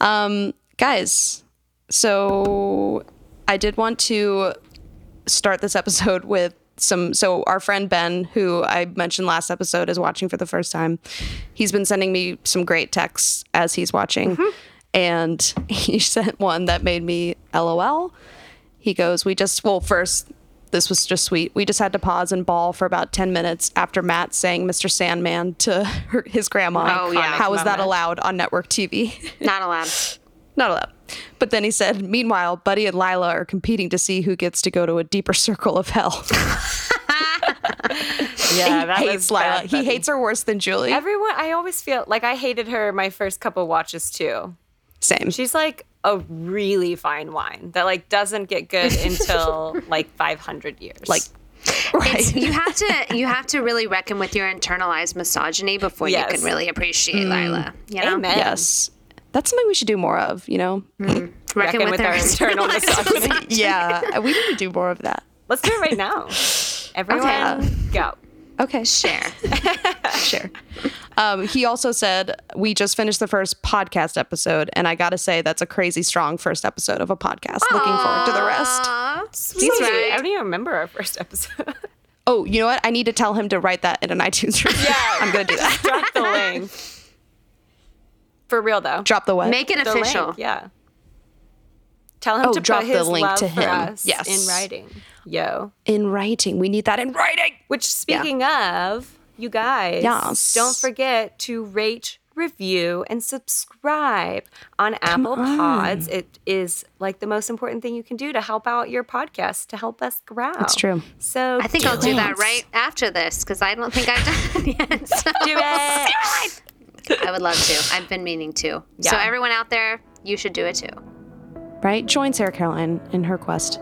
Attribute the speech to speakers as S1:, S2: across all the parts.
S1: Um, guys, so I did want to start this episode with some so our friend Ben, who I mentioned last episode is watching for the first time. He's been sending me some great texts as he's watching.
S2: Mm-hmm.
S1: And he sent one that made me LOL. He goes, "We just well, first this was just sweet. We just had to pause and ball for about 10 minutes after Matt sang Mr. Sandman to her, his grandma.
S2: Oh, yeah.
S1: How was that
S2: Moment.
S1: allowed on network TV?
S2: Not allowed.
S1: Not allowed. But then he said, Meanwhile, Buddy and Lila are competing to see who gets to go to a deeper circle of hell.
S3: Yeah,
S1: he hates Lila. he hates her worse than Julie.
S3: everyone. I always feel like I hated her my first couple watches too.
S1: Same.
S3: She's like a really fine wine that like doesn't get good until like 500 years.
S1: like, right.
S2: It's, you have to you have to really reckon with your internalized misogyny before
S3: Yes.
S2: you can really appreciate Lila. You know,
S3: amen.
S1: yes. That's something we should do more of, you know?
S2: reckon,
S3: Reckon with our internal misogyny.
S2: Mm-hmm.
S1: yeah. We need to do more of that.
S3: Let's do it right now. Everyone, go.
S1: Okay.
S2: Share.
S1: Sure. Um, he also said, We just finished the first podcast episode, and I got to say, that's a crazy strong first episode of a podcast. Looking forward to the rest.
S2: Aw, sweet.
S3: Sweet.
S2: right.
S3: I don't even remember our first episode.
S1: Oh, you know what? I need to tell him to write that in an iTunes review.
S3: Yeah.
S1: I'm going to do that.
S3: Drop the link. For real though.
S1: Drop the what?
S2: Make it
S3: the
S2: official.
S3: link. Yeah. Tell him
S1: Oh,
S3: to
S1: drop
S3: put
S1: the
S3: his
S1: link
S3: love
S1: to
S3: for
S1: him.
S3: us
S1: Yes.
S3: in writing. Yo.
S1: in writing. We need that in writing.
S3: Which speaking of, you guys,
S1: Yes.
S3: don't forget to rate, review, and subscribe on Apple Pods. It is like the most important thing you can do to help out your podcast to help us grow. That's
S1: true.
S3: So
S2: I think I'll do that
S1: Yes.
S2: right after this because I don't think I've done it yet. So
S3: do it.
S2: I would love to. I've been meaning to. So
S3: Yeah.
S2: everyone out there, you should do it too.
S1: Right? Join Sarah Caroline in her quest.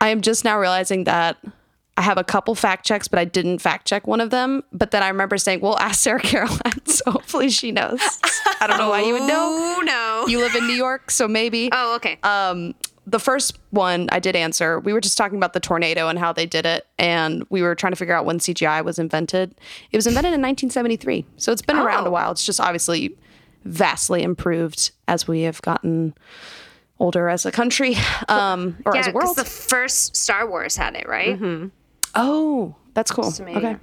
S1: I am just now realizing that I have a couple fact checks, but I didn't fact check one of them. But then I remember saying, well, ask Sarah Caroline. So hopefully she knows. I don't know why you would know.
S2: Oh no.
S1: You live in New York, so maybe.
S2: oh okay.
S1: Um, the first one I did answer. We were just talking about the tornado and how they did it, and we were trying to figure out when CGI was invented. It was invented in 1973, so it's been around a
S3: Oh.
S1: while. It's just obviously vastly improved as we have gotten older as a country um, or as
S2: yeah,
S1: a
S2: because
S1: world.
S2: the first Star Wars had it right.
S1: oh, that's cool.
S2: maybe-
S1: Okay,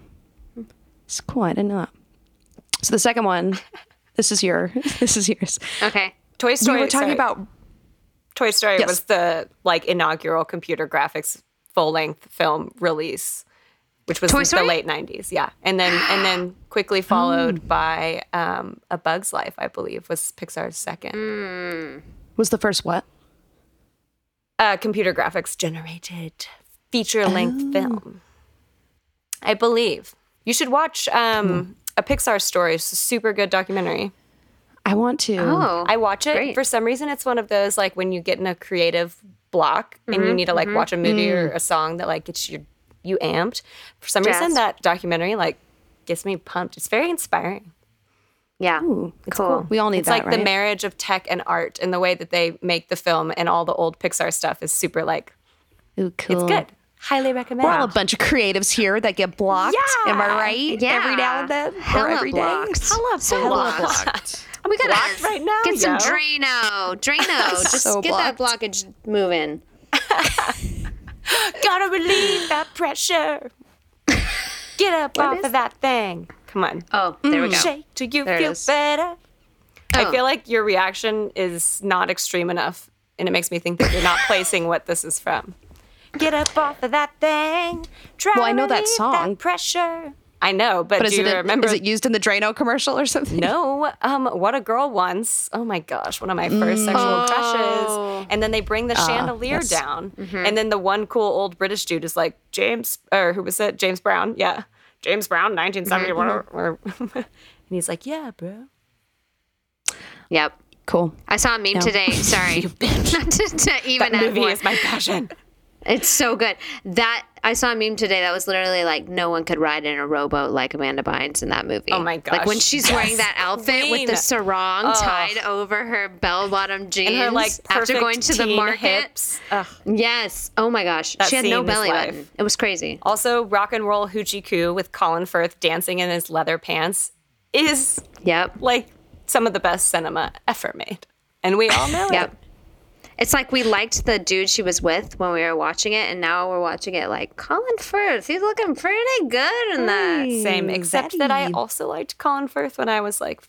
S1: it's cool. I didn't know that. So the second one, this is your, this is yours.
S2: Okay.
S3: Toy
S1: We
S3: Story.
S1: were talking
S3: sorry.
S1: about
S3: Toy Story
S1: Yes.
S3: was the like inaugural computer graphics full length film release, which was
S2: Toy
S3: the
S2: Story?
S3: late '90s. Yeah, and then and then
S1: Oh.
S3: quickly followed by um, A Bug's Life, I believe, was Pixar's second
S1: was the first what?
S3: uh, computer graphics generated feature length
S1: Oh.
S3: film. I believe you should watch
S1: Hmm.
S3: um, a Pixar story. It's a super good documentary.
S1: I want to.
S2: Oh.
S3: I watch it
S2: Great.
S3: for some reason. It's one of those like when you get in a creative block and
S1: Mm-hmm,
S3: you need to like watch a movie
S1: Mm.
S3: or a song that like gets you you amped. For some reason,
S2: Jazzed.
S3: that documentary like gets me pumped. It's very inspiring.
S2: yeah. cool.
S1: We all need
S3: It's
S1: that,
S3: like the
S1: right?
S3: marriage of tech and art and the way that they make the film and all the old Pixar stuff is super like
S1: Ooh, cool.
S3: it's good. Highly recommend.
S1: We're all a bunch of creatives here that get blocked.
S3: Yeah.
S1: Am I right?
S2: Yeah.
S1: Every now and then. or
S2: Hella
S1: every day.
S2: blocked.
S3: Hella
S2: blocked. We gotta
S3: blocked right now,
S2: Get some
S3: yo.
S2: Drano. Drano. Just
S1: So
S2: get that blockage moving.
S3: Gotta relieve that pressure. Get up off of that thing. Come on.
S2: Oh, there we go.
S3: Shake till you
S1: There it
S3: feel
S1: is.
S3: better.
S2: Oh.
S3: I feel like your reaction is not extreme enough, and it makes me think that you're not placing what this is from. Get up off of that thing. Try
S1: Well, I know
S3: to
S1: that
S3: relieve
S1: song.
S3: pressure. I know, but,
S1: But
S3: do
S1: is
S3: you
S1: it, a-
S3: remember?
S1: is it used in the Drano commercial or something?
S3: no, um, what a girl once. Oh my gosh, one of my
S2: Mm.
S3: first sexual
S2: Oh.
S3: crushes. And then they bring
S2: Ah,
S3: the chandelier
S1: yes.
S3: down,
S2: Mm-hmm.
S3: and then the one cool old British dude is like James, or who was it? James Brown. Yeah, James Brown,
S2: Mm-hmm,
S3: 1971. and he's like, yeah, bro.
S2: Yep.
S1: Cool.
S2: I saw a meme today. Sorry, not to, to even add
S3: Movie
S2: more.
S3: is my passion.
S2: It's so good. That I saw a meme today that was literally like no one could ride in a rowboat like Amanda Bynes in that movie. Oh
S3: my
S2: Like when
S3: gosh.
S2: she's wearing that outfit with the
S3: Queen.
S2: sarong tied over her bell-bottom jeans
S3: And her like perfect
S2: after going to the
S3: teen
S2: market.
S3: hips. Ugh.
S2: Yes. Oh my gosh. she had no
S3: scene is
S2: belly
S3: life.
S2: button. It was crazy.
S3: Also, rock and roll hoochie coo with Colin Firth dancing in his leather pants is
S2: Yep.
S3: like some of the best cinema ever made, and we all know
S2: Yep. It's like we liked the dude she was with when we were watching it, and now we're watching it like Colin Firth. He's looking pretty good in that.
S3: it. Same, except that I also liked Colin Firth when I was like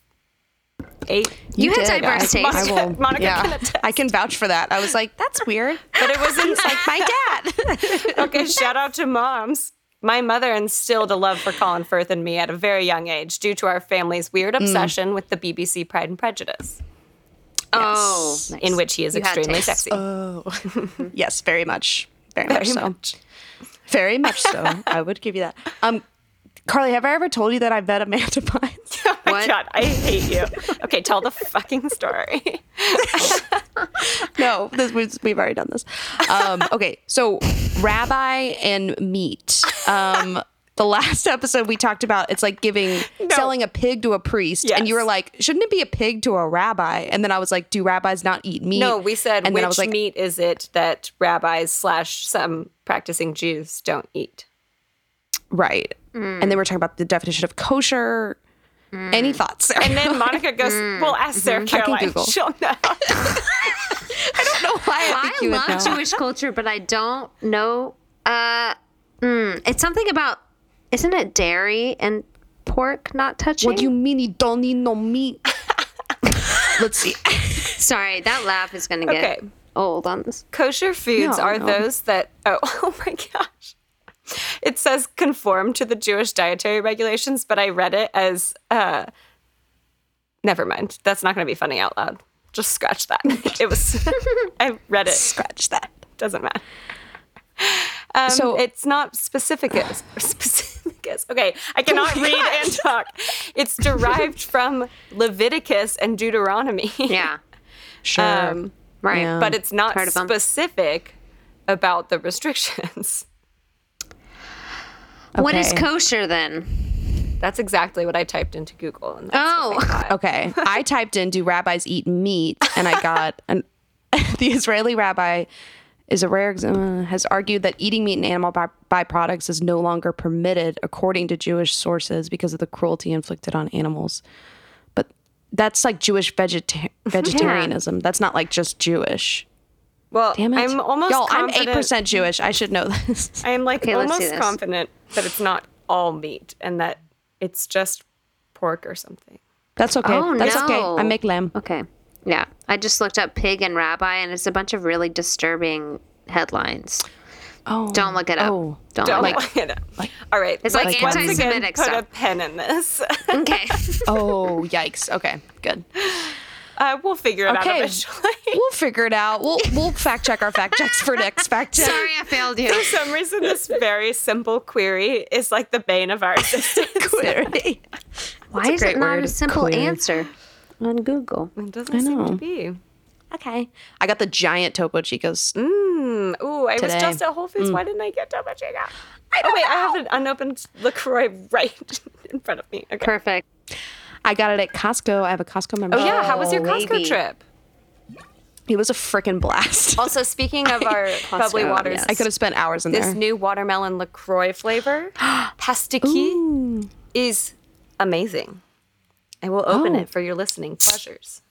S3: eight.
S2: You, had
S1: did.
S2: diverse
S1: I-
S2: taste.
S1: I will.
S3: Monica
S1: yeah.
S3: can attest.
S1: I can vouch for that. I was like, that's weird.
S3: But it was in
S1: It's like my dad.
S3: okay, shout out to moms. My mother instilled a love for Colin Firth in me at a very young age due to our family's weird
S1: Mm.
S3: obsession with the BBC Pride and Prejudice,
S2: Oh, nice.
S3: in which he is
S2: You had
S3: extremely
S2: taste.
S3: sexy.
S1: uh, yes, very much. Very, much so.
S3: much.
S1: Very much so. I would give you that. Um, Carly, have I ever told you that I met Amanda Bynes?
S3: Oh my
S2: What?
S3: God, I hate you. Okay, tell the fucking story.
S1: no, this, we've, we've already done this. Um, okay, so Rabbi and meat. Um, the last episode we talked about it's like giving selling a pig to a priest, and you
S3: Yes.
S1: were like, shouldn't it be a pig to a rabbi? And then I was like, do rabbis not eat meat?
S3: No, we said
S1: and
S3: which
S1: then I was like,
S3: meat is it that rabbis slash some practicing Jews don't eat?
S1: right.
S3: Mm.
S1: And then we're talking about the definition of kosher. Any thoughts? Sarah?
S3: And then Monica goes,
S1: Mm-hmm.
S3: "Well, ask Sarah Caroline.
S1: Google.
S3: She'll know."
S1: no, why I
S2: I
S1: think you would
S2: love
S1: know.
S2: Jewish culture, but I don't know. Uh, mm, it's something about, isn't it dairy and pork not touching?
S1: What do you mean he don't eat no meat? Let's see.
S2: Sorry, that laugh is going to get
S3: Okay.
S2: old on this.
S3: Kosher foods
S1: No,
S3: are
S1: no.
S3: those that oh, oh my gosh. It says conform to the Jewish dietary regulations, but I read it as uh never mind. That's not going to be funny out loud. Just scratch that. It was I read it.
S1: Scratch that.
S3: Doesn't matter. Um,
S1: So-
S3: so it's not specificus. Specificus. Okay, I cannot
S1: Oh
S3: read and talk. It's derived from Leviticus and Deuteronomy.
S2: Yeah.
S1: Sure.
S3: Um,
S2: Right.
S1: Yeah.
S3: but it's not
S2: Heard of 'em.
S3: specific about the restrictions.
S2: What is
S1: Okay.
S2: kosher then?
S3: That's exactly what I typed into Google. And that's
S2: Oh.
S3: what I got.
S1: Okay. I typed in do rabbis eat meat and I got an the Israeli rabbi is a rare ex- uh, has argued that eating meat and animal by- byproducts is no longer permitted according to Jewish sources because of the cruelty inflicted on animals. But that's like Jewish vegeta- vegetarianism. That's not like just Jewish.
S3: Well,
S1: Damn it.
S3: I'm almost
S1: Y'all,
S3: confident.
S1: I'm 8% Jewish. I should know this.
S3: I am like
S2: Okay, let's do
S3: almost
S2: this.
S3: confident that it's not all meat and that it's just pork or something.
S1: That's okay.
S2: Oh,
S1: That's okay.
S2: no.
S1: I make lamb.
S2: Okay. Yeah. I just looked up pig and rabbi, and it's a bunch of really disturbing headlines.
S1: Oh.
S2: Don't look it up.
S1: Oh.
S2: Don't,
S3: Don't
S2: look.
S3: look it up. all right.
S2: It's like
S3: let's once again
S2: anti-Semitic
S3: Put a
S2: stuff.
S3: pen in this.
S2: Okay.
S1: Oh, yikes. Okay. Good.
S3: Uh, we'll figure it out
S1: Okay.
S3: eventually.
S1: We'll figure it out. We'll we'll fact check our fact checks for next fact check.
S2: Sorry, I failed you.
S3: For some reason, this very simple query is like the bane of our existence.
S1: Query.
S2: Why is
S1: great
S2: it not
S1: word,
S2: a simple
S1: queer.
S2: answer on Google?
S3: It doesn't seem
S1: know.
S3: to be.
S1: Okay. I got the giant Topo Chicos. Mm.
S3: Ooh, I
S1: today.
S3: was just at Whole Foods. Why didn't I get Topo Chico? oh wait, Mm. I have an unopened Lacroix right in front of me. Okay.
S2: Perfect.
S1: I got it at Costco. I have a Costco membership.
S3: Yeah, how was your
S2: Oh,
S3: Costco
S2: maybe.
S3: trip?
S1: It was a freaking blast.
S3: Also, speaking of our bubbly waters,
S1: I could have spent hours in
S3: this
S1: there.
S3: new watermelon Lacroix flavor, pastiqui, is amazing. I will open it for your listening pleasures.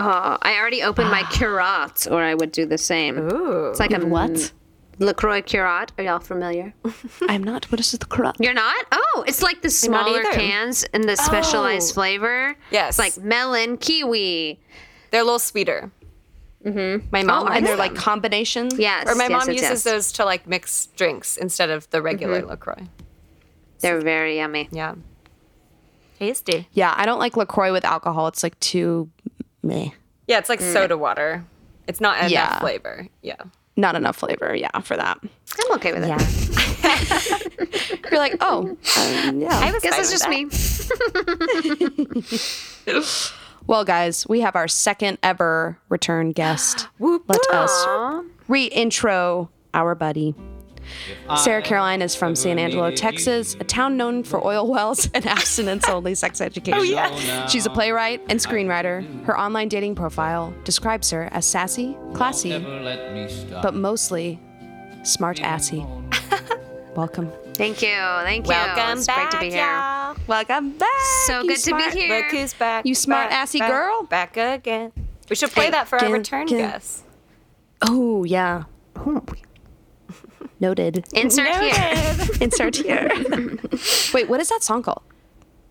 S2: Oh, I already opened my curate, or I would do the same.
S3: Ooh,
S2: It's like a
S1: What?
S2: Lacroix curate. Are y'all familiar?
S1: I'm not. What is the corrupt?
S2: You're not? Oh, it's like the
S3: not
S2: smaller
S3: either.
S2: cans and the specialized flavor. It's
S3: Yes.
S2: like melon, kiwi.
S3: they're a little sweeter. Mm-hmm. My mom, likes
S1: And they're like
S3: them.
S1: combination.
S2: Yes.
S3: or my
S2: yes,
S3: mom
S2: yes,
S3: uses
S2: yes.
S3: those to like mix drinks instead of the regular Lacroix.
S2: They're very yummy.
S3: Yeah, tasty.
S1: Yeah. I don't like Lacroix with alcohol. It's like too meh.
S3: Yeah, it's like soda water. It's not enough
S1: Mm. Yeah.
S3: flavor. Yeah.
S1: Not enough flavor. Yeah, for that.
S2: I'm okay with it.
S1: You're like, oh, um, yeah.
S3: was
S2: Guess it's just me.
S1: Well, guys, we have our second ever return guest.
S3: Whoop,
S1: Let
S3: whoop.
S1: us
S2: Aw.
S1: reintro our buddy. Sarah Caroline is from San Angelo,
S4: needed
S1: Texas, a town known for oil wells and abstinence only sex education. She's a playwright and screenwriter. Her online dating profile describes her as sassy, classy,
S4: Never let me stop.
S1: but mostly smart assy. Welcome.
S2: Thank you. Thank you.
S3: Welcome
S2: it's great
S3: back,
S2: to be here.
S3: y'all.
S1: Welcome back.
S2: So
S1: you
S2: good to be
S1: smart-
S2: here.
S3: Look who's back.
S1: You smart
S3: back,
S1: assy
S3: back,
S1: girl.
S3: Back again. We should play that for our
S1: Again,
S3: return
S1: again.
S3: guest.
S1: Oh, yeah. Noted.
S2: Insert here.
S1: Insert here. Wait, what is that song called?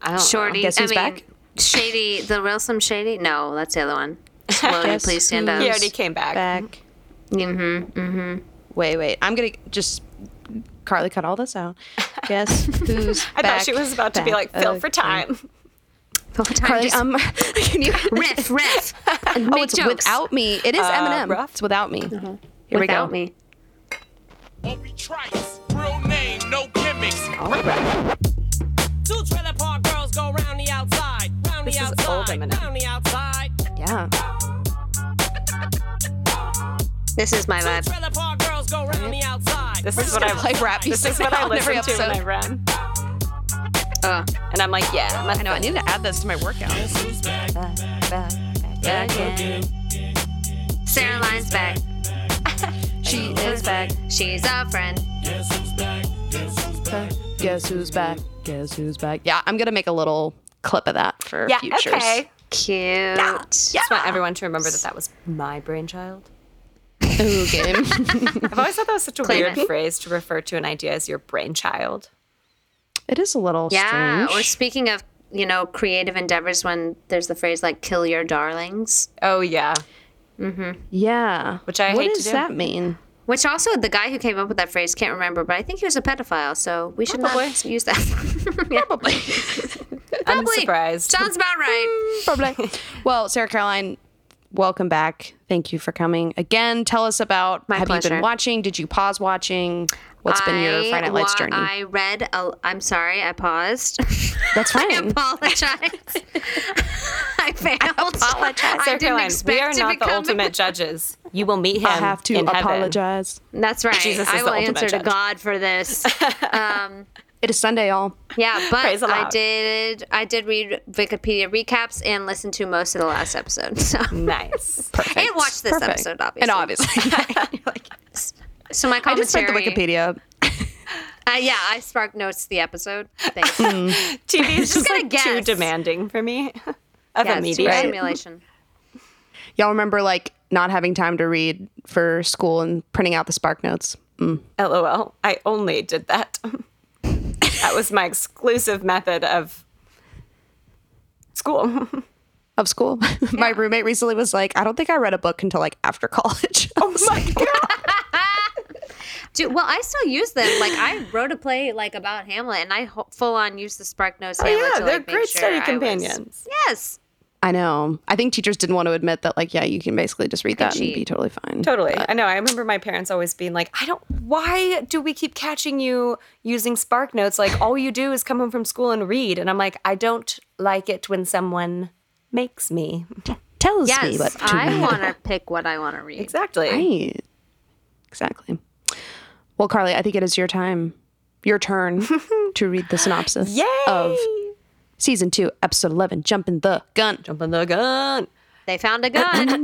S3: I don't
S2: Shorty.
S1: Guess who's
S2: I mean,
S1: back?
S2: Shady. The real Slim Shady. No, that's the other one. Slowly,
S1: Guess
S2: please stand
S1: who-
S2: up.
S3: Know. He already came back.
S1: Back.
S2: Mm-hmm.
S1: Wait, wait. I'm going to just. Carly cut all this out. Guess who's
S3: I
S1: back?
S3: thought she was about to be
S1: back
S3: like, fill for
S1: again."
S3: time.
S1: Carly, um, can you
S2: riff, riff.
S1: Oh,
S2: Make
S1: it's
S2: jokes.
S1: without me. It is Eminem.
S3: Uh, rough. Mm-hmm.
S1: It's without me. Here we go.
S2: Without me.
S5: Won't be trite. Real name, no gimmicks. Two trailer park girls go round the outside. Round
S3: This
S5: the
S3: is
S5: outside.
S3: old Eminem.
S5: Round the outside.
S1: Yeah.
S2: This is my
S5: Two
S2: vibe.
S5: trailer park girls go round the outside.
S3: This
S5: round
S3: is what
S5: the
S3: I
S1: Play
S3: like.
S1: rap
S3: This
S1: music
S3: is what I
S1: on every
S3: listen to when I
S1: episode.
S3: run.
S2: Uh,
S3: And I'm like, yeah, I'm
S1: I know. I need to add this to my workout.
S2: Sarah Lyne's back.
S1: She is back.
S2: She's our friend.
S1: Guess who's back? Guess who's back? Yeah, I'm gonna make a little clip of that for
S3: Yeah,
S1: futures.
S3: okay.
S2: Cute.
S3: Just want everyone to remember that that was my brainchild.
S1: Ooh, game.
S3: I've always Oh, thought that was such a
S2: Claim
S3: weird
S2: it.
S3: phrase to refer to an idea as your brainchild.
S1: it is a little
S2: Yeah. Or
S1: strange.
S2: speaking of, you know, creative endeavors, when there's the phrase like "kill your darlings,"
S3: Oh yeah,
S1: Yeah.
S3: Which I
S1: what
S3: hate to
S1: does
S3: do.
S1: that mean?
S2: which also the guy who came up with that phrase can't remember, but I think he was a pedophile, so we should
S3: Probably.
S2: not use that. Yeah. Probably.
S3: I'm surprised.
S2: Sounds about right.
S1: Probably. well, Sarah Caroline, welcome back. Thank you for coming again. Tell us about
S2: My
S1: have you
S2: pleasure.
S1: been watching? Did you pause watching? What's been your
S2: I
S1: Friday Night Lights
S2: wa-
S1: journey?
S2: I read. A, I'm sorry, I paused.
S1: That's
S2: I
S1: fine.
S2: apologize. I failed.
S1: apologize.
S2: I
S3: Sarah
S2: didn't
S3: Caroline, we
S2: expect
S3: are
S2: to
S3: not the
S2: become-
S3: ultimate judges. You will meet him.
S1: I have to
S3: in heaven.
S1: apologize.
S2: That's right.
S3: Jesus
S2: I
S3: is the
S2: will
S3: ultimate
S2: answer to
S3: judge.
S2: God for this.
S1: It is Sunday, y'all.
S2: Yeah, but
S3: Praise the
S2: I
S3: Lord.
S2: did. I did read Wikipedia recaps and listen to most of the last episode. So
S3: Nice.
S2: and watch this
S1: Perfect.
S2: episode, obviously.
S1: And obviously.
S2: So my
S1: I just
S2: commentary.
S1: read the Wikipedia.
S2: Uh, yeah, I spark notes the episode. Thanks. yeah,
S3: TV is just
S2: gonna
S3: like too
S2: guess.
S3: demanding for me. Of a
S2: it's too
S3: media.
S2: much
S1: right.
S2: simulation.
S1: Y'all remember like not having time to read for school and printing out the spark notes.
S3: LOL. I only did that. that was my exclusive method of school.
S1: of school. My roommate recently was like, I don't think I read a book until like after college. I was like,
S2: Dude, well, I still use them. Like I wrote a play like about Hamlet, and I ho- full on used the spark
S1: Oh,
S2: notes. Hamlet
S3: yeah,
S2: to,
S3: they're
S2: like, make
S3: great
S2: sure
S3: study
S2: I was-
S3: companions.
S2: Yes.
S1: I know. I think teachers didn't want to admit that, like, yeah, you can basically just read that and
S2: cheat.
S1: be totally fine.
S3: Totally. I know. I remember my parents always being like, I don't, why do we keep catching you using Spark Notes? Like, all you do is come home from school and read. And I'm like, I don't like it when someone makes me.
S1: Tells me what
S2: Yes.
S1: to
S2: I
S1: read.
S2: want to pick what I want to read.
S3: Exactly.
S1: Right. Exactly. Well, Carly, I think it is your time, your turn to read the synopsis
S3: Yay!
S1: of season two, episode 11, Jumping the Gun.
S3: Jump on the gun.
S2: They found a gun.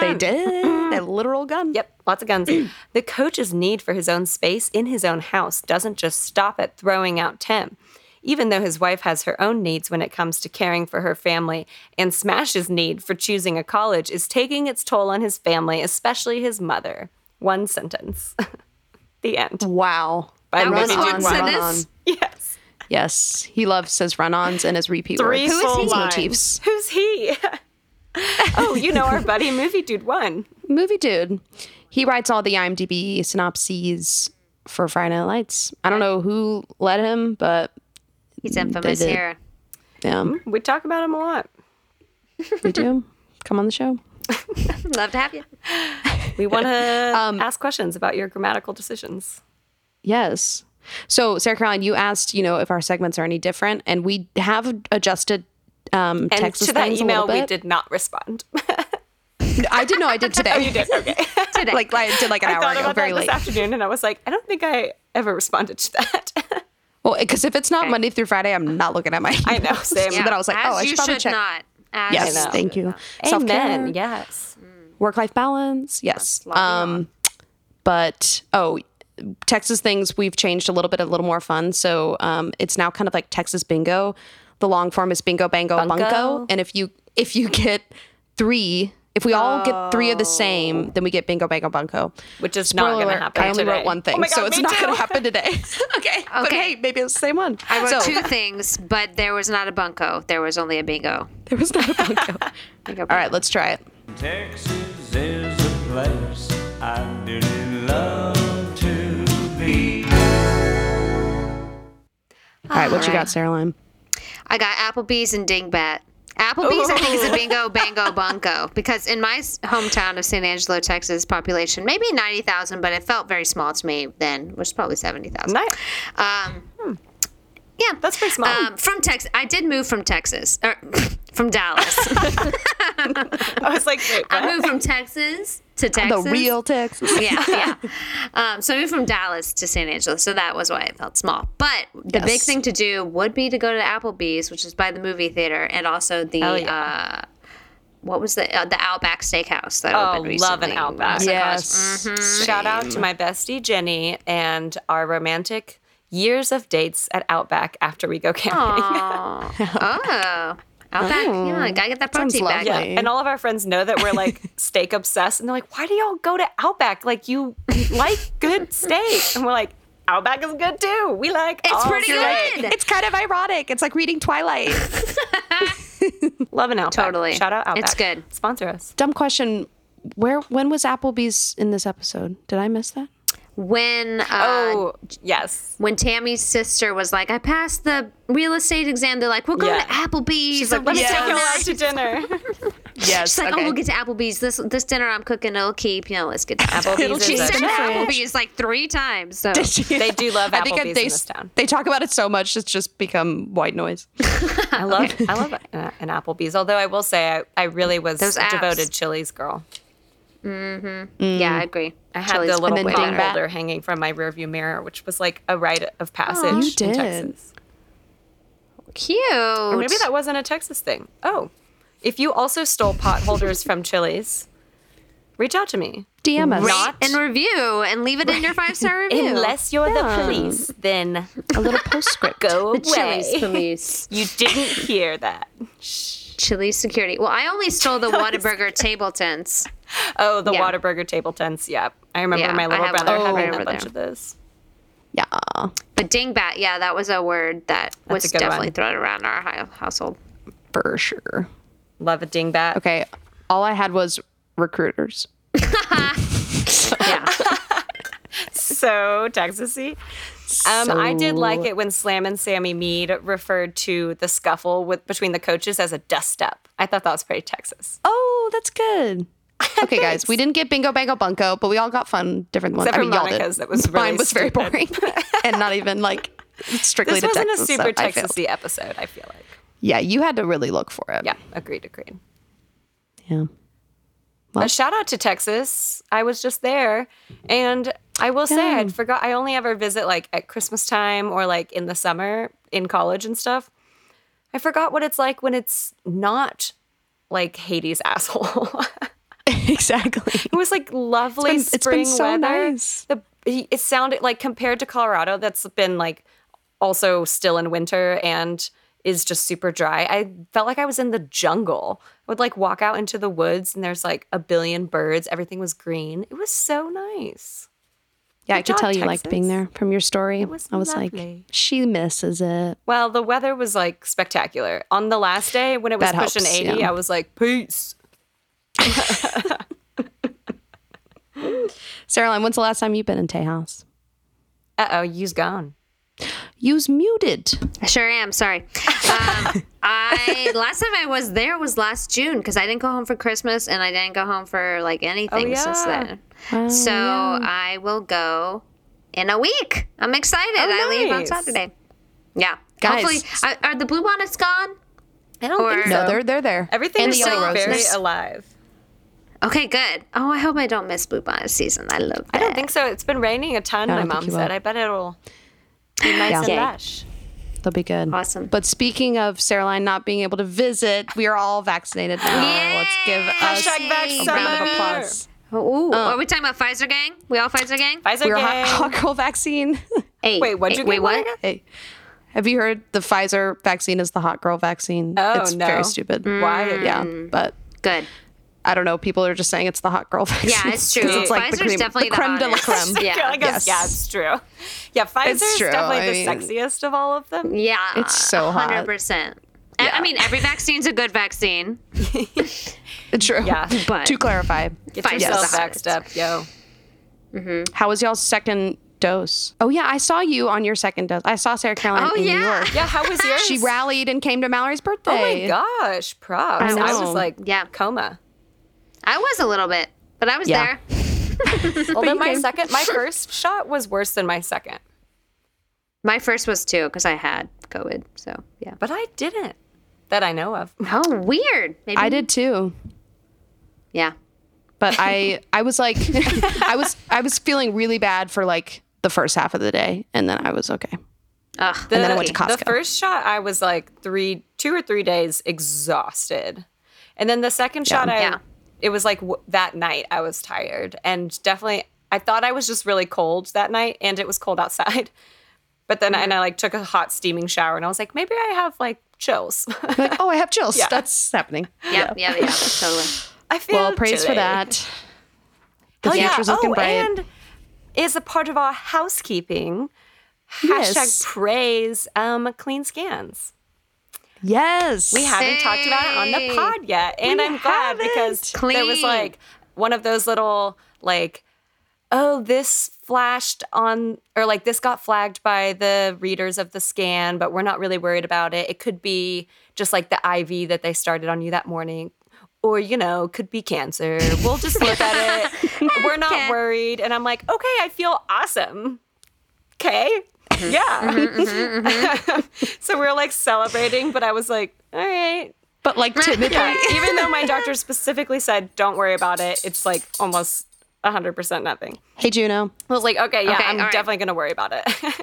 S1: They did. A literal gun.
S3: Yep, lots of guns. the coach's need for his own space in his own house doesn't just stop at throwing out Tim. Even though his wife has her own needs when it comes to caring for her family, and Smash's need for choosing a college is taking its toll on his family, especially his mother. One sentence. the end.
S1: Wow.
S3: By
S2: That was
S3: Moby Dick
S2: one
S3: Wong.
S2: sentence.
S3: Yes.
S1: Yes. He loves his run ons and his repeat
S3: Three
S1: words.
S3: full
S1: his
S3: lines.
S1: motifs.
S3: Who's he? oh, you know our buddy movie dude one.
S1: movie dude. He writes all the IMDb synopses for Friday Night Lights. I don't know who let him, but
S2: He's infamous
S1: did.
S2: here.
S1: yeah,
S3: We talk about him a lot.
S1: we do. Come on the show.
S2: Love to have you.
S3: We want to
S1: Um,
S3: ask questions about your grammatical decisions.
S1: Yes. So, Sarah Caroline, you asked, you know, if our segments are any different, and we have adjusted um,
S3: And
S1: Texas
S3: to that
S1: things a
S3: email,
S1: little
S3: we
S1: bit.
S3: did not respond.
S1: I did know I did today.
S3: you did. Okay.
S2: Today.
S1: Like I did like an
S3: I
S1: hour
S3: thought
S1: ago,
S3: about
S1: very
S3: that
S1: late.
S3: this afternoon, and I was like, I don't think I ever responded to that.
S1: Well, because if it's not Monday through Friday, I'm not looking at my.
S3: I know.
S1: emails.
S3: Same.
S1: So then I was like,
S2: As
S1: oh, I
S2: you
S1: should probably
S2: should
S1: check.
S2: not. As
S1: Yes,
S2: you
S1: thank
S2: should
S1: you.
S2: not.
S1: Self-care.
S3: Amen. Yes.
S1: work-life balance. Yes.
S2: love you all.
S1: Um, but oh, Texas things we've changed a little bit, a little more fun. So um, it's now kind of like Texas bingo. The long form is bingo, bango, bunko.
S3: Bunko.
S1: And if you if you get three, if we all get three of the same, then we get bingo, bango, bunko.
S3: Oh. Which is not gonna
S1: alert,
S3: happen
S1: I only
S3: today.
S1: wrote one thing,
S3: Oh my
S1: so
S3: God,
S1: it's
S3: me
S1: not
S3: too.
S1: going to happen today. okay. But
S2: Okay.
S1: hey, maybe it's the same one.
S2: I wrote
S1: so,
S2: two things, but there was not a bunko. There was only a bingo.
S1: There was not a bunko.
S2: bingo
S1: all right, let's try it.
S4: Texas is a place I do love to be.
S1: All right, what you got, Sarah Lime?
S2: I got Applebee's and Dingbat. Applebee's, I think,
S3: Oh.
S2: is a bingo, bango, bunko because in my s- hometown of San Angelo, Texas, population maybe ninety thousand, but it felt very small to me then, which is probably seventy thousand.
S3: Nice.
S2: Um, Yeah,
S3: That's pretty small.
S2: Um, from Texas, I did move from Texas, or from Dallas.
S3: I was like, wait, what?
S2: I moved from Texas to Texas.
S1: The real Texas.
S2: yeah, yeah. Um, so I moved from Dallas to San Angelo, so that was why it felt small. But the big
S1: Yes.
S2: thing to do would be to go to Applebee's, which is by the movie theater, and also the uh, what was the uh, the Outback Steakhouse that
S3: Oh,
S2: opened recently.
S3: love an Outback. Oh
S1: Yes.
S3: Shout out to my bestie Jenny and our romantic years of dates at Outback after we go camping.
S2: Aw. oh, Outback. Yeah, gotta get that
S1: Sounds
S2: protein back.
S1: lovely.
S3: Yeah. And all of our friends know that we're like steak obsessed. And they're like, why do y'all go to Outback? Like, you like good steak. And we're like, Outback is good too. We like
S2: It's
S3: all
S2: pretty
S3: steak.
S2: good.
S1: It's kind of ironic. It's like reading Twilight.
S3: Love an Outback.
S2: Totally.
S3: Shout out Outback.
S2: It's good.
S3: Sponsor us.
S1: Dumb question. Where when was Applebee's in this episode? Did I miss that?
S2: When uh,
S3: Oh, yes.
S2: when Tammy's sister was like, I passed the real estate exam, they're like, we're going
S3: Yeah.
S2: to Applebee's.
S3: She's like, let me
S1: "Yes."
S3: take y'all out to dinner.
S1: Yes.
S2: She's like, oh, we'll get to Applebee's. This this dinner I'm cooking, it'll keep. You know, let's get to
S3: Applebee's
S2: Applebee's. she
S3: is
S2: said
S3: a
S1: different-
S2: Applebee's like three times. So
S3: They do love
S1: I think
S3: Applebee's in
S1: they,
S3: this town.
S1: they talk about it so much it's just become white noise.
S3: I love I love uh, an Applebee's. Although I will say I, I really was
S2: Those
S3: a
S2: apps.
S3: devoted Chili's girl.
S2: yeah, I agree.
S3: I had
S2: Chili's
S3: the little
S1: And
S3: bone
S1: then Dingbat.
S3: holder hanging from my rearview mirror, which was like a rite of passage.
S1: You
S3: in
S1: did.
S3: Texas.
S2: cute.
S3: Or maybe that wasn't a Texas thing. Oh, if you also stole pot holders from Chili's, reach out to me.
S1: DM us.
S2: rate and review and leave it in your five star review.
S3: Unless you're the police, then
S1: a little postscript.
S3: go
S2: the Chili's
S3: away.
S2: police,
S3: You didn't hear that.
S2: Chili's security. Well, I only stole the Whataburger table tents.
S3: Oh, the
S2: Yeah.
S3: Whataburger table tents. Yeah, I remember
S2: Yeah,
S3: my
S2: I
S3: little
S2: have one.
S3: brother
S2: Oh.
S3: having
S2: Over
S3: a bunch
S2: there.
S3: of those.
S1: Yeah.
S2: But dingbat, yeah, that was a word that
S3: That's a
S2: was
S3: good
S2: definitely
S3: one.
S2: thrown around our hi- household.
S1: For sure.
S3: Love a dingbat.
S1: Okay. All I had was recruiters.
S2: Yeah.
S3: so Texasy. Um, I did like it when Slam and Sammy Mead referred to the scuffle with between the coaches as a dust up. I thought that was pretty Texas.
S1: Oh, that's good. Okay, guys, we didn't get bingo, bango, bunko, but we all got fun different ones.
S3: Except
S1: I
S3: for
S1: mean, y'all did.
S3: Monica's, that was
S1: Mine
S3: really
S1: was very
S3: stupid.
S1: boring and not even like strictly
S3: This
S1: to
S3: wasn't
S1: Texas,
S3: a super
S1: so I failed.
S3: Texasy episode. I feel like.
S1: Yeah, you had to really look for it.
S3: Yeah, agreed, agreed.
S1: Yeah.
S3: A shout out to Texas. I was just there, and I will say I forgot. I only ever visit like at Christmas time or like in the summer in college and stuff. I forgot what it's like when it's not like Hades asshole.
S1: exactly.
S3: It was like lovely
S1: It's been- it's
S3: spring
S1: been so
S3: weather.
S1: nice.
S3: The he- it sounded like compared to Colorado, that's been like also still in winter and is just super dry. I felt like I was in the jungle. I would like walk out into the woods and there's like a billion birds. Everything was green. It was so nice.
S1: Yeah, I
S3: Good
S1: could
S3: job,
S1: tell you liked being
S3: Texas.
S1: there from your story.
S3: was
S1: I was
S3: lovely.
S1: like, she misses it.
S3: Well, the weather was like spectacular. On the last day when it was
S1: That
S3: pushing
S1: helps,
S3: 80,
S1: yeah.
S3: I was like, peace.
S1: Sarah Lynn, when's the last time you've been in Tejas?
S3: Uh oh, you's gone.
S1: You's muted.
S2: I sure am. Sorry. Um, I last time I was there was last June because I didn't go home for Christmas and I didn't go home for like anything since
S3: Oh, yeah.
S2: then. so I will go in a week. I'm excited.
S3: Oh,
S2: I leave on
S3: nice.
S2: Saturday. Yeah.
S1: Guys.
S2: Hopefully, are, are the blue bonnets gone?
S3: I don't think
S2: Or-
S3: so.
S1: No, they're they're there.
S3: Everything
S1: and
S3: is
S1: the
S3: so
S1: yellow roses.
S3: very alive.
S2: Okay, good. Oh, I hope I don't miss bluebonnet season. I love that.
S3: I don't think so. It's been raining a ton,
S1: I
S3: my
S1: don't think
S3: mom
S1: you
S3: said.
S1: will.
S3: I bet it'll be nice
S1: Yeah.
S3: and
S1: Yay.
S3: lush.
S1: They'll be good.
S2: Awesome.
S1: But speaking of Caroline not being able to visit, we are all vaccinated now. Let's give us
S3: Hashtag back
S1: a round
S3: summer.
S1: of applause.
S3: Oh,
S2: Ooh, are we talking about Pfizer gang? We all Pfizer gang?
S3: Pfizer
S1: We are
S3: gang.
S1: hot, hot girl vaccine.
S2: Hey,
S3: Wait, what'd
S2: hey,
S3: you
S2: wait,
S3: get?
S2: what?
S1: hey, have you heard the Pfizer vaccine is the hot girl vaccine?
S3: Oh,
S1: it's
S3: no.
S1: very stupid.
S3: Why?
S1: Yeah, but
S2: Good.
S1: I don't know. People are just saying it's the hot girl vaccine.
S2: Yeah, it's true.
S1: 'cause It's like
S2: Pfizer's
S1: the creme,
S2: definitely
S1: the
S2: the
S1: creme de la
S2: hottest.
S1: creme.
S2: Yeah.
S3: I guess, yeah,
S1: Yes.
S3: it's true. Yeah, Pfizer's
S1: true.
S3: definitely
S1: I
S3: the
S1: mean-
S3: sexiest of all of them.
S2: Yeah.
S1: It's so hot.
S2: 100%. I- I mean, every vaccine's a good vaccine.
S1: True.
S3: Yeah,
S2: but-
S1: to clarify,
S3: Get yourself
S2: Yes.
S3: vaxxed up, yo.
S1: how was y'all's second dose? Oh yeah, I saw you on your second dose. I saw Sarah Caroline
S2: Oh,
S1: in New
S2: yeah.
S1: York.
S3: Yeah, how was yours?
S1: She rallied and came to Mallory's birthday.
S3: Oh my gosh, props.
S1: I
S3: I,
S1: know.
S3: was like,
S2: Yeah.
S3: coma.
S2: I was a little bit, but I was
S1: Yeah.
S2: there.
S3: Although
S1: you
S3: my
S1: came.
S3: second, my first shot was worse than my second,
S2: My first was too, because I had COVID. So, yeah.
S3: but I didn't that I know of.
S2: Oh, weird. Maybe.
S1: I did too.
S2: Yeah.
S1: but I I was like I was I was feeling really bad for like the first half of the day and then I was okay.
S2: Ugh.
S1: And then I went to
S3: The
S1: Costco.
S3: first shot, I was like three, two or three days exhausted, and then the second shot, I
S2: Yeah.
S3: it was like w- that night I was tired and definitely I thought I was just really cold that night, and it was cold outside. But then and I like took a hot steaming shower, and I was like, maybe I have like chills.
S1: like, oh, I have chills.
S3: Yeah.
S1: That's happening.
S2: yeah, yeah, yeah, totally.
S3: I feel
S1: Well, praise for
S3: chilly.
S1: that. The
S3: Hell yeah.
S1: future's looking
S3: oh,
S1: bright.
S3: and is a part of our housekeeping.
S1: Yes.
S3: Hashtag praise um, clean scans.
S1: yes.
S3: We haven't talked about it on
S2: Hey.
S3: the pod yet, and
S1: We
S3: I'm glad because
S1: haven't.
S3: there was
S2: Clean.
S3: like one of those little like, oh, this flashed on or like this got flagged by the readers of the scan, but we're not really worried about it. It could be just like the IV that they started on you that morning. Or, you know, could be cancer. We'll just look at it. We're not worried. And I'm like, okay, I feel awesome. Okay.
S1: Mm-hmm.
S3: Yeah. so we were like celebrating, but I was like, all right.
S1: but like timidly.
S3: Yeah, even though my doctor specifically said, don't worry about it, it's like almost 100% nothing.
S1: Hey Juno.
S3: I was like, okay, yeah,
S2: Okay,
S3: I'm
S2: all right.
S3: definitely going to worry about it.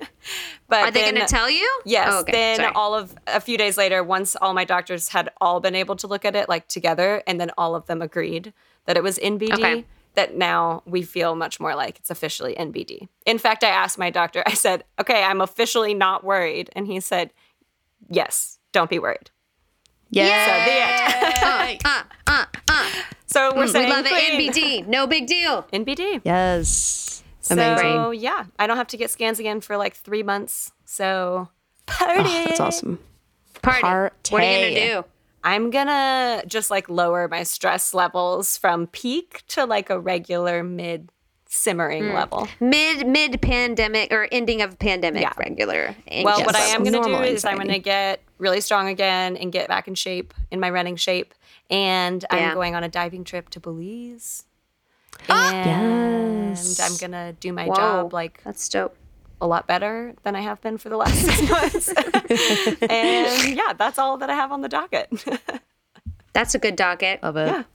S3: but
S2: Are they going to
S3: then-
S2: tell you?
S3: Yes.
S2: Oh, okay,
S3: then
S2: sorry.
S3: all of a few days later, once all my doctors had all been able to look at it like together, and then all of them agreed that it was NBD.
S2: Okay.
S3: That now we feel much more like it's officially NBD. In fact, I asked my doctor. I said, "Okay, I'm officially not worried," and he said, "Yes, don't be worried." So
S1: Yeah.
S3: the end.
S2: Uh, uh, uh.
S3: so we're
S2: We
S3: saying
S2: love it.
S3: clean.
S2: NBD. No big deal.
S3: NBD.
S1: Yes. Amazing.
S3: So yeah, I don't have to get scans again for like three months. So party.
S1: That's awesome.
S2: Party. What are you going
S1: Partay.
S2: to do?
S3: I'm gonna just like lower my stress levels from peak to like a regular mid simmering
S2: Mm.
S3: level.
S2: Mid mid pandemic or ending of pandemic
S3: Yeah.
S2: regular.
S3: Well,
S2: anxious.
S3: what I am gonna do
S1: Normal
S3: is I'm gonna
S1: anxiety.
S3: get really strong again and get back in shape in my running shape, and
S2: Yeah. Ah!
S3: I'm going on a diving trip to Belize. And I'm gonna do my job like
S2: that's dope.
S3: a lot better than I have been for the last six months. and yeah, that's all that I have on the docket.
S2: That's a good docket.
S3: Oh,
S1: Love it.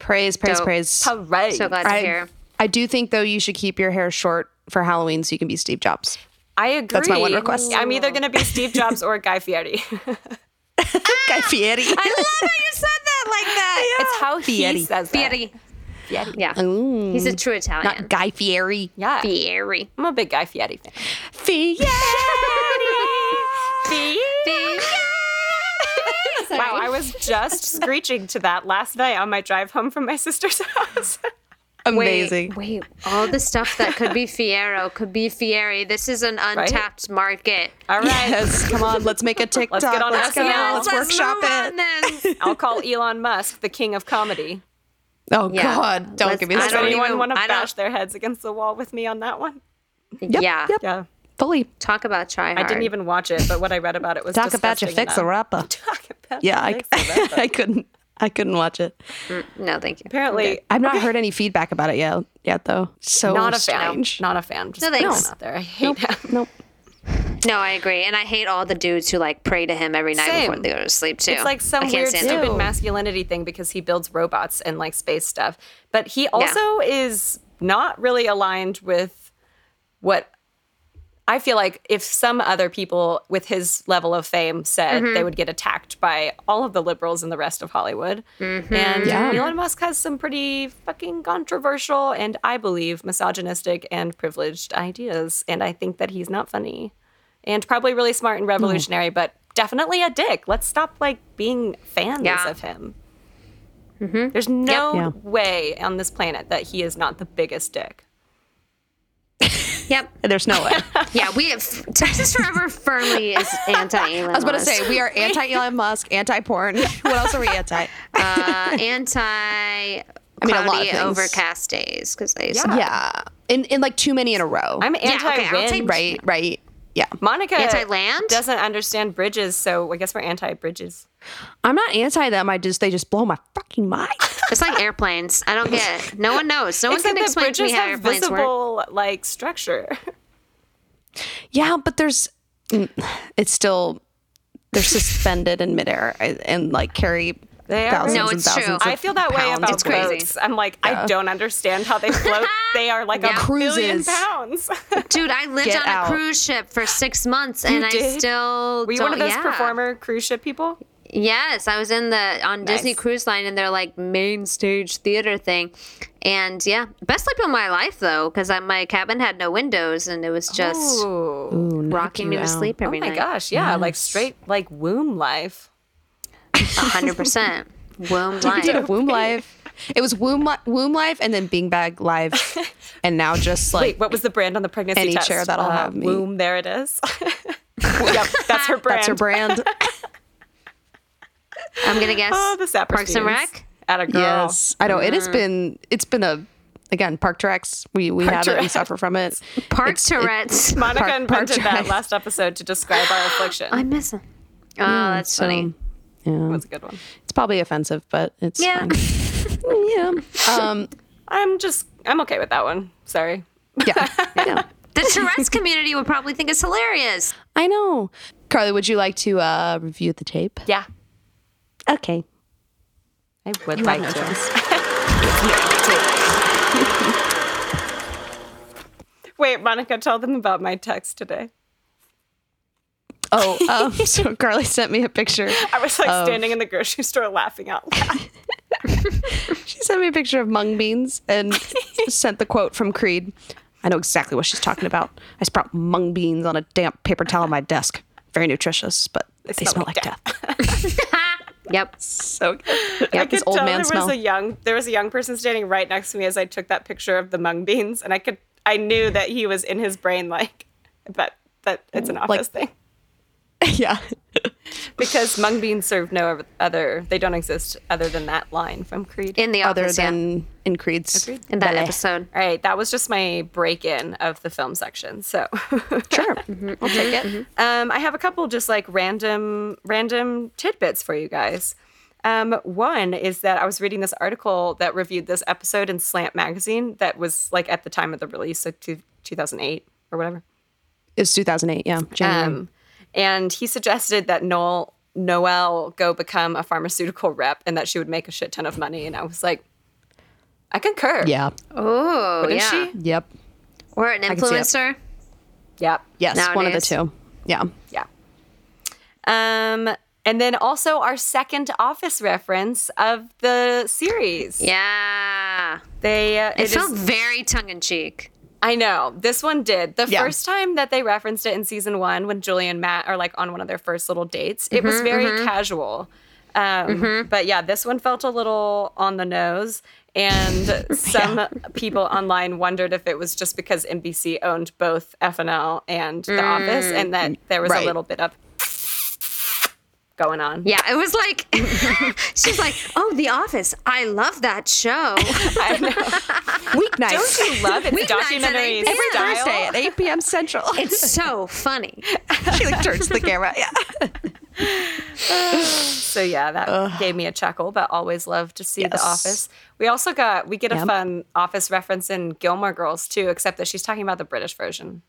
S1: Praise, praise,
S2: Dope.
S1: praise.
S3: Hooray!
S2: So glad
S1: I-
S2: to hear.
S1: I do think though you should keep your hair short for Halloween so you can be Steve Jobs.
S3: I agree.
S1: That's my one request.
S3: I'm either gonna be Steve Jobs or Guy Fieri.
S1: Guy Fieri.
S2: I love how you said that like that.
S3: It's how
S1: Fieri.
S3: he says that.
S2: Fieri.
S3: Fieri.
S2: Yeah. He's a true Italian.
S1: Not Guy Fieri.
S3: Yeah.
S2: Fieri.
S3: I'm a big Guy Fieri fan.
S1: Fieri.
S3: Fieri.
S2: Fieri.
S3: Wow, I was just screeching to that last night on my drive home from my sister's house.
S1: Amazing.
S2: Wait, all the stuff that could be Fiero could be Fieri. This is an untapped market.
S3: All right.
S1: Yes, come on, let's make a TikTok.
S3: get on
S1: let's go.
S3: SNL.
S1: Let's,
S2: let's
S3: Yes,
S1: workshop
S2: move
S1: it.
S2: on then.
S3: I'll call Elon Musk, the king of comedy.
S1: Oh
S2: Yeah.
S1: God, don't
S2: Let's-
S1: give me
S2: I
S1: this.
S3: Does
S2: don't
S1: one.
S3: anyone
S2: even-
S3: want to
S2: I don't-
S3: bash their heads against the wall with me on that one?
S2: yeah.
S1: yep.
S3: Yeah.
S1: Fully
S2: Talk about try hard.
S3: I didn't even watch it, but what I read about it was
S1: talk about your
S3: disgusting
S1: fix a
S3: enough.
S1: rapper.
S3: Talk about
S1: Yeah,
S3: your
S1: I,
S3: fixer-upper.
S1: I couldn't. I couldn't watch it.
S2: No, thank you.
S3: Apparently,
S1: I've not heard any feedback about it yet. Yet though, so
S3: not a fan.
S1: strange.
S3: Not a fan. Just
S2: No,
S3: putting
S2: thanks.
S3: it out there. I hate him.
S1: Nope.
S2: No, I agree, and I hate all the dudes who like pray to him every night
S3: Same.
S2: before they go to sleep too.
S3: It's
S2: I
S3: like some
S2: can't
S3: weird
S2: stand them.
S3: stupid masculinity thing because he builds robots and like space stuff. But he also is not really aligned with what I feel like if some other people with his level of fame said
S2: Mm-hmm.
S3: they would get attacked by all of the liberals and the rest of Hollywood.
S2: Mm-hmm.
S3: And
S1: Yeah.
S3: Elon Musk has some pretty fucking controversial and I believe misogynistic and privileged ideas. And I think that he's not funny and probably really smart
S2: Hmm.
S3: and revolutionary, but definitely a dick. Let's stop like being fans
S2: Yeah. Mm-hmm.
S3: of him. There's no
S1: Yeah.
S3: way on this planet that he is not the biggest dick.
S2: Yep.
S1: There's no way.
S2: Yeah, we have Texas Forever firmly is anti Elon.
S1: I was about to say we are anti Elon Musk, anti porn. What else are we anti?
S2: uh, anti
S1: mean, a lot of
S2: cloudy
S1: things.
S2: overcast days because they yeah.
S1: Yeah, in in like too many in a row.
S3: I'm
S2: okay, I'll
S3: anti wind.
S2: take-
S1: right, right. Yeah,
S3: Monica
S2: Anti-land?
S3: doesn't understand bridges, so I guess we're anti bridges.
S1: I'm not anti them. I just they just blow my fucking mind.
S2: It's like airplanes. I don't get it. No one knows. No one can
S3: Except that
S2: explain to
S3: bridges
S2: me how
S3: have
S2: airplanes work.
S3: visible like structure.
S1: yeah, but there's mm, it's still they're suspended in midair I- and like carry
S3: They are.
S1: thousands
S3: No,
S1: and
S2: it's true.
S1: thousands. Of
S2: It's
S3: I feel that way
S1: pounds
S3: about
S1: of
S2: It's crazy.
S3: boats. I'm like, I don't understand how they float. they are like
S2: Yeah.
S3: a billion
S1: Cruises.
S3: pounds.
S2: Dude, I lived
S1: Get
S2: on a
S1: out.
S2: cruise ship for six months and I
S3: did?
S2: still
S3: Were you
S2: don't,
S3: one of those
S2: yeah.
S3: performer cruise ship people?
S2: Yes, I was in the on Disney
S3: Nice.
S2: Cruise Line in their like main stage theater thing, and yeah, best sleep of my life though because my cabin had no windows and it was just
S3: Ooh.
S1: Ooh, knock
S2: rocking
S1: you
S2: me to
S1: out.
S2: sleep
S3: Oh
S2: every
S3: my
S2: night.
S3: gosh, yeah, like straight like womb life.
S2: hundred percent. Womb
S1: I did a
S2: life.
S1: womb life. It was womb li- womb life and then Bing Bag live, and now just like
S3: Wait, what was the brand on the pregnancy
S1: any
S3: test?
S1: chair that'll
S3: Uh,
S1: have me.
S3: Womb, there it is. yep, that's her brand.
S1: that's her brand.
S2: I'm gonna guess
S3: Oh, the Sapper
S2: Parks and
S3: Steens.
S2: Rec.
S3: At a girl.
S1: Yes, I know. It has been. It's been a again Park Trex. We we have it. We suffer from it.
S2: Park
S1: It's- it-
S2: Tourette's.
S3: Monica
S1: Park-
S3: invented
S1: Park
S3: that
S1: Drive.
S3: last episode to describe our affliction.
S2: I miss him. Oh,
S3: Mm,
S2: that's funny.
S3: That was a good one.
S1: It's probably offensive, but it's
S2: Yeah.
S1: fine. yeah. Um,
S3: I'm just, I'm okay with that one. Sorry.
S1: yeah. yeah.
S2: The Tourette's community would probably think it's hilarious.
S1: I know. Carly, would you like to uh, review the tape?
S3: Yeah,
S1: Okay.
S3: I would like to. Wait, Monica, tell them about my text today.
S1: Oh, um, so Carly sent me a picture.
S3: I was like standing in the grocery store laughing out loud.
S1: She sent me a picture of mung beans and sent the quote from Creed. I know exactly what she's talking about. I sprout mung beans on a damp paper towel on my desk. Very nutritious, but they,
S3: smell
S1: smell,
S3: like
S1: like death.
S2: Yep.
S1: So good.
S3: I
S1: Yeah,
S3: could
S1: this old
S3: tell
S1: man
S3: there
S1: smell.
S3: was a young there was a young person standing right next to me as I took that picture of the mung beans, and I could I knew that he was in his brain like, but that it's an office thing
S1: yeah.
S3: because mung beans serve no oth- other they don't exist other than that line from Creed.
S2: In the
S1: Other
S2: office, yeah.
S1: than in Creed's.
S2: in that
S1: ballet.
S2: episode.
S3: All right, that was just my break in of the film section. So
S1: Sure.
S3: I'll take it.
S2: Mm-hmm.
S3: Um, I have a couple just like random random tidbits for you guys. Um, one is that I was reading this article that reviewed this episode in Slant magazine that was like at the time of the release, like two, 2008 or whatever.
S1: It was 2008. Yeah. January.
S3: Um, and he suggested that Noel Noel go become a pharmaceutical rep and that she would make a shit ton of money. And I was like, I concur.
S1: yeah.
S2: Oh,
S3: Wouldn't
S2: yeah.
S3: she?
S1: Yep.
S2: Or an
S1: can see it.
S2: influencer.
S3: Yep.
S1: Yes. One of the
S2: Nowadays.
S1: two. Yeah.
S3: Yeah. Um, and then also our second office reference of the series.
S2: Yeah.
S3: They uh,
S2: It,
S3: it
S2: felt
S3: is-
S2: very tongue in cheek.
S3: I know this one did. The
S1: Yeah.
S3: first time that they referenced it in season one, when Julie and Matt are like on one of their first little dates, it
S1: Mm-hmm,
S3: was very casual. Um, But yeah, this one felt a little on the nose. And some people online wondered if it was just because NBC owned both FNL and The Office, and that there was
S1: Mm, right.
S3: a little bit of going on.
S2: Yeah, it was like she's like, "Oh, The Office. I love that show."
S3: I know.
S1: Weeknights.
S3: Don't you love it?
S2: Weeknights
S3: It's
S2: at
S3: documentary
S2: 8 p.m.
S1: Every
S3: style.
S1: Thursday at 8 p.m. Central.
S2: It's so funny.
S1: she like turns the camera. Yeah.
S3: So yeah, that gave me a chuckle, but always love to see The
S1: Yes.
S3: Office. We also got we get a
S1: Yep.
S3: fun Office reference in Gilmore Girls too, except that she's talking about the British version.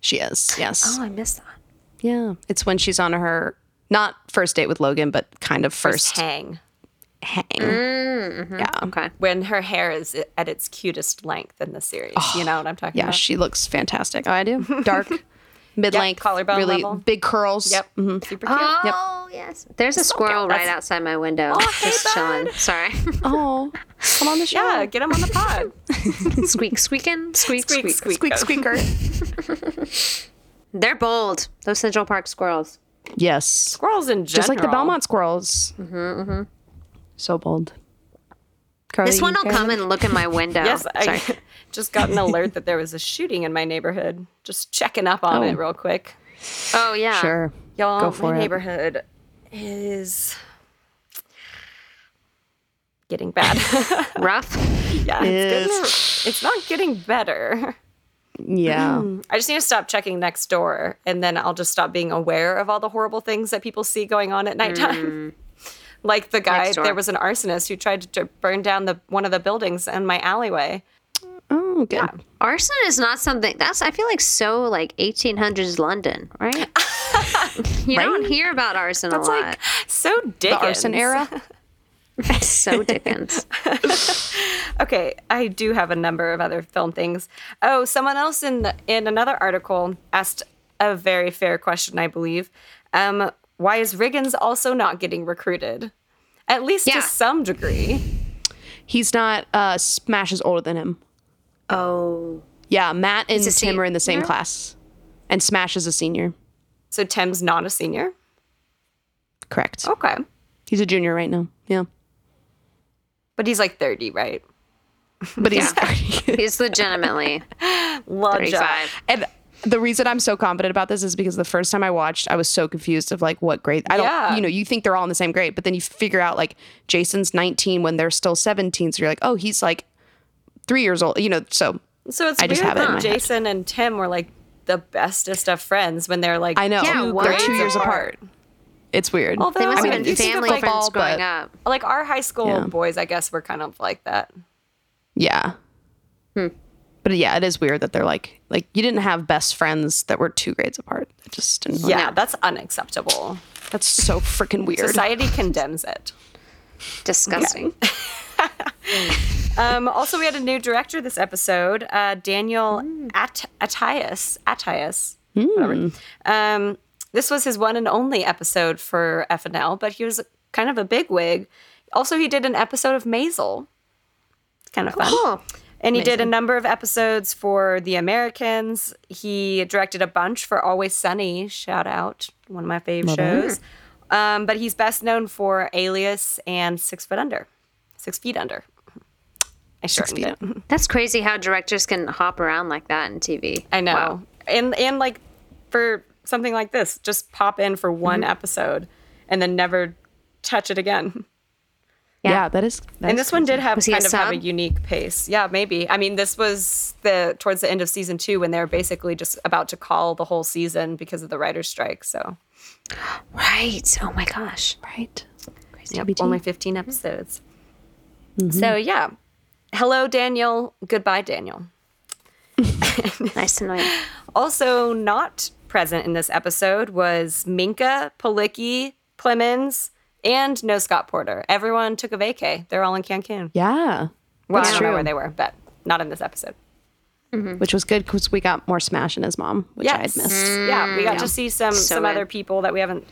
S1: She is. Yes.
S2: Oh, I missed that.
S1: Yeah. It's when she's on her not first date with Logan, but kind of first,
S3: Hang.
S1: hang. Yeah.
S2: Okay.
S3: When her hair is at its cutest length in the series. you know what I'm talking
S1: Yeah,
S3: about?
S1: she looks fantastic. Oh, I do. Dark, mid length,
S3: collarbone
S1: really
S3: level.
S1: big curls.
S3: Yep. Super cute.
S2: Oh yes. There's a squirrel right outside my window. just chilling. Sorry.
S1: Oh, come on the show.
S3: Yeah, get him on the pod.
S2: squeak squeaking. Squeak squeak.
S3: squeak, squeak,
S1: Um, Squeak, squeaker.
S2: They're bold. Those Central Park squirrels.
S1: yes.
S3: Squirrels in general.
S1: Just like the Belmont squirrels. Mm-hmm, So bold. Carly,
S2: This one will
S1: Carly?
S2: come and look in my window.
S3: Yes, I
S2: Sorry.
S3: just got an alert that there was a shooting in my neighborhood. Just checking up on it real quick.
S2: Oh yeah.
S1: Sure.
S3: Y'all,
S1: Go for
S3: my
S1: it.
S3: neighborhood is getting bad.
S2: Rough.
S3: yeah, it's, getting, it's not getting better.
S1: Yeah.
S3: I just need to stop checking next door, and then I'll just stop being aware of all the horrible things that people see going on at
S1: Mm.
S3: nighttime. like the guy,
S2: Next door.
S3: there was an arsonist who tried to t- burn down the one of the buildings in my alleyway.
S1: Oh, good.
S2: Arson is not something that's I feel like so like 1800s London, right? you don't hear about arson
S3: It's
S2: a lot.
S3: like so Dickens.
S1: The arson era.
S2: so Dickens.
S3: Okay, I do have a number of other film things. Oh, someone else in the, in another article asked a very fair question, I believe. Um, why is Riggins also not getting recruited? At least
S2: Yeah.
S3: to some degree.
S1: He's not. Uh, Smash is older than him.
S2: Oh.
S1: Yeah, Matt and
S2: a
S1: Tim are in the same
S2: senior?
S1: class, and Smash is a senior.
S3: So Tim's not a senior.
S1: Correct.
S3: Okay,
S1: Oh. He's a junior right now. Yeah,
S3: but he's like thirty, right?
S1: but he's
S2: He's legitimately
S3: Love
S2: 35.
S1: and the reason I'm so confident about this is because the first time I watched, I was so confused of like what grade. I don't,
S3: Yeah.
S1: you know, you think they're all in the same grade, but then you figure out like Jason's 19 when they're still 17, so you're like, oh, he's like three years old, you know. So
S3: So it's
S1: I
S3: weird
S1: just have it in my
S3: that
S1: head.
S3: Jason and Tim were like the bestest of friends when they're like
S1: I know
S2: Yeah, what?
S1: they're two years
S3: apart.
S1: apart. It's weird.
S3: Although
S2: They must
S3: I mean,
S2: have
S3: you
S2: been
S3: think of,
S2: family
S3: like,
S2: friends
S1: football,
S2: growing
S1: but-
S2: up.
S3: like our high school
S1: Yeah.
S3: boys, I guess, were kind of like that.
S1: yeah.
S3: Hmm.
S1: But yeah, it is weird that they're like like you didn't have best friends that were two grades apart. It just didn't.
S3: Yeah, that's unacceptable.
S1: that's so freaking weird.
S3: Society condemns it.
S2: Disgusting.
S3: Um, also, we had a new director this episode, uh, Daniel At- Atias. Atias. Whatever. Um, this was his one and only episode for FNL, but he was kind of a big wig. Also, he did an episode of Maisel. It's kind of fun.
S2: Cool.
S3: And he did a number of episodes for The Americans. He directed a bunch for Always Sunny, shout out, one of my fave shows. Um, but he's best known for Alias and Six Foot Under. Six Feet Under. I shortened it.
S2: That's crazy how directors can hop around like that in TV.
S3: I know.
S2: Wow.
S3: And and like for something like this, just pop in for one
S2: Mm-hmm.
S3: episode and then never touch it again.
S1: yeah. that is. that
S3: and
S1: is
S3: this one did have
S2: Was he a
S3: kind of have a
S2: sub?
S3: unique pace. Yeah, maybe. I mean, this was the towards the end of season two when they were basically just about to call the whole season because of the writer's strike. So
S2: Right. Oh my gosh.
S1: right.
S3: only fifteen episodes.
S2: Mm-hmm.
S3: So yeah. Hello, Daniel. Goodbye, Daniel.
S2: Nice to know you.
S3: Also not present in this episode was Minka, Palicki, Clemens, and no Scott Porter. Everyone took a vacay. They're all in Cancun.
S1: Yeah.
S3: Well, I
S1: that's
S3: don't know
S1: true.
S3: where they were, but not in this episode. Hmm.
S1: which was good because we got more Smash and his mom, which I had missed.
S3: Yeah, we got to see some
S2: So
S3: some
S2: good.
S3: other people that we haven't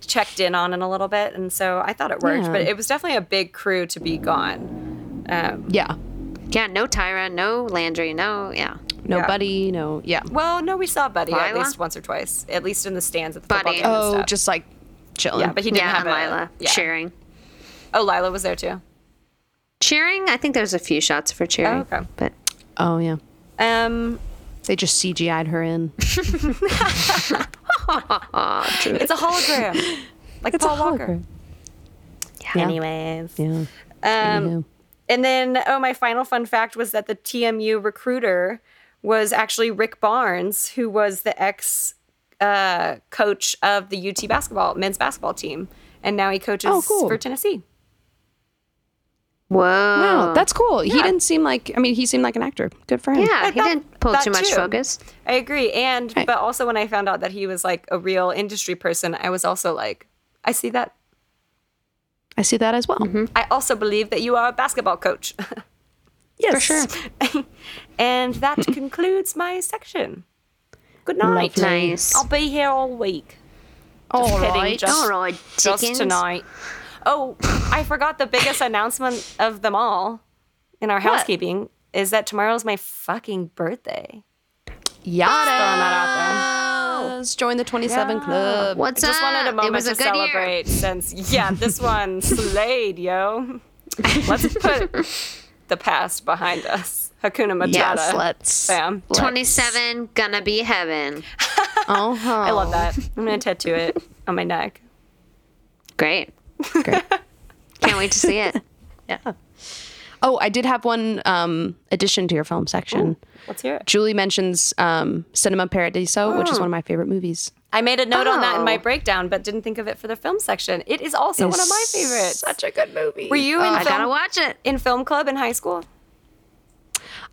S3: checked in on in a little bit, and so I thought it worked.
S1: Yeah.
S3: But it was definitely a big crew to be gone. Hmm.
S1: Yeah.
S2: Yeah. No Tyra. No Landry. No. Yeah.
S1: No
S3: Yeah.
S1: buddy, no. Yeah.
S3: Well, no, we saw Buddy at
S2: Lila?
S3: least once or twice, at least in the stands at the football
S2: Buddy.
S3: game. and
S1: Oh,
S3: stuff.
S1: just like chilling.
S3: yeah, but he didn't
S2: yeah.
S3: have
S2: And
S3: a-
S2: Lila
S3: yeah.
S2: cheering.
S3: Oh, Lila was there too.
S2: Cheering. I think there's a few shots for cheering.
S3: Oh, okay.
S2: But
S1: oh, yeah.
S3: Um,
S1: They just CGI'd her in.
S3: it's a hologram, like Paul Walker.
S1: Yeah.
S3: Anyways,
S1: Yeah.
S3: um, and then oh, my final fun fact was that the TMU recruiter was actually Rick Barnes, who was the ex uh, coach of the UT basketball men's basketball team, and now he coaches
S1: Oh, cool.
S3: for Tennessee.
S2: Whoa.
S1: Wow, that's cool. He
S3: uh, Yeah.
S1: didn't seem like. I mean, he seemed like an actor. Good for him.
S2: yeah.
S3: Yeah,
S2: he
S3: that-
S2: didn't pull
S3: that
S2: too much
S3: too.
S2: focus.
S3: I agree. And
S1: Right.
S3: but also when I found out that he was like a real industry person, I was also like, I see that.
S1: I see that as well.
S3: I also believe that you are a basketball coach.
S1: Yes,
S2: For sure.
S3: and that concludes my section. Good night.
S1: Lovely.
S2: Nice.
S3: I'll be here all week.
S1: All
S3: kidding,
S1: right.
S3: just-
S2: All right,
S3: Just
S2: Dickens.
S3: tonight. Oh, I forgot the biggest announcement of them all in our housekeeping is that tomorrow's my fucking birthday. Throwing
S1: Yada.
S3: that out there.
S1: Let's join the 27
S3: Yeah.
S1: club.
S2: What's
S3: I just
S2: up?
S3: wanted a
S2: it
S3: moment
S2: was
S3: to
S2: a good year.
S3: celebrate since yeah, this one slayed, yo. Let's put the past behind us. Hakuna Matata.
S1: Yes, let's.
S3: Bam.
S1: let's-
S2: 27 gonna be heaven.
S1: Uh-huh.
S3: I love that. I'm gonna tattoo it on my neck.
S2: Great.
S1: Great.
S2: Can't wait to see it.
S1: Oh, I did have one um, addition to your film section.
S3: Let's hear it.
S1: Julie mentions um, Cinema Paradiso, which is
S3: Hmm.
S1: one of my favorite movies.
S3: I made a note on that in my
S2: Oh.
S3: breakdown, but didn't think of it for the film section. It is also one of my
S1: It's
S3: favorites.
S1: Such a good movie.
S3: Were you in
S2: I gotta
S3: film
S2: watch it.
S3: in film club in high school?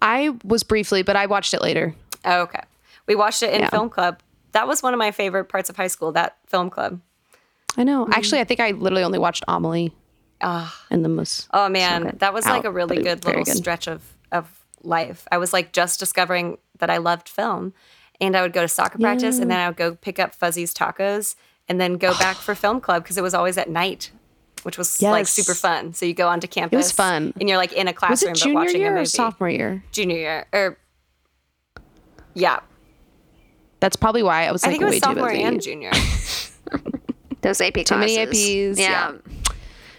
S1: I was briefly, but I watched it later.
S3: Oh, okay. We watched it in
S1: Yeah.
S3: film club. That was one of my favorite parts of high school. That film club.
S1: I know. Mm-hmm. Actually, I think I literally only watched Amelie. Ah. and the most.
S3: Oh man, that was like
S1: out,
S3: a really
S1: but
S3: good
S1: very
S3: little
S1: good.
S3: stretch of of life. I was like just discovering that I loved film, and I would go to soccer practice, and then I would go pick up Fuzzy's tacos, and then go back for film club because it was always at night, which was like
S1: Yes.
S3: super fun. So you go onto campus,
S1: fun.
S3: and you're like in a
S1: was
S3: classroom
S1: it
S3: but
S1: junior
S3: watching a
S1: year
S3: movie.
S1: or sophomore year?
S3: Junior year, or yeah,
S1: That's probably why I was
S3: I
S1: like
S3: think it was
S1: way
S3: sophomore
S1: too busy.
S3: and junior.
S2: Those AP classes.
S1: many APs,
S2: Yeah.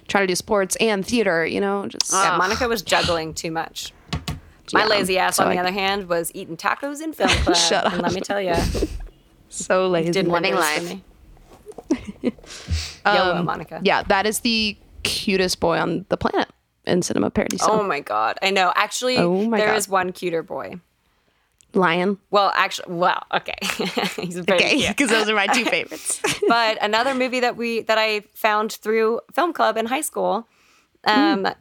S1: Trying to do sports and theater, you know, just
S3: Yeah, Monica was juggling too much. My
S1: Yeah,
S3: lazy ass,
S1: so
S3: on the
S1: I-
S3: other hand, was eating tacos in film club.
S1: Shut
S3: And let
S1: up.
S3: me tell you.
S1: so lazy.
S3: did
S2: Living
S3: wonders for
S2: life.
S3: me. Yellow Monica.
S1: yeah, that is the cutest boy on the planet in Cinema Paradiso.
S3: Oh my god. I know. Actually, there
S1: Oh
S3: is
S1: my God.
S3: one cuter boy.
S1: Lion.
S3: Well, actually, well, okay. He's very cute.
S1: because those are my two favorites.
S3: But another movie that we that I found through film club in high school, um,
S1: Mm.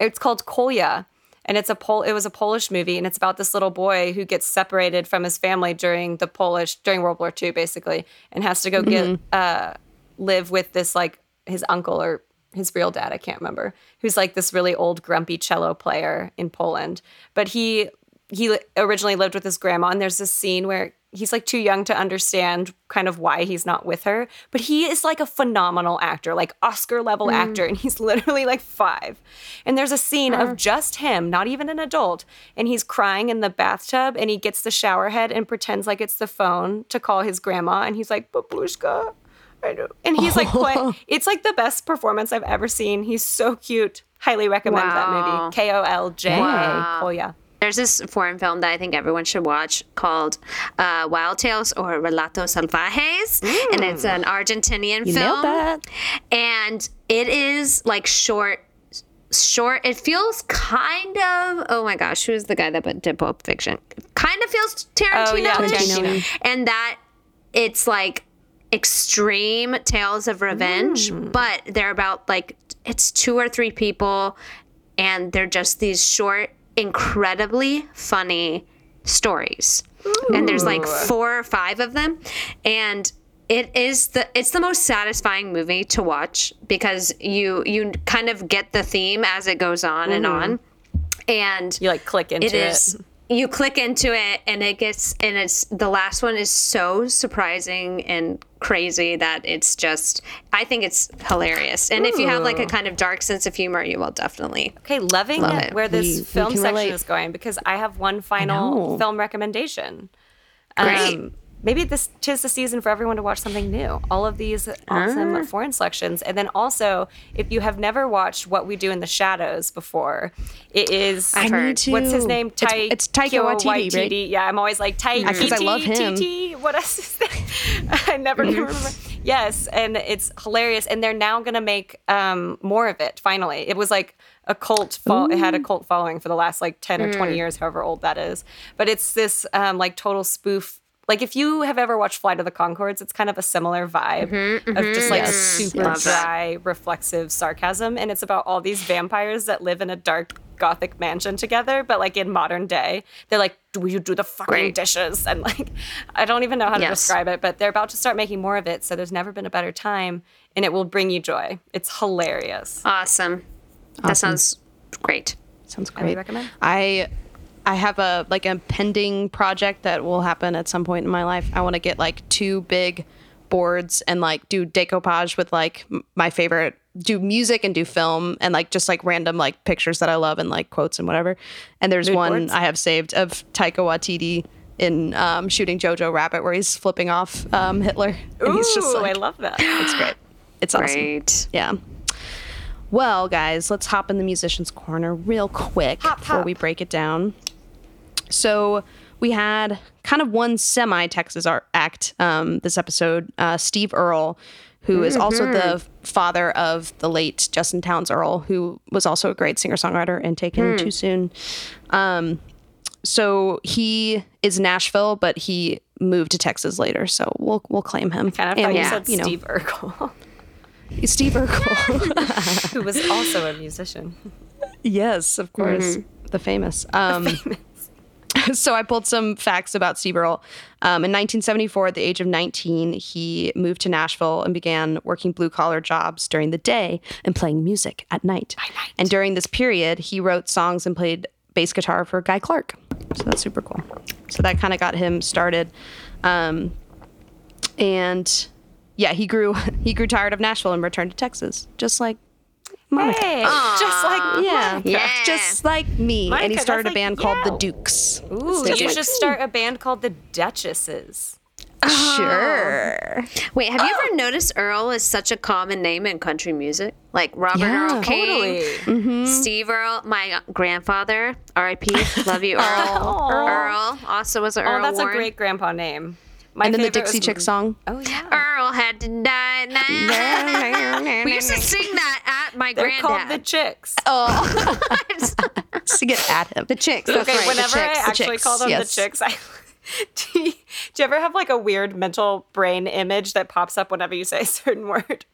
S3: it's called Kolya, and it's a Pol- It was a Polish movie, and it's about this little boy who gets separated from his family during the Polish during World War II, basically, and has to go get uh, live with this like his uncle or his real dad, I can't remember, who's like this really old grumpy cello player in Poland. But he he originally lived with his grandma, and there's this scene where he's like too young to understand kind of why he's not with her. But he is like a phenomenal actor, like Oscar level actor, and he's literally like five. And there's a scene of just him, not even an adult, and he's crying in the bathtub, and he gets the shower head and pretends like it's the phone to call his grandma, and he's like, Babushka. I know. And he's like, play- it's like the best performance I've ever seen. He's so cute. Highly recommend that
S2: Wow.
S3: movie. K O L J.
S1: Wow.
S3: Oh yeah.
S2: There's this foreign film that I think everyone should watch called uh, Wild Tales or Relatos Salvajes, and it's an Argentinian
S1: Mm. You
S2: film.
S1: nailed that.
S2: and it is like short short it feels kind of oh my gosh who's the guy that put- did Pulp Fiction kind of feels Tarantino
S3: Oh yeah,
S1: Tarantino.
S3: Tarantino.
S2: and that it's like extreme tales of revenge
S1: Mm.
S2: but they're about like it's two or three people and they're just these short incredibly funny stories and there's like four or five of them and it is the it's the most satisfying movie to watch because you you kind of get the theme as it goes on and on and
S3: Mm-hmm. You like click into it.
S2: it is you click into it and it gets and it's the last one is so surprising and crazy that it's just i think it's hilarious and if you have like a kind of dark sense of humor you will definitely
S3: Okay, loving
S2: Love it.
S3: where this
S1: We- we
S3: film
S1: can
S3: section
S1: relate.
S3: is going because I have one final
S1: know.
S3: film recommendation. Um,
S2: Great.
S3: maybe this tis the season for everyone to watch something new. All of these awesome
S1: Ah.
S3: foreign selections, and then also if you have never watched What We Do in the Shadows before, it is
S1: I need to.
S3: What's his name?
S1: It's-
S3: Tai-
S1: it's Taika Waititi, right? Mm-hmm.
S3: Yeah, I'm always like Taika.
S1: I- 'cause I love him. Mm-hmm.
S3: TT, What else is that? I never can remember. Yes, and it's hilarious. And they're now going to make um, more of it. Finally, it was like a cult. Fo- it had a cult
S1: Mm.
S3: following for the last like ten or twenty years, however old that is. But it's this um, like total spoof. Like if you have ever watched Flight of the Concords, it's kind of a similar vibe
S1: Mm-hmm,
S3: of just like a super
S2: Love that.
S3: dry, reflexive sarcasm. And it's about all these vampires that live in a dark gothic mansion together, but like in modern day, they're like, Do you do the fucking
S2: Great.
S3: dishes? And like I don't even know how to
S2: Yes.
S3: describe it, but they're about to start making more of it, so there's never been a better time and it will bring you joy. It's hilarious.
S2: Awesome. That sounds great.
S1: Sounds great.
S3: recommend?
S1: I I have a like a pending project that will happen at some point in my life. I want to get like two big boards and like do decoupage with like m- my favorite do music and do film and like just like random like pictures that I love and like quotes and whatever. And there's one
S3: boards?
S1: I have saved of Taika Waititi in um, shooting Jojo Rabbit where he's flipping off um, Hitler and he's just
S3: Ooh,
S1: like
S3: I love that.
S1: it's great. It's awesome.
S2: Great.
S1: Yeah. Well, guys, let's hop in the musician's corner real quick before we break it down. So we had kind of one semi Texas art act um, this episode. Uh, Steve Earle, who is also the
S3: Mm-hmm.
S1: father of the late Justin Towns Earle, who was also a great singer songwriter and
S3: Hmm.
S1: taken too soon. Um, so he is Nashville, but he moved to Texas later. So we'll we'll claim him.
S3: Kind of thought you
S2: yeah,
S3: said
S1: you know.
S3: Steve Urkel,
S1: Steve Urkel.
S3: who was also a musician.
S1: Yes, of course. Mm-hmm. The famous. Um, so I pulled some facts about Steve Earle. Um, in 1974, at the age of 19, he moved to Nashville and began working blue collar jobs during the day and playing music at night. And during this period, he wrote songs and played bass guitar for Guy Clark. So that's super cool. So that kind of got him started. Um, and yeah, he grew he grew tired of Nashville and returned to Texas, just like Monica.
S3: Hey, just like
S1: Yeah.
S2: Yeah.
S1: Just like me. and
S3: Monica,
S1: he
S3: Uh-huh. that's
S1: started a
S3: like-
S1: band called
S3: yeah.
S1: The Dukes.
S3: Ooh,
S1: Stay
S3: you
S1: with
S3: should
S1: me.
S3: start a band called the Duchesses.
S1: Sure.
S2: Wait, have you ever noticed Earl is such a common name in country music? Like Robert
S1: Yeah.
S2: Earl King, Steve Earl, my grandfather, R.I.P. Love you, Earl.
S3: Aw.
S2: Earl also was an Earl.
S3: Oh, that's
S2: Warren.
S3: a great grandpa name. My
S1: And then the
S3: favorite was-
S1: Dixie Chick song.
S3: Oh yeah.
S2: Earl had to die. now. we used to sing that at my
S3: They're called the
S2: granddad.
S3: Chicks.
S1: Oh, Sing it at him.
S6: The chicks. That's
S3: okay,
S6: right.
S3: whenever
S6: the chicks.
S3: I actually
S1: chicks,
S3: call them
S1: yes.
S3: the Chicks, I. Do you, do you ever have like a weird mental brain image that pops up whenever you say a certain word?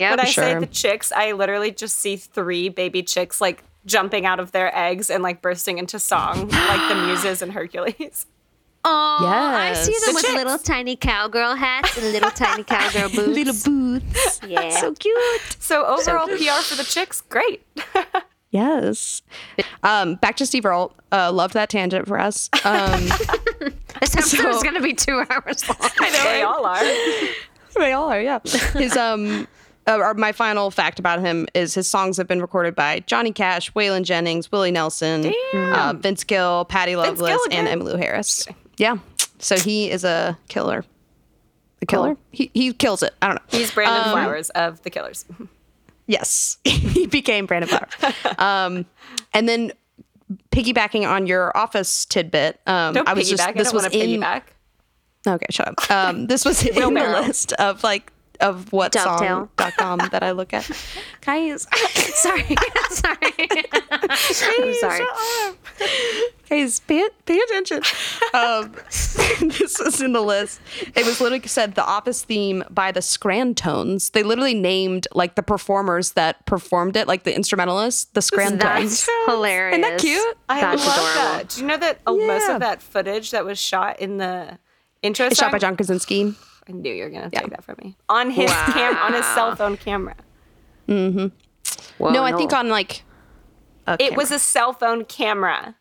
S2: Yep.
S3: when I say
S1: Sure.
S3: the chicks, I literally just see three baby chicks like jumping out of their eggs and like bursting into song, like the Muses and Hercules.
S2: Oh, I see
S1: Yes.
S2: them
S1: The
S2: with
S3: chicks.
S2: little tiny cowgirl hats and little tiny cowgirl boots.
S1: Little boots.
S2: yeah.
S1: so cute.
S3: So overall PR for the chicks, great.
S1: Yes. Um, back to Steve Earle. Uh, loved that tangent for us. Um,
S2: this episode's gonna be two hours long.
S3: I know they all are.
S1: they all are, yeah. His um uh, or my final fact about him is his songs have been recorded by Johnny Cash, Waylon Jennings, Willie Nelson, uh, Vince Gill, Patty Loveless,
S3: again.
S1: and Emmylou Harris. Yeah, so he is a killer. A killer? He he kills it. I don't know. Um,
S3: He's Brandon Flowers of the Killers.
S1: Yes, he became Brandon Flower. um, and then piggybacking on your office tidbit, um,
S3: Don't
S1: I was
S3: piggyback.
S1: just
S3: I
S1: this
S3: don't
S1: was
S3: want to
S1: in
S3: piggyback.
S1: Okay, shut up. Um, this was in the
S3: Barrel.
S1: list of like of what
S2: Dovetail.
S1: song.com that I look at. Guys,
S2: sorry, sorry. I'm sorry.
S1: guys, pay, pay attention. Um, this was in the list. It was literally said the office theme by the Scrantones. They literally named like the performers that performed it, like the instrumentalists, the Scrantones.
S2: That's hilarious.
S1: Isn't that cute?
S3: I
S2: That's
S3: love
S2: adorable.
S3: that. Do you know that oh, most
S1: Yeah.
S3: of that footage that was shot in the intro
S1: It's shot
S3: song?
S1: by John Krasinski.
S3: I knew you were gonna take that from me on his cam on his cell phone camera. Oh,
S2: Whoa,
S1: no, I think on like. a
S3: It was
S1: camera.
S3: a cell phone camera.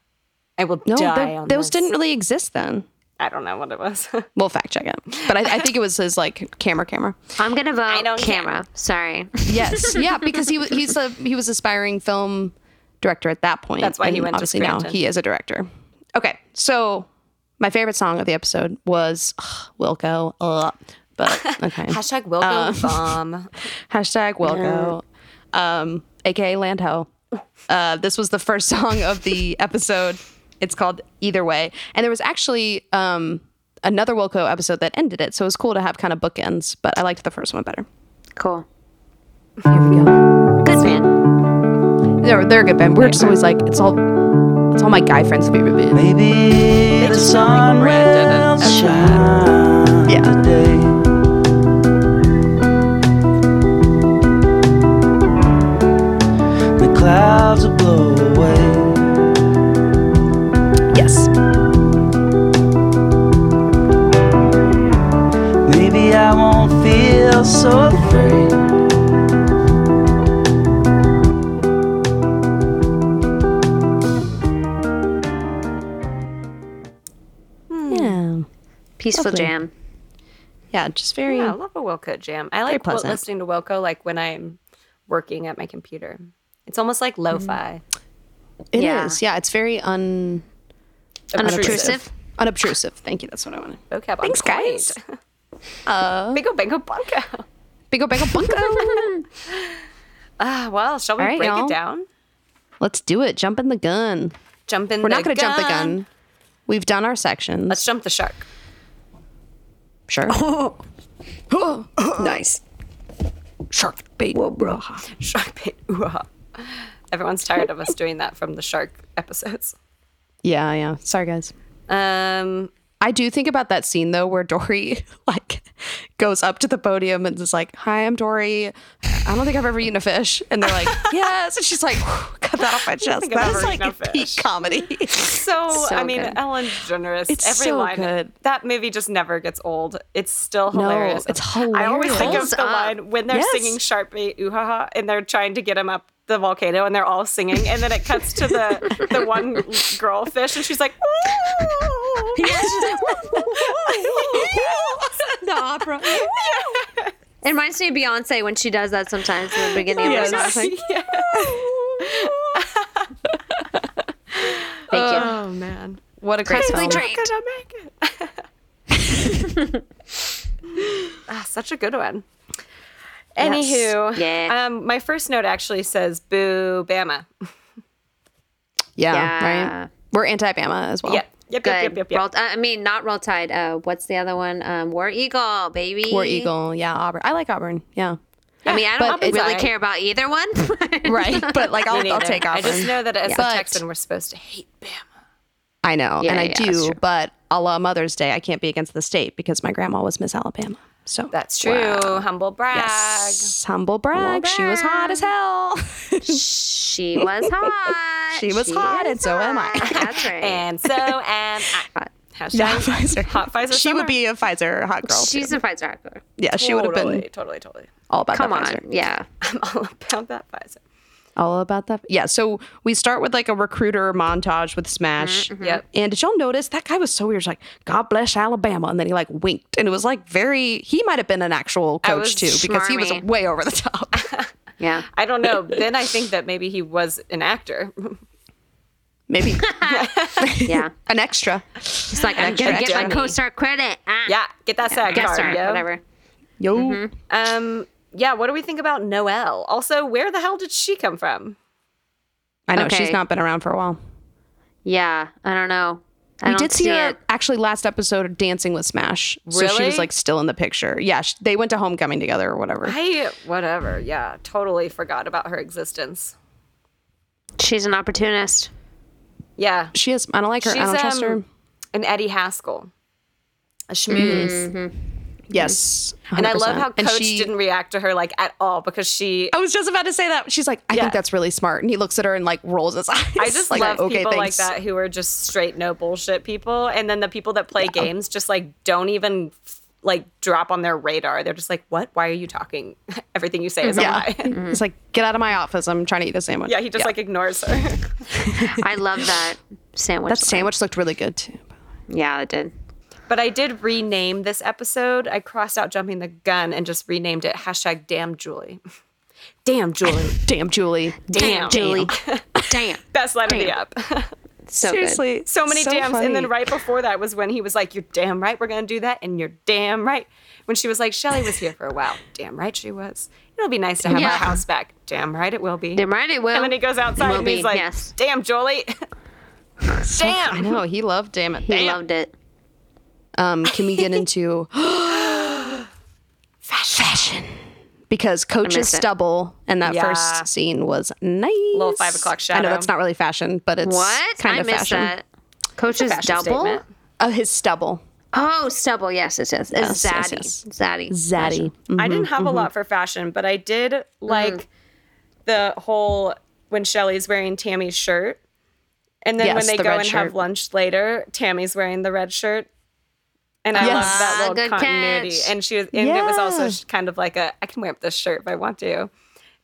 S3: I will
S1: no.
S3: die
S1: there-
S3: on
S1: those
S3: this.
S1: didn't really exist then.
S3: I don't know what it was.
S1: We'll fact check it, but I, I think it was his like camera camera.
S2: I'm gonna vote
S3: don't care.
S2: camera. Sorry.
S1: Yes, yeah, because he was he's a he was aspiring film director at that point.
S3: That's why he
S1: and
S3: went to
S1: Obviously now
S3: Scranton.
S1: he is a director. Okay, so my favorite song of the episode was ugh, Wilco. Ugh, but okay,
S3: Hashtag Wilco bomb.
S1: hashtag Wilco, um, aka Landho. Uh, this was the first song of the episode. It's called Either Way, and there was actually um, another Wilco episode that ended it, so it was cool to have kind of bookends. But I liked the first one better.
S2: Cool.
S1: Here we go.
S2: Good man.
S1: They're, they're a good band. We're just always like, it's all, it's all my guy friends' favorite band.
S4: Baby, the sun will shine.
S1: Yes.
S6: Maybe I won't feel so afraid.
S1: Yeah.
S2: Peaceful
S1: Lovely.
S2: jam.
S1: Yeah, just very.
S3: Yeah, I love a Wilco jam. I like wel-
S1: pleasant.
S3: listening to Wilco like when I'm working at my computer. It's almost like lo-fi.
S1: Mm. It is.
S2: Yeah.
S1: yeah. It's very un,
S2: Unobtrusive.
S1: Unobtrusive. Thank you. That's what I wanted.
S3: Vocab
S1: Thanks,
S3: on point.
S1: guys. Uh.
S3: bingo, bingo, bongo.
S1: Bingo, bango, bunko.
S3: Ah, well, shall we
S1: All right,
S3: break
S1: y'all.
S3: it down?
S1: Let's do it. Jump in the gun.
S3: Jump in.
S1: We're
S3: the
S1: not going to jump the gun. We've done our sections.
S3: Let's jump the shark.
S1: sure.
S7: Nice.
S1: Shark bait.
S3: Shark bait. Ooh-ha. Everyone's tired of us doing that from the shark episodes.
S1: Yeah, yeah. Sorry, guys.
S3: Um,
S1: I do think about that scene though, where Dory like goes up to the podium and is like, "Hi, I'm Dory. I don't think I've ever eaten a fish." And they're like, "Yes," and she's like, "Whew, "Got that off my chest."
S3: think I've
S1: That
S3: ever
S1: is like
S3: eaten a
S1: peak comedy.
S3: so, I mean,
S1: good.
S3: Ellen DeGeneres.
S1: It's
S3: every
S1: so
S3: line.
S1: good.
S3: That movie just never gets old. It's still hilarious.
S1: it's
S3: I always think
S2: hilarious.
S3: of
S2: Holds
S3: the
S2: up.
S3: line when they're
S1: Yes.
S3: singing Shark Bait Ooh Ha Ha and they're trying to get him up the volcano and they're all singing and then it cuts to the the one girl fish and she's like "Ooh."
S1: the opera.
S2: It reminds me of Beyonce when she does that sometimes in the beginning of her songs. Like,
S3: Yeah.
S2: Thank you.
S3: Oh man.
S1: What a great
S2: Perfectly
S1: film.
S2: trained.
S3: Gonna make it. Ah, such a good one. Anywho,
S2: Yeah.
S3: um, my first note actually says boo Bama.
S1: Oh, Yeah,
S2: Yeah.
S1: right. We're anti-Bama as well.
S3: Yep. Yep, yep, yep,
S2: Good.
S3: yep, yep.
S2: Roll, uh, I mean, not roll tide. Uh, what's the other one? Um, War Eagle, baby.
S1: War Eagle. Yeah, Auburn. I like Auburn. Yeah.
S2: I mean, I don't
S1: But it's-
S2: really
S1: Right.
S2: care about either one.
S1: Right. But like, I'll, I'll
S3: Neither.
S1: take
S3: I
S1: Auburn.
S3: just know that as a
S1: But-
S3: Texan, we're supposed to hate Bama.
S1: I know,
S2: Yeah,
S1: and I
S2: yeah, that's
S1: do,
S2: true.
S1: but a la Mother's Day, I can't be against the state because my grandma was Miss Alabama. So
S3: That's true. Humble brag.
S1: Yes. Humble brag. She was hot as hell.
S2: she was hot.
S1: She was hot,
S2: is
S1: and so am I.
S2: hot. That's right.
S3: And so am I. Hashtag
S1: Uh, Yeah, Pfizer.
S3: Hot Pfizer.
S1: she
S3: summer.
S1: would be a Pfizer hot girl.
S2: She's
S1: too.
S2: a fight hardcore.
S1: yeah, she would have
S3: totally,
S1: been
S3: totally, totally.
S1: all about
S2: Come
S1: that
S2: on.
S1: Pfizer.
S2: Yeah.
S3: I'm all about that Pfizer.
S1: All about that. Yeah, so we start with like a recruiter montage with Smash.
S3: Yep.
S1: And did y'all notice that guy was so weird? He's like, God bless Alabama. And then he like winked. And it was like very, he might have been an actual coach
S3: was
S1: too, because he was
S2: smarmy.
S1: way over the top.
S2: Yeah.
S3: I don't know. then I think that maybe he was an actor.
S1: Maybe
S2: Yeah.
S1: an extra.
S2: It's like, I'm going to get my co star credit. Ah.
S3: yeah, get that SAG
S2: Guest
S3: card.
S2: star,
S3: yo.
S2: whatever.
S1: Yo.
S3: Um, yeah. What do we think about Noelle? Also, where the hell did she come from?
S1: I know
S2: Okay.
S1: she's not been around for a while.
S2: Yeah. I don't know. I
S1: We
S2: don't
S1: did see, her
S2: it.
S1: actually last episode of Dancing with Smash. So she
S3: Really?
S1: was like still in the picture. Yeah, sh they went to homecoming together or whatever.
S3: I whatever. Yeah, totally forgot about her existence.
S2: She's an opportunist.
S3: Yeah,
S1: she is. I don't like her. I
S3: She's,
S1: don't trust her.
S3: um, an Eddie Haskell, a schmooze.
S1: Yes.
S3: Mm-hmm. And Oh, I love how
S1: 100%. And
S3: Coach
S1: she-
S3: didn't react to her like at all because she.
S1: I was just about to say that. She's like, I
S3: Yeah.
S1: think that's really smart. And he looks at her and like rolls his eyes.
S3: I just
S1: like,
S3: love
S1: okay,
S3: people
S1: thanks.
S3: like that who are just straight no bullshit people, and then the people that play games just like don't even like drop on their radar. They're just like, "What? Why are you talking? Everything you say is a
S1: Yeah.
S3: lie."
S1: It's like, get out of my office. I'm trying to eat a sandwich.
S3: yeah, he just like ignores her.
S2: I love that sandwich.
S1: That
S2: line.
S1: sandwich looked really good too.
S2: Yeah, it did.
S3: But I did rename this episode. I crossed out jumping the gun and just renamed it hashtag damn Julie. Damn Julie.
S1: Damn, Julie.
S3: Damn.
S2: Julie. Damn.
S3: Best line of the app.
S2: So good.
S1: Seriously.
S3: so many dams. And then
S1: funny.
S3: right before that was when he was like, You're damn right, we're gonna do that, and you're damn right. When she was like, Shelly was here for a while. Damn right she was. It'll be nice to have
S2: Yeah.
S3: our house back. Damn right it will be.
S2: Damn right it will.
S3: And then he goes outside
S2: Will
S3: and
S2: be,
S3: he's like,
S2: yes.
S3: Damn Julie.
S1: I
S3: damn.
S1: know. He loved Damn It.
S2: He loved it.
S1: Um, can we get into fashion? Because Coach's
S2: missed it.
S1: stubble and that
S3: Yeah.
S1: first scene was nice.
S3: Little five o'clock
S1: I know
S3: shadow.
S1: that's not really fashion, but it's
S2: What?
S1: kind
S2: I
S1: of
S2: missed
S1: fashion.
S2: that. Coach's
S3: Fashion
S2: double?
S3: statement.
S1: Oh, his stubble,
S2: Oh, stubble. Yes, yes, yes.
S1: yes,
S2: It's zaddy.
S1: yes.
S2: Zaddy.
S1: zaddy.
S3: I didn't have a lot for fashion, but I did like the whole when Shelly's wearing Tammy's shirt And then when
S1: Yes,
S3: they
S1: the
S3: go
S1: red
S3: and
S1: shirt.
S3: have lunch later, Tammy's wearing the red shirt. And I
S1: Yes.
S3: love that
S2: Ah,
S3: little
S2: good
S3: continuity.
S2: catch.
S3: And she was, and it was also
S1: Yeah.
S3: sh- kind of like a, I can wear up this shirt if I want to.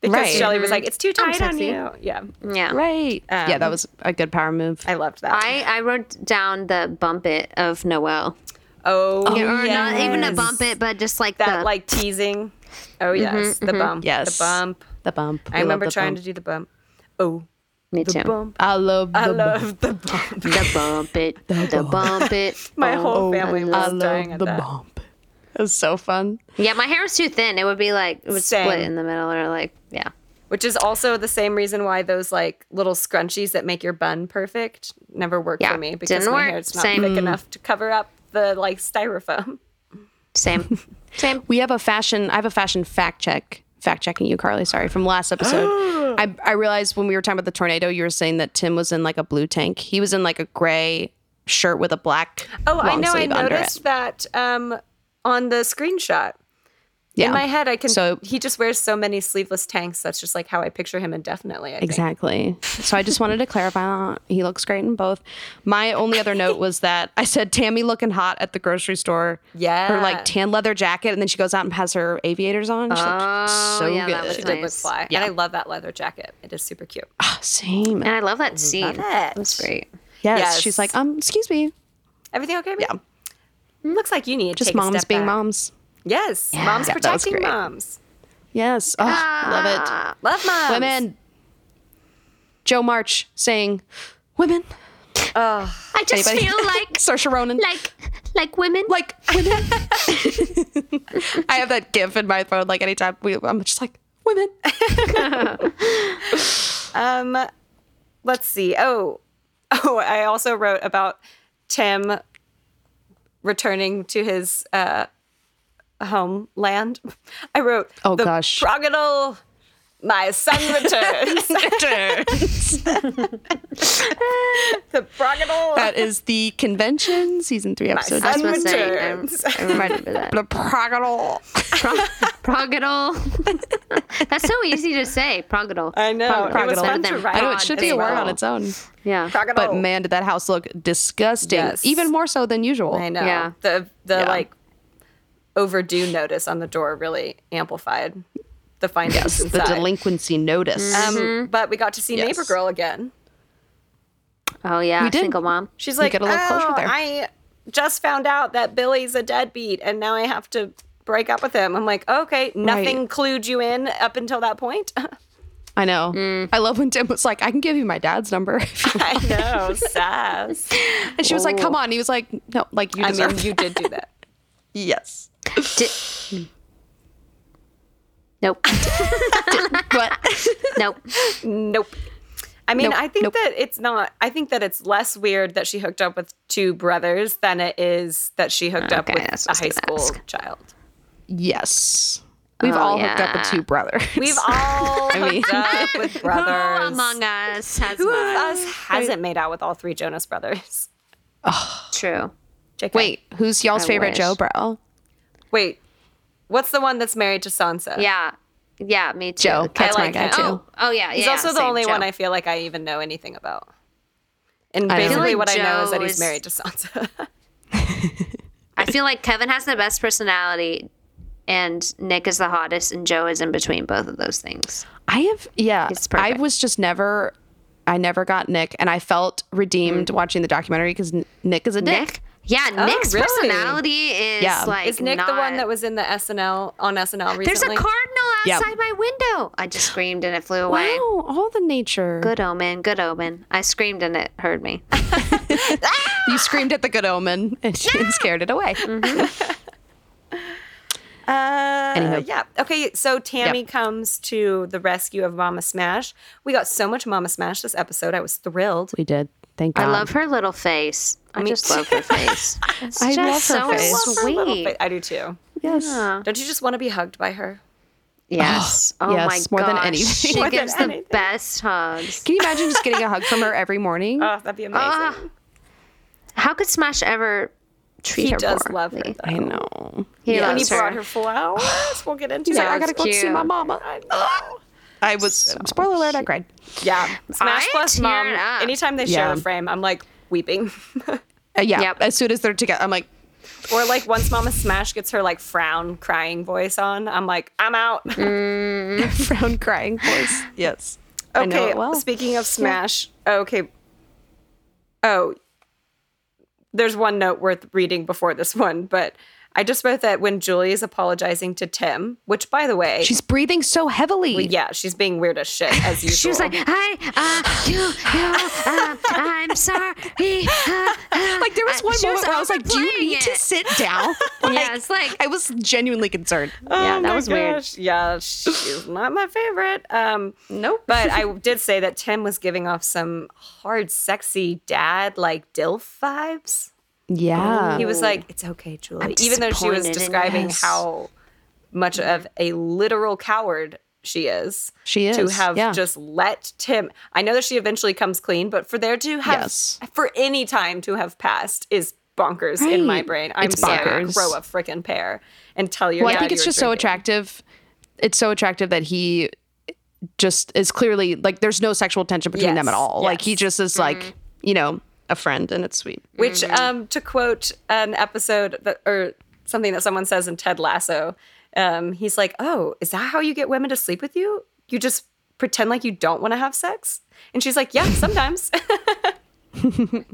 S3: Because
S1: Right.
S3: Shelly was like, it's too tight on
S2: sexy.
S3: you. Yeah.
S2: Yeah.
S1: Right. yeah, that was a good power move.
S3: Um, I loved that.
S2: I, I wrote down the bump it of Noel.
S3: oh,
S2: or not even a
S1: yes.
S2: bump it, but just like
S3: that
S2: the
S3: like teasing. Oh, yes. the bump.
S1: Yes.
S3: The bump.
S1: the bump.
S3: I remember trying to do the bump. Oh,
S2: me too.
S3: the bump.
S1: I love the
S3: I
S1: bump.
S3: love the bump.
S2: The bump it. the bump it.
S3: My
S2: bump
S3: whole
S2: it.
S3: family
S1: I
S3: was dying
S1: love
S3: at
S1: the
S3: that.
S1: bump. It was so fun.
S2: Yeah, my hair was too thin. It would be like it would split
S3: Same.
S2: in the middle or like yeah.
S3: Which is also the same reason why those like little scrunchies that make your bun perfect never work
S2: Yeah,
S3: for me because
S2: didn't
S3: my
S2: work.
S3: hair's not
S2: Same.
S3: thick enough to cover up the like styrofoam.
S2: Same. Same.
S1: We have a fashion. I have a fashion fact check. Fact checking you, Carly. Sorry from last episode. I I realized when we were talking about the tornado, you were saying that Tim was in like a blue tank. He was in like a gray shirt with a black.
S3: Oh, I
S1: long
S3: know. I
S1: sleeve under it.
S3: noticed that um, on the screenshot.
S1: Yeah.
S3: In my head, I can.
S1: So-
S3: he just wears so many sleeveless tanks. That's just like how I picture him indefinitely. I think.
S1: Exactly. So I just wanted to clarify. He looks great in both. My only other note was that I said Tammy looking hot at the grocery store.
S3: Yeah.
S1: Her like tan leather jacket, and then she goes out and has her aviators on. She looked
S3: Oh,
S1: so
S2: yeah, that was
S1: good.
S3: It did look
S2: Nice.
S3: fly, and I love that leather jacket. It is super cute.
S1: Same.
S2: And I love that scene.
S3: it.
S2: That's great.
S1: Yes.
S3: Yes.
S1: She's like, um, excuse me,
S3: Everything okay? Yeah. Looks like you need to
S1: just
S3: take a
S1: moms
S3: step
S1: being
S3: back.
S1: moms.
S3: Yes,
S1: Yeah,
S3: moms
S1: that was
S3: protecting
S1: great.
S3: moms.
S1: Yes. Oh, love it.
S3: Love moms.
S1: Women. Joe March saying, women.
S2: I just
S1: Anybody?
S2: feel like
S1: Saoirse Ronan.
S2: like like women.
S1: like women. I have that gif in my phone. Like anytime we, I'm just like women.
S3: Um, let's see. Oh, oh, I also wrote about Tim returning to his uh, homeland. I wrote,
S1: Oh,
S3: "The
S1: gosh.
S3: prodigal, my son returns." the prodigal,
S1: that is the convention season three episode.
S2: That's
S3: son
S2: what I'm saying.
S3: returns.
S2: I'm, I'm reminded of that.
S1: The prodigal.
S2: Progadol. That's so easy to say. Progadol.
S3: I know.
S2: Prog-
S3: It was
S2: progadol.
S3: fun to
S2: Them.
S3: write.
S1: I know
S3: on
S1: it should
S3: as
S1: be a word
S3: well.
S1: on its own.
S2: Yeah.
S3: Prodigal.
S1: But man, did that house look disgusting.
S3: Yes.
S1: Even more so than usual.
S3: I know.
S2: Yeah.
S3: The the
S1: Yeah.
S3: like overdue notice on the door really amplified the findings
S1: The
S3: inside.
S1: delinquency notice.
S3: um, But we got to see Neighbor
S1: Yes.
S3: Girl again.
S2: Oh yeah.
S1: We did.
S2: Single mom.
S3: She's
S1: We
S3: like,
S1: get a little closer
S3: "Oh,
S1: there."
S3: I just found out that Billy's a deadbeat, and now I have to break up with him. I'm like, okay, nothing
S1: Right.
S3: clued you in up until that point.
S1: I know. I love when Tim was like, I can give you my dad's number. if you
S3: I know, sass.
S1: want." and she was like, come on. He was like, no, like Oh. you
S3: I
S1: deserve
S3: mean, you did do that.
S1: Yes.
S2: Nope.
S1: But
S2: nope.
S3: Nope. I mean,
S1: Nope,
S3: I think
S1: nope.
S3: that it's not. I think that it's less weird that she hooked up with two brothers than it is that she hooked up
S2: Okay,
S3: with
S2: that's
S3: a
S2: what I
S3: high
S2: was
S3: school
S2: gonna
S3: child.
S1: yes. We've
S2: Oh,
S1: all hooked up with
S2: yeah.
S1: two brothers.
S3: We've all hooked
S1: mean-
S3: up with
S2: Who
S3: brothers.
S2: among us has
S3: Who
S2: mine?
S3: of us hasn't made out with all three Jonas brothers?
S2: True.
S3: JK.
S1: Wait, who's y'all's
S2: I
S1: favorite
S2: wish.
S1: Joe Bro?
S3: wait. What's the one that's married to Sansa?
S2: Yeah. Yeah. Me too.
S1: Joe.
S2: Cat-
S1: That's
S3: like
S1: my guy
S3: him.
S1: too.
S2: Oh. Oh yeah.
S3: He's
S2: yeah,
S3: also the
S2: same,
S3: only
S2: Joe.
S3: one I feel like I even know anything about. And
S1: I know.
S3: basically,
S2: Feel like
S3: what I know is
S2: Joe
S3: that he's
S2: is-
S3: married to Sansa.
S2: I feel like Kevin has the best personality, and Nick is the hottest, and Joe is in between both of those things.
S1: I have yeah.
S2: It's
S1: I
S2: perfect.
S1: was just never I never got Nick and I felt redeemed watching the documentary cuz Mm. Nick is a dick.
S2: Nick. Yeah, Nick's
S3: Oh, really?
S2: personality is
S1: Yeah.
S2: like.
S3: is Nick the one that was in the SNL on SNL recently?
S2: There's a cardinal
S1: Yeah.
S2: outside my window. I just screamed and it flew away.
S1: Wow, all the nature.
S2: Good omen, good omen. I screamed and it heard me.
S1: You screamed at the good omen and she scared it away.
S3: Uh,
S1: Anywho.
S3: yeah. Okay, so Tammy
S1: Yep.
S3: comes to the rescue of Mama Smash. We got so much Mama Smash this episode. I was thrilled.
S1: We did. Thank God.
S2: I love her little face. I
S3: Me
S2: just
S3: too.
S2: love her face. It's
S1: I
S2: just
S1: love her
S2: so
S1: face.
S3: Love her little
S2: sweet.
S3: fa- I do too.
S1: Yes.
S3: Don't you just want to be hugged by her?
S2: Yes. Oh, my
S1: yes,
S2: gosh.
S1: more than anything.
S2: She
S3: More than
S2: gives the
S3: anything.
S2: best hugs.
S1: Can you imagine just getting a hug from her every morning?
S3: Oh, that'd be amazing.
S2: How could Smash ever treat
S3: he
S2: her
S3: does
S2: poorly?
S3: love her. Though.
S1: I know.
S2: He
S3: When he
S2: loves her.
S3: brought her flowers, we'll get into
S2: He's
S3: that.
S2: like,
S1: I gotta go see
S2: cute.
S1: my mama.
S3: I know.
S1: I was spoiler alert. I cried.
S3: Yeah. Smash
S2: I am
S3: Plus Mom.
S2: tearing up.
S3: Anytime they
S1: Yeah.
S3: share a frame, I'm like weeping.
S1: Uh, yeah.
S2: Yep.
S1: As soon as they're together, I'm like,
S3: or like once Mama Smash gets her like frown crying voice on, I'm like, I'm out.
S1: frown, crying voice. Yes. I know
S3: Okay.
S1: it well.
S3: Speaking of Smash, okay. Oh, there's one note worth reading before this one, but I just wrote that when Julie is apologizing to Tim, which by the way,
S1: She's breathing so heavily.
S3: yeah, she's being weird as shit as usual.
S2: She was like, "I, uh, you, you, uh, I'm sorry." Uh, uh."
S1: Like there was
S2: I-
S1: one
S2: she
S1: moment
S2: was
S1: where I was like, "Do you
S2: overplaying
S1: need to
S2: it.
S1: sit down?"
S2: yeah, it's like,
S1: I was genuinely concerned.
S2: yeah, that
S3: Oh my
S2: was weird.
S3: gosh. Yeah, she's not my favorite. Um,
S1: Nope.
S3: but I did say that Tim was giving off some hard, sexy dad like Dilf vibes.
S1: Yeah.
S3: He was like, "It's okay, Julie," even though she was
S2: disappointed in
S3: describing
S2: this.
S3: how much of a literal coward she is.
S1: She
S3: to
S1: is,
S3: have
S1: yeah.
S3: just let Tim. I know that she eventually comes clean, but for there to have
S1: Yes.
S3: for any time to have passed is bonkers in my
S1: Right.
S3: brain. I'm
S1: It's
S3: sorry,
S1: bonkers.
S3: grow a freaking pear and tell your.
S1: Well, I
S3: dad
S1: think
S3: you
S1: it's
S3: were
S1: just so
S3: drinking.
S1: attractive. It's so attractive that he just is clearly like there's no sexual tension between them
S3: Yes,
S1: at all. Like he
S3: yes.
S1: just is like, you know, a friend and it's sweet.
S3: Which,
S2: Mm-hmm.
S3: um, to quote an episode that, or something that someone says in Ted Lasso, um, he's like, "Oh, is that how you get women to sleep with you? You just pretend like you don't want to have sex?" And she's like, "Yeah, sometimes."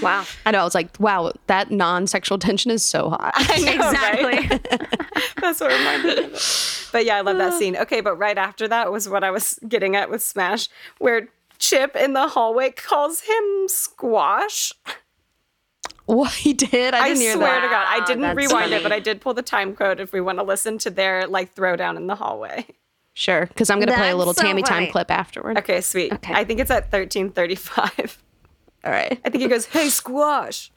S2: "Wow,
S1: I know. I was like, wow, that non-sexual tension is so hot.
S3: I know, right?
S2: exactly."
S3: That's what reminded me of it. But yeah, I love that scene. Okay, but right after that was what I was getting at with Smash, where Chip in the hallway calls him Squash.
S1: What he did, I
S3: I
S1: didn't
S3: swear
S1: hear that.
S3: to God, I
S2: Wow,
S3: didn't
S2: that's
S3: rewind it,
S2: funny.
S3: but I did pull the time code if we want to listen to their like throwdown in the hallway.
S1: Sure, because I'm gonna play a
S2: That's
S1: little
S2: so
S1: Tammy
S2: funny.
S1: time clip afterward.
S3: Okay, sweet.
S2: Okay.
S3: I think it's at 1335.
S1: All right.
S3: I think it goes, hey, squash.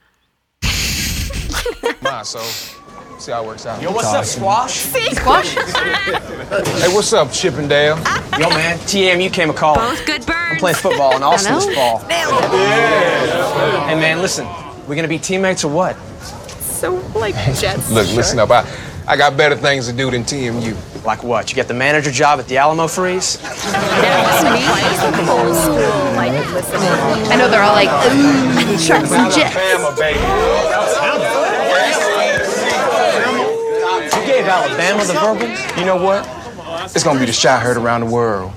S7: Nah, so see how it works out.
S8: Yo, what's up, Squash?
S7: Hey, what's up, Chippendale?
S8: Yo, man, TM, you came a call.
S2: Both good birds.
S8: Playing football in Austin
S1: know.
S8: this fall. Hey, man, listen, we're gonna be teammates or what?
S3: So, like, jets.
S7: Look, listen up. I, I got better things to do than TMU.
S8: Like what? You got the manager job at the Alamo Freeze?
S1: I know they're all like, ooh, sharks and jets.
S8: You gave Alabama the verbal? You know what? It's gonna be the shot heard around the world.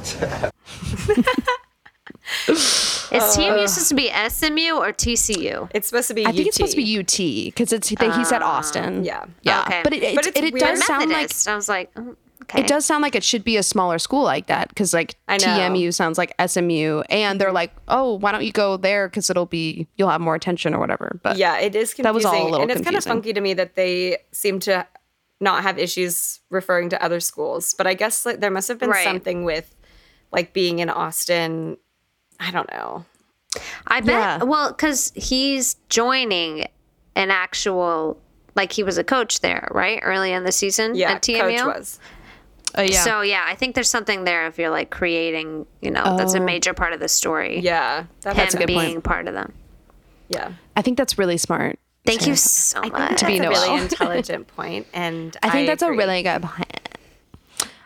S2: Is
S1: Uh.
S2: TMU supposed to be SMU or TCU?
S3: It's supposed to be
S1: I think it's supposed to be UT because it's they, he said Austin.
S3: Um, yeah. Oh,
S1: yeah.
S2: Okay.
S1: But it it,
S3: But
S1: it,
S3: it's
S1: it
S3: weird.
S1: does sound like
S2: Methodist. I was like, mm, okay.
S1: it does sound like it should be a smaller school like that because like
S3: I know.
S1: TMU sounds like SMU, and they're like, oh, why don't you go there because it'll be you'll have more attention or whatever. But
S3: Yeah, it is confusing.
S1: That was all a little
S3: and it's kind of
S1: confusing.
S3: funky to me that they seem to not have issues referring to other schools. But I guess like, there must have been
S2: Right.
S3: something with like being in Austin. I don't know.
S2: I bet.
S1: Yeah.
S2: Well, because he's joining an actual, like he was a coach there, right? Early in the season
S3: Yeah,
S2: at TMU.
S3: coach was.
S1: Uh, yeah,
S2: So yeah, I think there's something there if you're like creating, you know, that's a major part of the story.
S3: Yeah, that
S2: him
S3: that's
S1: Oh. good point.
S2: being part of them.
S3: yeah.
S1: I think that's really smart.
S2: Thank you
S1: Sarah.
S2: so much.
S1: To be
S3: That's a
S1: Noel.
S3: really intelligent point, and
S1: I think that's a
S3: agree.
S1: really good. plan.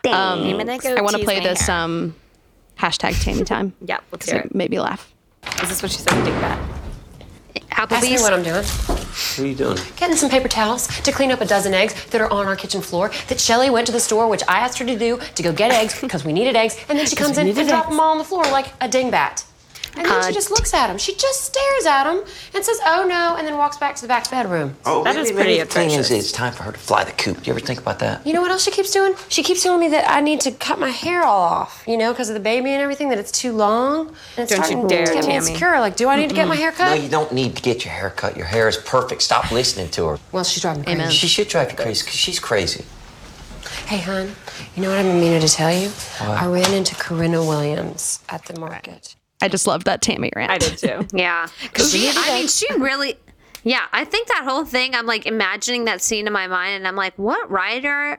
S1: Um,
S3: I'm gonna go
S1: I want to
S3: tease
S1: play
S3: my
S1: this
S3: hair.
S1: um hashtag Tammy time.
S3: Yeah, let's
S1: 'Cause
S3: hear
S1: it made me laugh.
S3: Is this what she said? Dingbat.
S9: Ask me
S2: Applebee's.
S9: what I'm doing.
S4: What are you doing?
S9: Getting some paper towels to clean up a dozen eggs that are on our kitchen floor. That Shelly went to the store, which I asked her to do, to go get eggs because we needed eggs, and then she comes in and drops them all on the floor like a dingbat. And then she just looks at him. She just stares at him and says, "Oh no," and then walks back to the back bedroom.
S8: Oh,
S3: That is pretty atrocious.
S10: It's time for her to fly the coop. You ever think about that?
S9: You know what else she keeps doing? She keeps telling me that I need to cut my hair all off, you know, because of the baby and everything, that it's too long. And it's
S3: Don't you
S9: starting
S3: dare,
S9: to get
S3: Tammy.
S9: me insecure. Like, do I need to get my hair
S10: No,
S9: cut?
S10: you don't need to get your hair cut. Your hair is perfect. Stop listening to her.
S9: Well, she's driving me crazy.
S10: She should drive you crazy because she's crazy.
S9: Hey, hon, you know what I've been meaning to tell you? I ran into Corinna Williams at the market.
S1: I just love that Tammy rant.
S3: I did too.
S2: Yeah. Cause she, I mean, she really. Yeah, I think that whole thing. I'm like imagining that scene in my mind, and I'm like, what writer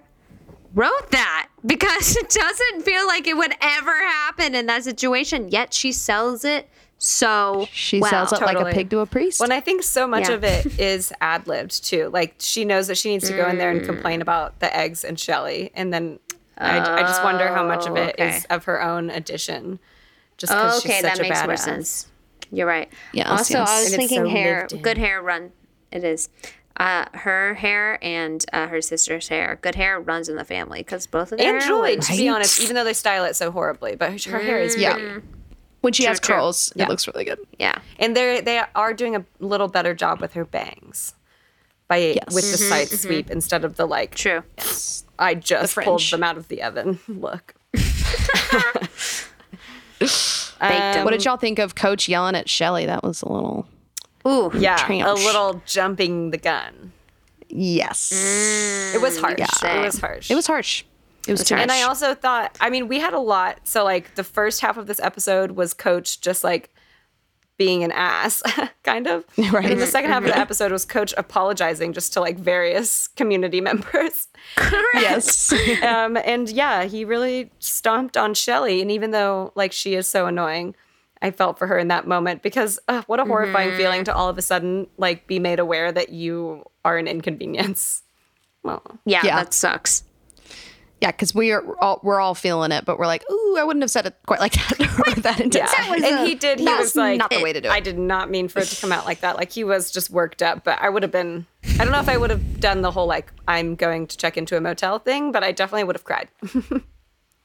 S2: wrote that? Because it doesn't feel like it would ever happen in that situation. Yet she sells it so
S1: She
S2: well.
S1: sells it like
S3: Totally.
S1: a pig to a priest.
S3: Well, and I think so much
S2: Yeah.
S3: of it is ad Mm. libbed too. Like she knows that she needs to go in there and complain about the eggs and Shelly, and then I, I just wonder how much of it is
S2: Oh, okay.
S3: of her own addition. Just because
S2: Okay,
S3: she's
S2: that
S3: such
S2: makes
S3: a badass.
S2: more sense. You're right.
S1: Yes,
S2: Also, I
S1: yes.
S2: was
S1: And it's
S2: thinking
S1: so
S2: hair,
S1: lived in.
S2: good hair run. It is. Uh, her hair and uh, her sister's hair. Good hair runs in the family because both of their
S3: And
S2: hair
S3: Julie,
S2: was-
S3: to be honest, even though they style it so horribly, but her, her
S2: Mm.
S3: hair is
S1: Yeah.
S3: pretty.
S1: When she has
S3: true.
S1: curls,
S3: Yeah.
S1: it looks really good.
S2: Yeah.
S3: And they they are doing a little better job with her bangs by with the
S2: Mm-hmm,
S3: side sweep instead of the like
S2: True.
S3: I just pulled
S1: fringe.
S3: them out of the oven. Look.
S2: Baked
S3: Mm.
S1: what did y'all think of Coach yelling at Shelly? That was a little
S2: Um, Ooh.
S3: Yeah, a
S1: Tranche.
S3: little jumping the gun.
S1: yes.
S3: It was harsh.
S2: Same.
S3: It was harsh.
S1: It was harsh. It was, too
S3: And
S1: much.
S3: I also thought, I mean, we had a lot. So, like, the first half of this episode was Coach just like being an ass, kind of. Right. And then the second half of
S1: Mm-hmm.
S3: the episode was Coach apologizing just to like various community members.
S1: yes.
S3: Um, and yeah, he really stomped on Shelly. And even though like she is so annoying, I felt for her in that moment because uh, what a
S1: Mm-hmm.
S3: horrifying feeling to all of a sudden like be made aware that you are an inconvenience. Well,
S2: Yeah,
S1: Yeah.
S2: that sucks.
S1: yeah, because we are all we're all feeling it, but we're like, ooh, I wouldn't have said it quite like that or that intense.
S3: Yeah. and he did. He
S1: that's
S3: was like,
S1: not the way to do
S3: I
S1: it.
S3: did not mean for it to come out like that. Like he was just worked up. But I would have been. I don't know if I would have done the whole like I'm going to check into a motel thing, but I definitely would have cried.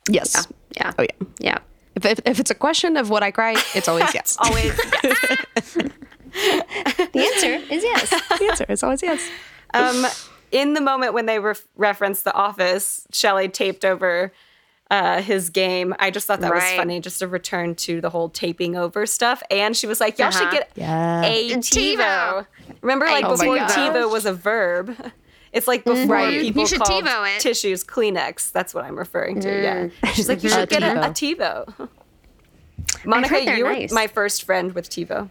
S1: Yes.
S2: Yeah.
S1: Oh yeah.
S2: Yeah.
S1: If, if, if it's a question of what I cry, it's always yes.
S3: Always.
S2: The answer is yes.
S1: the answer is always yes.
S3: um, in the moment when they re- referenced The Office, Shelley taped over uh, his game. I just thought that was
S2: Right.
S3: funny, just a return to the whole taping over stuff. And she was like, "Y'all should
S2: Uh-huh.
S3: get
S1: Yeah.
S3: a TiVo."
S2: TiVo.
S3: Remember, like
S2: Oh my
S3: before
S1: gosh.
S3: TiVo was a verb. It's like before
S1: Right.
S3: people
S2: You should
S3: called
S2: TiVo it. Mm.
S3: tissues Kleenex. That's what I'm referring to. Yeah, she's like, "You
S1: A
S3: should get a, a TiVo." Monica,
S2: heard they're
S3: you were
S2: nice.
S3: my first friend with TiVo.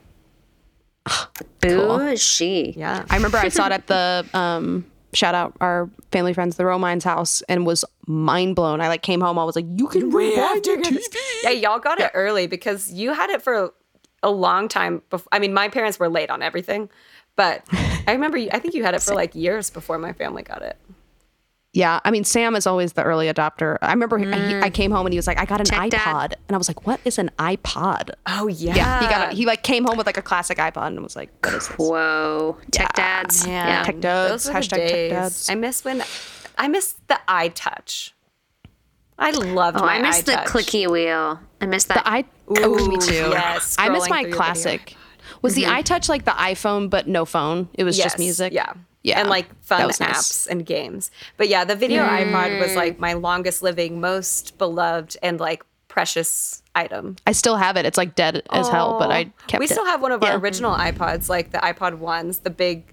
S2: Boo is she.
S3: Yeah,
S1: I remember I saw it at the um, shout out our family friends, the Romines house, and was mind blown. I like came home, I was like, you can rewind your TV.
S3: Yeah, y'all got it early because you had it for a long time. Before, I mean, my parents were late on everything, but I remember. You, I think you had it for like years before my family got it.
S1: Yeah, I mean Sam is always the early adopter. I remember he- he, I came home and he was like, I got an
S2: Tech
S1: iPod,
S2: dad.
S1: and I was like, what is an iPod?
S3: Oh yeah,
S1: Yeah, he got a, he like came home with like a classic iPod and was like, what is this?
S2: Whoa. Tech dads. Yeah.
S1: Tech dads, uh, hashtag tech dads.
S3: I miss when I miss the iTouch. I loved
S2: Oh,
S3: my
S2: I miss the
S3: iTouch.
S2: clicky wheel. I miss that.
S1: The i oh, me too.
S3: yes,
S1: I miss
S3: scrolling
S1: my
S3: through your Mm-hmm.
S1: classic. Was the iTouch like the iPhone but no phone? It was
S3: Yes,
S1: just music.
S3: Yeah.
S1: yeah,
S3: And like
S1: That
S3: fun
S1: was
S3: apps
S1: nice. Mm.
S3: and games. But yeah, the video iPod was like my longest living, most beloved, and like precious item.
S1: I still have it. It's like dead as hell, but I kept
S3: we
S1: it.
S3: still have one of our original iPods, like the iPod ones, the big.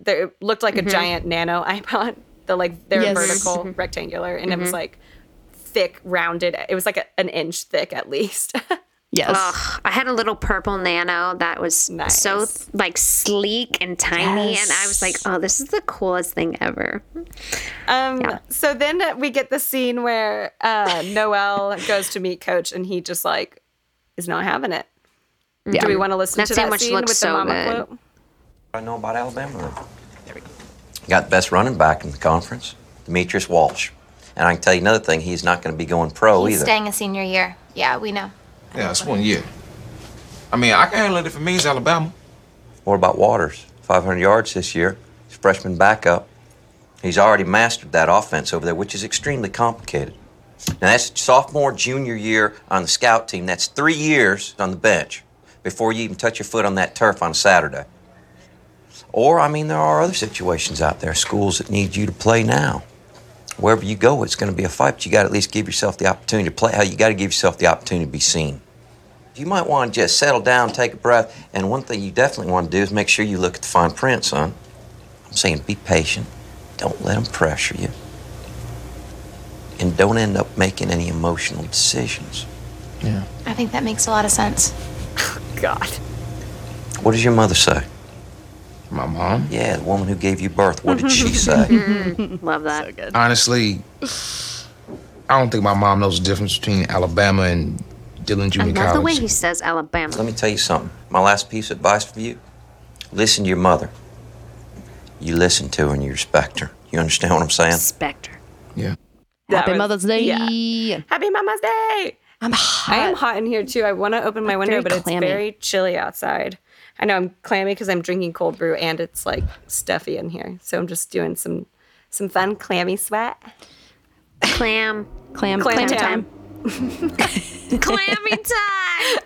S3: They it looked like a giant nano iPod. The like they're
S1: Mm-hmm. Yes. Mm-hmm.
S3: vertical, rectangular, and it was like thick, rounded. It was like a, an inch thick at least.
S1: yes.
S2: Ugh, I had a little purple nano that was
S3: Nice.
S2: so like sleek and tiny, and I was like,
S1: Yes.
S2: "Oh, this is the coolest thing ever."
S3: Um, So then uh, we get the scene where uh, Noel goes to meet Coach, and he just like is not having it. Do we want to listen
S2: That
S3: to
S2: scene
S3: that
S2: which
S3: scene
S2: looks
S3: with
S2: so
S3: the mama
S2: good.
S3: quote?
S10: I know about Alabama. There we go. Got the best running back in the conference, Demetrius Walsh. And I can tell you another thing, he's not going to be going pro either.
S11: a senior year. Yeah, we know.
S8: Yeah, it's one year. I mean, I can handle it if it means Alabama.
S10: What about Waters? 500 yards this year. He's freshman backup. He's already mastered that offense over there, which is extremely complicated. Now, that's sophomore, junior year on the scout team. That's three years on the bench before you even touch your foot on that turf on Saturday. Or, I mean, there are other situations out there, schools that need you to play now. Wherever you go, it's going to be a fight, but you got to at least give yourself the opportunity to play. Hell, you got to give yourself the opportunity to be seen. You might want to just settle down, take a breath, and one thing you definitely want to do is make sure you look at the fine print, son. I'm saying be patient. Don't let them pressure you. And don't end up making any emotional decisions.
S11: I think that makes a lot of sense.
S3: God,
S10: What does your mother say?
S8: My mom?
S10: Yeah, the woman who gave you birth, what did she
S11: Mm-hmm.
S10: say?
S2: Love that.
S8: Honestly, I don't think my mom knows the difference between Alabama and Dillon
S2: I
S8: Junior
S2: love
S8: College.
S2: the way he says Alabama.
S10: Let me tell you something. My last piece of advice for you listen to your mother. You listen to her and you respect her. You understand what I'm saying?
S2: Spectre.
S8: yeah.
S3: That
S1: Happy
S3: was-
S1: Mother's Day.
S3: Happy Mama's Day.
S1: I'm hot.
S3: I am hot in here too. I want to open my window,
S1: very
S3: but
S1: clammy.
S3: it's very chilly outside. I know I'm clammy because I'm drinking cold brew and it's like stuffy in here. So I'm just doing some some fun clammy sweat.
S2: Clam.
S1: Clam,
S3: Clam
S1: clam
S3: tam.
S1: time.
S2: Clammy time.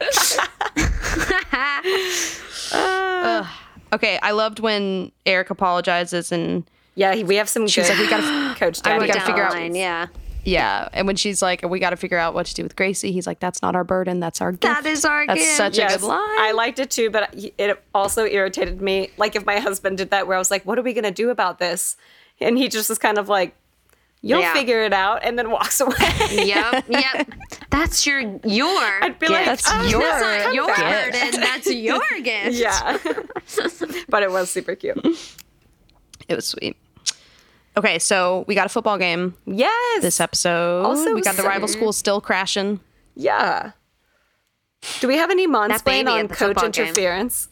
S1: Ugh. Okay, I loved when Eric apologizes and
S3: yeah, we have some.
S1: She was
S3: good-
S1: like, we gotta,
S3: coach.
S1: I
S3: Daddy
S1: we gotta figure out.
S2: Line, yeah.
S1: Yeah, and when she's like, we gotta figure out what to do with Gracie. He's like, that's not our burden. That's our gift.
S2: That is our
S1: That's
S2: gift.
S1: such
S3: Yes,
S1: a good line.
S3: I liked it too, but it also irritated me. Like if my husband did that, where I was like, "What are we gonna do about this?" and he just was kind of like, "You'll
S2: Yeah.
S3: figure it out," and then walks away.
S2: yep, yep. That's your your. I'd
S3: be like,
S1: That's
S3: "Oh,
S1: your
S2: That's not your
S1: gift."
S2: burden. That's your gift.
S3: yeah, but it was super cute.
S1: It was sweet. Okay, so we got a football game
S3: Yes.
S1: this episode.
S3: Also
S1: we got the rival
S3: some-
S1: school still crashing.
S3: yeah. Do we have any mansplain
S2: baby
S3: on
S2: at the
S3: coach
S2: football game.
S3: interference?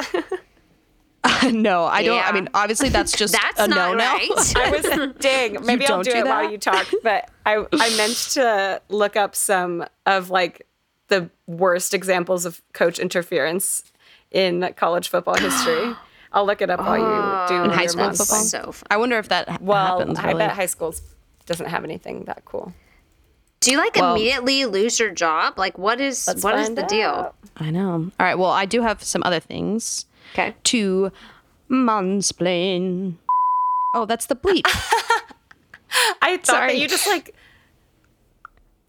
S1: no, I don't.
S2: Yeah.
S1: I mean, obviously, that's just
S2: That's
S1: a
S2: not
S1: no no.
S2: right.
S3: I was dang. Maybe I'll
S1: don't
S3: do,
S1: do
S3: it while
S1: that?
S3: you talk. But I I meant to look up some of like the worst examples of coach interference in college football history. I'll look it up while
S2: Oh.
S3: you do
S1: In high
S3: your
S1: school
S3: mom's
S1: football.
S3: thing.
S2: So fun.
S1: I wonder if that ha-
S3: Well,
S1: happens.
S3: I
S1: really.
S3: bet high school doesn't have anything that cool.
S2: Do you like
S1: Well-
S2: immediately lose your job? Like, what is
S3: Let's
S2: what is
S3: find
S2: the deal?
S3: out.
S1: I know. All right. Well, I do have some other things
S2: Okay.
S1: to mansplain. Oh, that's the bleep.
S3: I thought
S1: Sorry.
S3: that you just like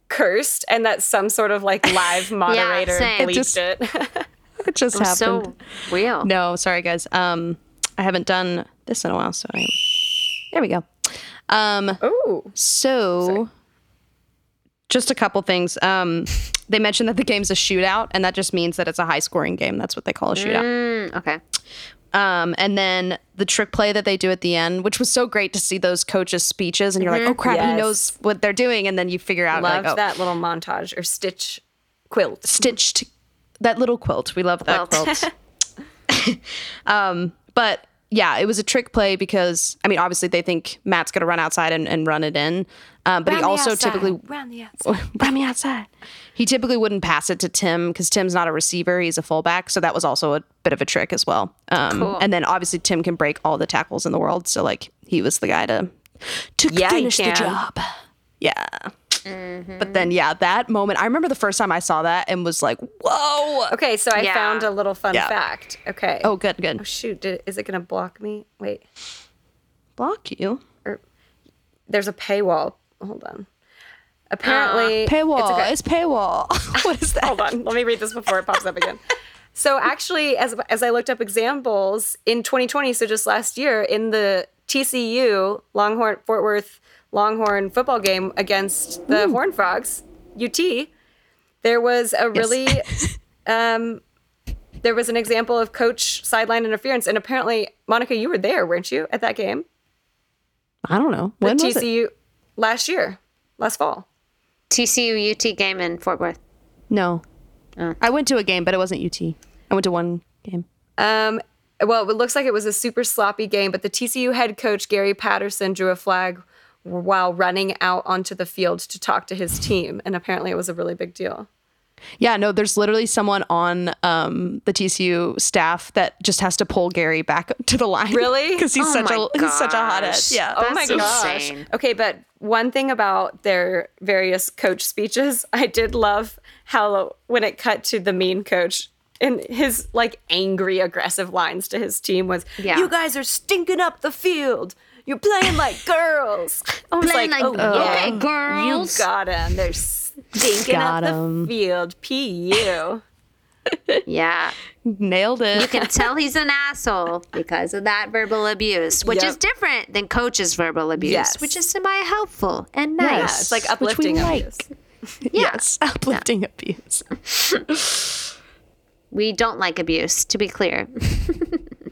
S3: cursed and that some sort of like live moderator
S2: same. It
S3: bleeped
S1: just-
S3: it.
S1: it just happened.
S2: So real.
S1: No, sorry guys. Um, I haven't done this in a while, so I. There we go. Um,
S3: Ooh.
S1: so just a couple things. Um, they mentioned that the game's a shootout, and that just means that it's a high-scoring game. That's what they call a shootout.
S2: Mm, okay.
S1: Um, and then the trick play that they do at the end, which was so great to see those coaches' speeches, and you're like, oh crap, he
S3: Mm-hmm. Yes.
S1: knows what they're doing, and then you figure out
S3: Loved
S1: like, oh,
S3: that little montage or stitch quilt.
S1: stitched that little quilt. We love that
S2: Quilt.
S1: quilt. um, but yeah, it was a trick play because I mean, obviously they think Matt's gonna run outside and, and run it in, um, but he also typically
S3: round the outside.
S1: run me outside. He typically wouldn't pass it to Tim because Tim's not a receiver; he's a fullback. So that was also a bit of a trick as well. Um, And then obviously Tim can break all the tackles in the world, so like he was the guy to to
S3: Yeah, he
S1: finish the
S3: can.
S1: job. Yeah. But then, yeah, that moment. I remember the first time I saw that and was like, "Whoa!"
S3: Okay, so I
S2: Yeah.
S3: found a little fun
S1: Yeah.
S3: fact. Okay.
S1: Oh, good, good.
S3: shoot, did, is it going to block me? Wait,
S1: Block you.
S3: there's a paywall. Hold on. Apparently,
S1: Paywall.
S3: okay.
S1: It's, paywall. what is that?
S3: Hold on. Let me read this before it pops up again. So actually, as as I looked up examples in 2020, so just last year, in the TCU Longhorn Fort Worth Longhorn football game against the Horn Frogs UT, there was a really um, there was an example of coach sideline interference, and apparently, Monica, you were there, weren't you, at that game?
S1: I don't know.
S3: The
S1: When was it?
S3: TCU last year, last fall.
S2: TCU UT game in Fort Worth.
S1: No, I went to a game, but it wasn't UT. I went to one game.
S3: Um, well, it looks like it was a super sloppy game, but the TCU head coach Gary Patterson drew a flag while running out onto the field to talk to his team, and apparently it was a really big deal.
S1: Yeah, no, there's literally someone on um, the TCU staff that just has to pull Gary back to the line.
S3: Really?
S1: Because he's
S2: Oh
S1: such
S2: my
S1: a he's such a hothead.
S2: gosh.
S1: Yeah.
S3: oh my
S2: That's
S3: gosh.
S2: insane.
S3: Okay, but one thing about their various coach speeches, I did love how when it cut to the mean coach and his like angry aggressive lines to his team was
S2: Yeah.
S3: you guys are stinking up the field. You're playing like girls. I was "Oh,
S2: Playing like, okay, girls.
S3: You got him. They're stinking
S1: Got
S3: up
S1: 'em.
S3: the field. PU.
S2: Yeah.
S1: Oh, Nailed
S2: You
S1: it.
S2: can tell he's an asshole because of that verbal abuse, which
S3: Yep.
S2: is different than coach's verbal abuse,
S3: Yes.
S2: which is semi helpful and
S3: yeah,
S2: nice.
S3: it's like
S1: Which we
S3: uplifting. of
S1: like.
S3: yous.
S1: Yes. Uplifting abuse.
S2: We don't like abuse, to be clear.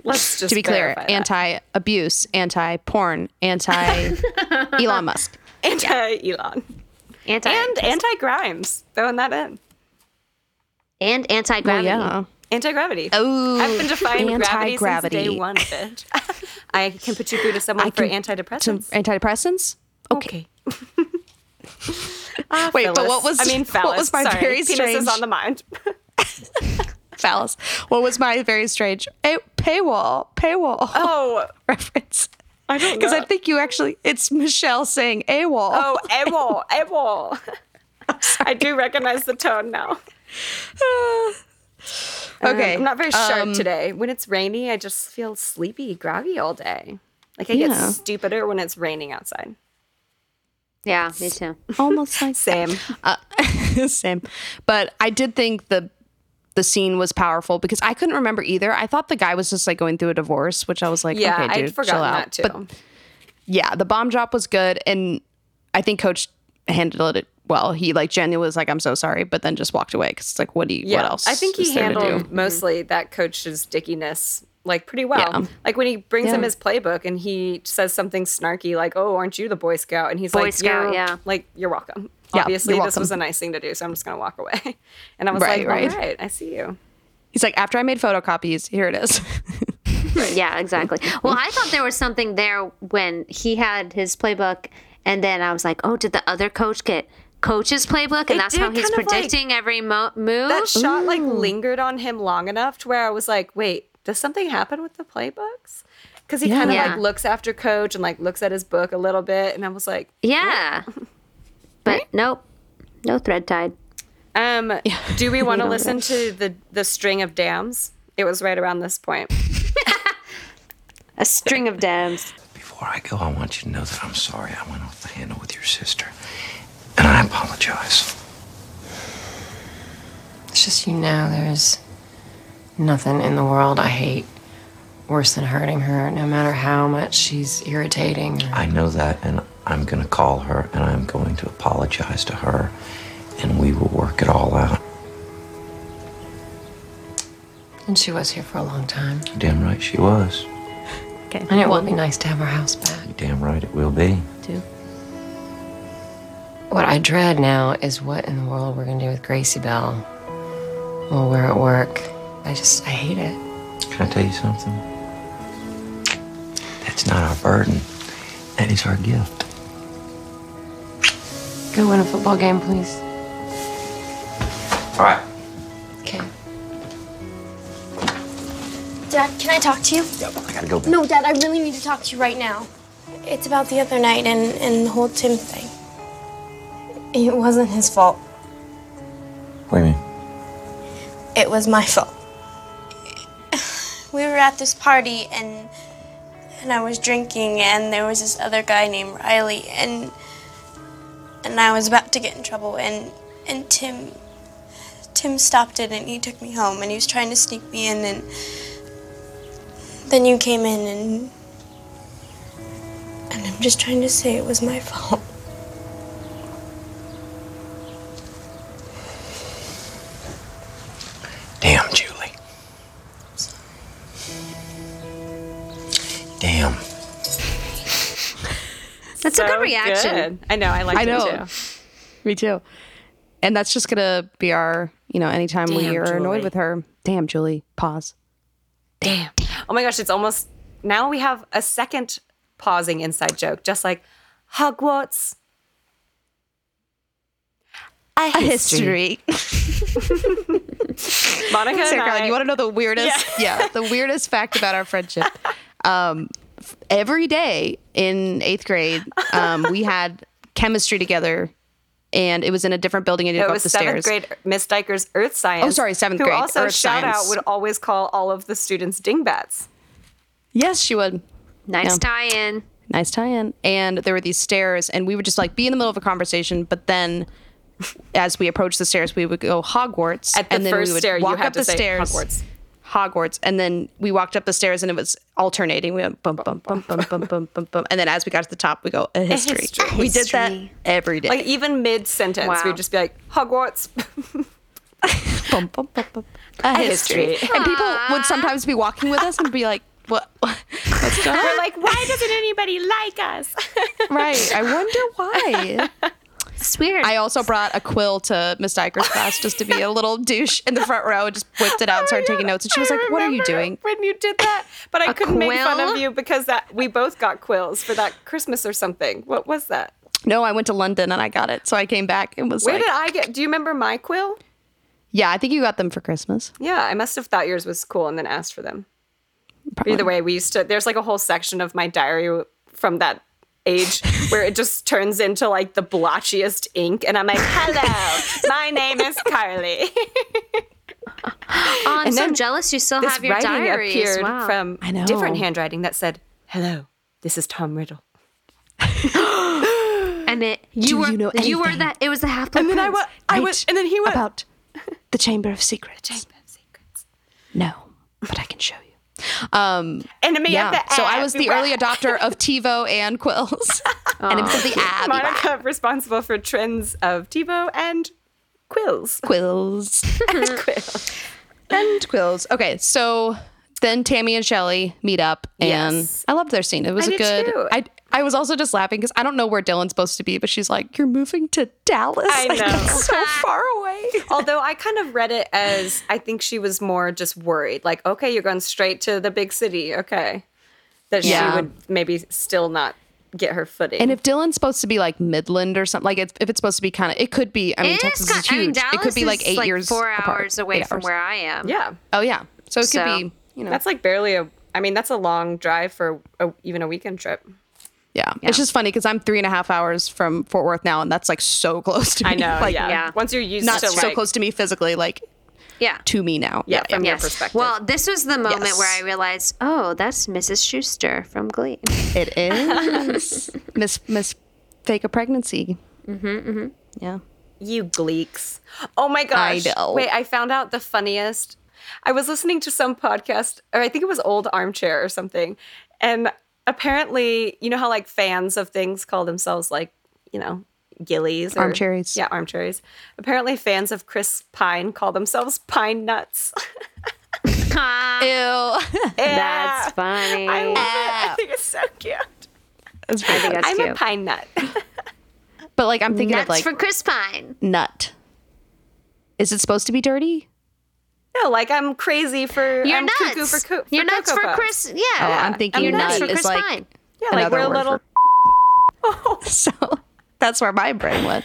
S3: Let's just
S1: to be clear,
S3: verify that.
S1: anti abuse, anti porn, anti Elon Musk.
S3: anti Elon
S2: Anti
S3: and anti Grimes. Throwing that in.
S2: and anti
S1: Well,
S2: gravity.
S1: Oh, yeah.
S3: Anti gravity.
S1: Oh,
S3: I've been defining gravity since
S1: anti-gravity.
S3: day one, bitch. I can put you through to someone for
S1: can-
S3: antidepressants.
S1: Some antidepressants? Okay.
S3: Ah,
S1: Wait, but
S3: Phyllis.
S1: what was
S3: I mean,
S1: what was
S3: phallus.
S1: my
S3: Sorry,
S1: very
S3: penis
S1: strange
S3: is on the mind.
S1: phallus? What was my very strange eh, paywall paywall?
S3: Oh,
S1: reference.
S3: I don't
S1: because I
S3: know.
S1: think you actually it's Michelle saying AWOL.
S3: Oh, AWOL, AWOL. I do recognize the tone now. Um,
S1: Okay,
S3: I'm not very sharp
S1: um,
S3: today. When it's rainy, I just feel sleepy, groggy all day. Like I get
S1: Yeah.
S3: stupider when it's raining outside.
S2: Yeah, me too.
S1: almost like
S3: same,
S1: uh, same. But I did think the the scene was powerful because I couldn't remember either. I thought the guy was just like going through a divorce, which I was like,
S3: yeah,
S1: okay, dude,
S3: I'd forgotten
S1: chill out.
S3: that too.
S1: But yeah, the bomb drop was good, and I think Coach handled it well. He like genuinely was like, "I'm so sorry," but then just walked away because it's like, what do you?
S3: yeah,
S1: what else?
S3: I think
S1: is
S3: he
S1: there to do? Mm-hmm.
S3: handled mostly that coach's dickiness like pretty well.
S1: Yeah.
S3: Like when he brings him
S1: Yeah.
S3: his playbook and he says something snarky like, "Oh, aren't you the Boy Scout?" and he's
S2: Boy
S3: like,
S2: Scout,
S3: "You're-
S2: yeah.
S3: like you're welcome."
S1: Yeah,
S3: Obviously,
S1: you're
S3: this was a
S1: welcome.
S3: nice thing to do, so I'm just gonna walk away. And I was
S1: Right,
S3: like,
S1: right.
S3: "All right, I see you."
S1: He's like, after I made photocopies, here it is.
S2: Yeah, exactly. Well, I thought there was something there when he had his playbook, and then I was like, oh, did the other coach get coach's playbook? And
S3: It
S2: that's
S3: did
S2: how he's
S3: kind of, like-
S2: predicting every mo- move.
S3: That shot like lingered on him long enough to where I was like, "Wait, does something happen with the playbooks?" Because he kind of
S2: Yeah.
S3: like looks after coach and like looks at his book a little bit, and I was like,
S2: yeah. But nope, no thread tied.
S3: Um, do we want to
S2: don't
S3: listen to the the string of dams? It was right around this point.
S2: A string of dams.
S10: Before I go, I want you to know that I'm sorry I went off the handle with your sister. And I apologize.
S9: It's just, you know, there's nothing in the world I hate worse than hurting her, no matter how much she's irritating. Or...
S10: I know that, and I'm going to call her and I'm going to apologize to her, and we will work it all out.
S9: And she was here for a long time.
S10: You're Damn right she was.
S1: Okay.
S9: And it would be nice to have her house back.
S10: You're Damn right it will be.
S9: What I dread now is what in the world we're going to do with Gracie Bell while we're at work. I just, I hate it.
S10: Can I tell you something? That's not our burden, that is our gift.
S9: Go win a football game, please.
S10: All right.
S9: Okay.
S12: Dad, can I talk to you?
S10: I gotta go.
S12: No, Dad, I really need to talk to you right now. It's about the other night and, and the whole Tim thing. It wasn't his fault.
S10: What do you mean?
S12: It was my fault. We were at this party and and I was drinking and there was this other guy named Riley and and I was about to get in trouble and and Tim Tim stopped it and he took me home and he was trying to sneak me in and then you came in and and I'm just trying to say it was my fault.
S10: Damn, Julie. Damn.
S2: That's
S3: So
S2: a good reaction.
S3: good. I know. I like
S1: I
S3: it
S1: know.
S3: too.
S1: Me too. And that's just gonna be our, you know, anytime we
S3: Damn,
S1: are
S3: Julie.
S1: annoyed with her. Damn, Julie. Pause. Damn.
S3: Oh my gosh, it's almost now we have a second pausing inside joke, just like Hogwarts. A
S1: history.
S3: Monica and
S1: Sarah, Carlin,
S3: I-
S1: you want to know the weirdest? Yeah. the weirdest fact about our friendship. Um, f- every day in eighth grade, um, we had chemistry together, and it was in a different building. And you had to
S3: It
S1: go
S3: was
S1: up the
S3: seventh
S1: stairs.
S3: grade Miss Diker's Earth Science.
S1: Oh, sorry, seventh
S3: who
S1: grade,
S3: also
S1: Earth
S3: shout out
S1: Science.
S3: would always call all of the students dingbats.
S1: Yes, she would. Yeah.
S2: Nice tie-in.
S1: Nice tie-in. And there were these stairs, and we would just like be in the middle of a conversation, but then as we approached the stairs, we would go Hogwarts,
S3: At the
S1: and then
S3: first
S1: we would
S3: stair, you
S1: walk
S3: had
S1: up
S3: to
S1: the
S3: say
S1: stairs.
S3: Hogwarts.
S1: Hogwarts, and then we walked up the stairs, and it was alternating. We went bum bum bum bum bum bum bum bum, and then as we got to the top, we go a history.
S3: history.
S1: We did that
S3: History.
S1: every day.
S3: Like even mid sentence,
S1: Wow.
S3: we'd just be like Hogwarts.
S1: bum, bum, bum, bum. a history. And people would sometimes be walking with us and be like, "What? What's going on?"
S3: We're like, why doesn't anybody like us?
S1: right. I wonder why.
S2: It's weird.
S1: I also brought a quill to Miss Diker's class just to be a little douche in the front row and just whipped it out
S3: Oh
S1: and started taking notes. And she was like, What are you doing?
S3: when you did that, but I
S1: A
S3: couldn't make fun
S1: quill?
S3: of you because that we both got quills for that Christmas or something. What was that?
S1: No, I went to London and I got it. So I came back and was
S3: Where
S1: like,
S3: did I get? Do you remember my quill?
S1: yeah, I think you got them for Christmas.
S3: Yeah, I must have thought yours was cool and then asked for them. But
S1: Probably.
S3: Either way, we used to. There's like a whole section of my diary from that age where it just turns into like the blotchiest ink, and I'm like, "Hello, my name is Carly."
S2: Oh, I'm
S3: And
S2: so
S3: then
S2: jealous you still
S3: this
S2: have your
S3: writing
S2: diary as
S3: appeared
S2: well.
S3: from
S1: I know.
S3: different handwriting that said, "Hello, this is Tom Riddle."
S2: and it you
S1: Do
S2: were
S1: you
S2: you,
S1: know
S2: were
S1: anything?
S2: that it was the half and
S3: then I wa- I was- and then he went
S1: about the Chamber of Secrets. Chamber of Secrets. No, but I can show you. Um,
S3: Enemy of the
S1: So I was the
S3: Abbey.
S1: early adopter of TiVo and Quills. Enemy of the Abbey.
S3: Monica responsible for trends of TiVo and quills.
S1: Quills.
S3: and quills.
S1: and quills. Okay, so then Tammy and Shelly meet up, and I loved their scene. It was
S3: I
S1: a
S3: did
S1: good.
S3: too.
S1: I I was also just laughing because I don't know where Dylan's supposed to be, but she's like, "You're moving to Dallas."
S3: I
S1: Like,
S3: know.
S1: that's so far away.
S3: Although I kind of read it as I think she was more just worried, like, okay, you're going straight to the big city, okay. That
S1: Yeah.
S3: she would maybe still not get her footing.
S1: And if Dylan's supposed to be like Midland or something, like it's, if it's supposed to be kind of, it could be. I mean,
S2: It is
S1: Texas
S2: ki-
S1: is huge.
S2: I mean, Dallas
S1: it could be like
S2: is,
S1: eight years,
S2: four
S1: apart,
S2: hours away
S1: eight
S2: from
S1: hours.
S2: where I am.
S3: yeah,
S1: Oh yeah, so it could
S2: So,
S1: be. You know,
S3: that's like barely a. I mean, that's a long drive for a, even a weekend trip.
S1: yeah.
S2: yeah.
S1: It's just funny because I'm three and a half hours from Fort Worth now, and that's like so close to me.
S3: I know.
S1: like,
S3: yeah. Once you're used
S1: not
S3: to
S1: so
S3: like,
S1: close to me physically, like
S2: Yeah.
S1: to me now.
S3: Yeah, from your
S2: Yes.
S3: perspective.
S2: Well, this was the moment where
S1: Yes.
S2: I realized, oh, that's Mrs. Schuster from Glee.
S1: It is Miss Miss Fake a Pregnancy. Mm-hmm, Yeah.
S3: You gleeks. Oh my
S1: I
S3: gosh.
S1: know.
S3: Wait, I found out the funniest. I was listening to some podcast, or I think it was Old Armchair or something. And apparently, you know how like fans of things call themselves like, you know, gillies or
S1: Armcherries.
S3: Yeah, armcherries. Apparently, fans of Chris Pine call themselves pine nuts.
S2: Ah,
S1: Ew.
S3: Yeah.
S2: That's funny.
S3: I love it. I think it's so cute.
S1: That's pretty
S2: think
S1: good.
S2: that's
S3: I'm a
S2: cute.
S3: pine nut.
S1: But like I'm thinking
S2: Nuts
S1: of like
S2: for Chris Pine.
S1: nut. Is it supposed to be dirty?
S3: no, like I'm crazy for
S2: You're
S3: I'm
S2: nuts.
S3: cuckoo for, coo- for
S2: You're nuts
S3: Cocoa
S2: for
S3: Puffs.
S2: Chris. Yeah.
S1: Oh, I'm thinking
S2: You're
S1: nut
S2: nuts for
S1: is
S2: Chris
S1: like
S2: Pine.
S3: Yeah, like
S1: another
S3: we're a
S1: word
S3: little.
S1: so. That's where my brain went.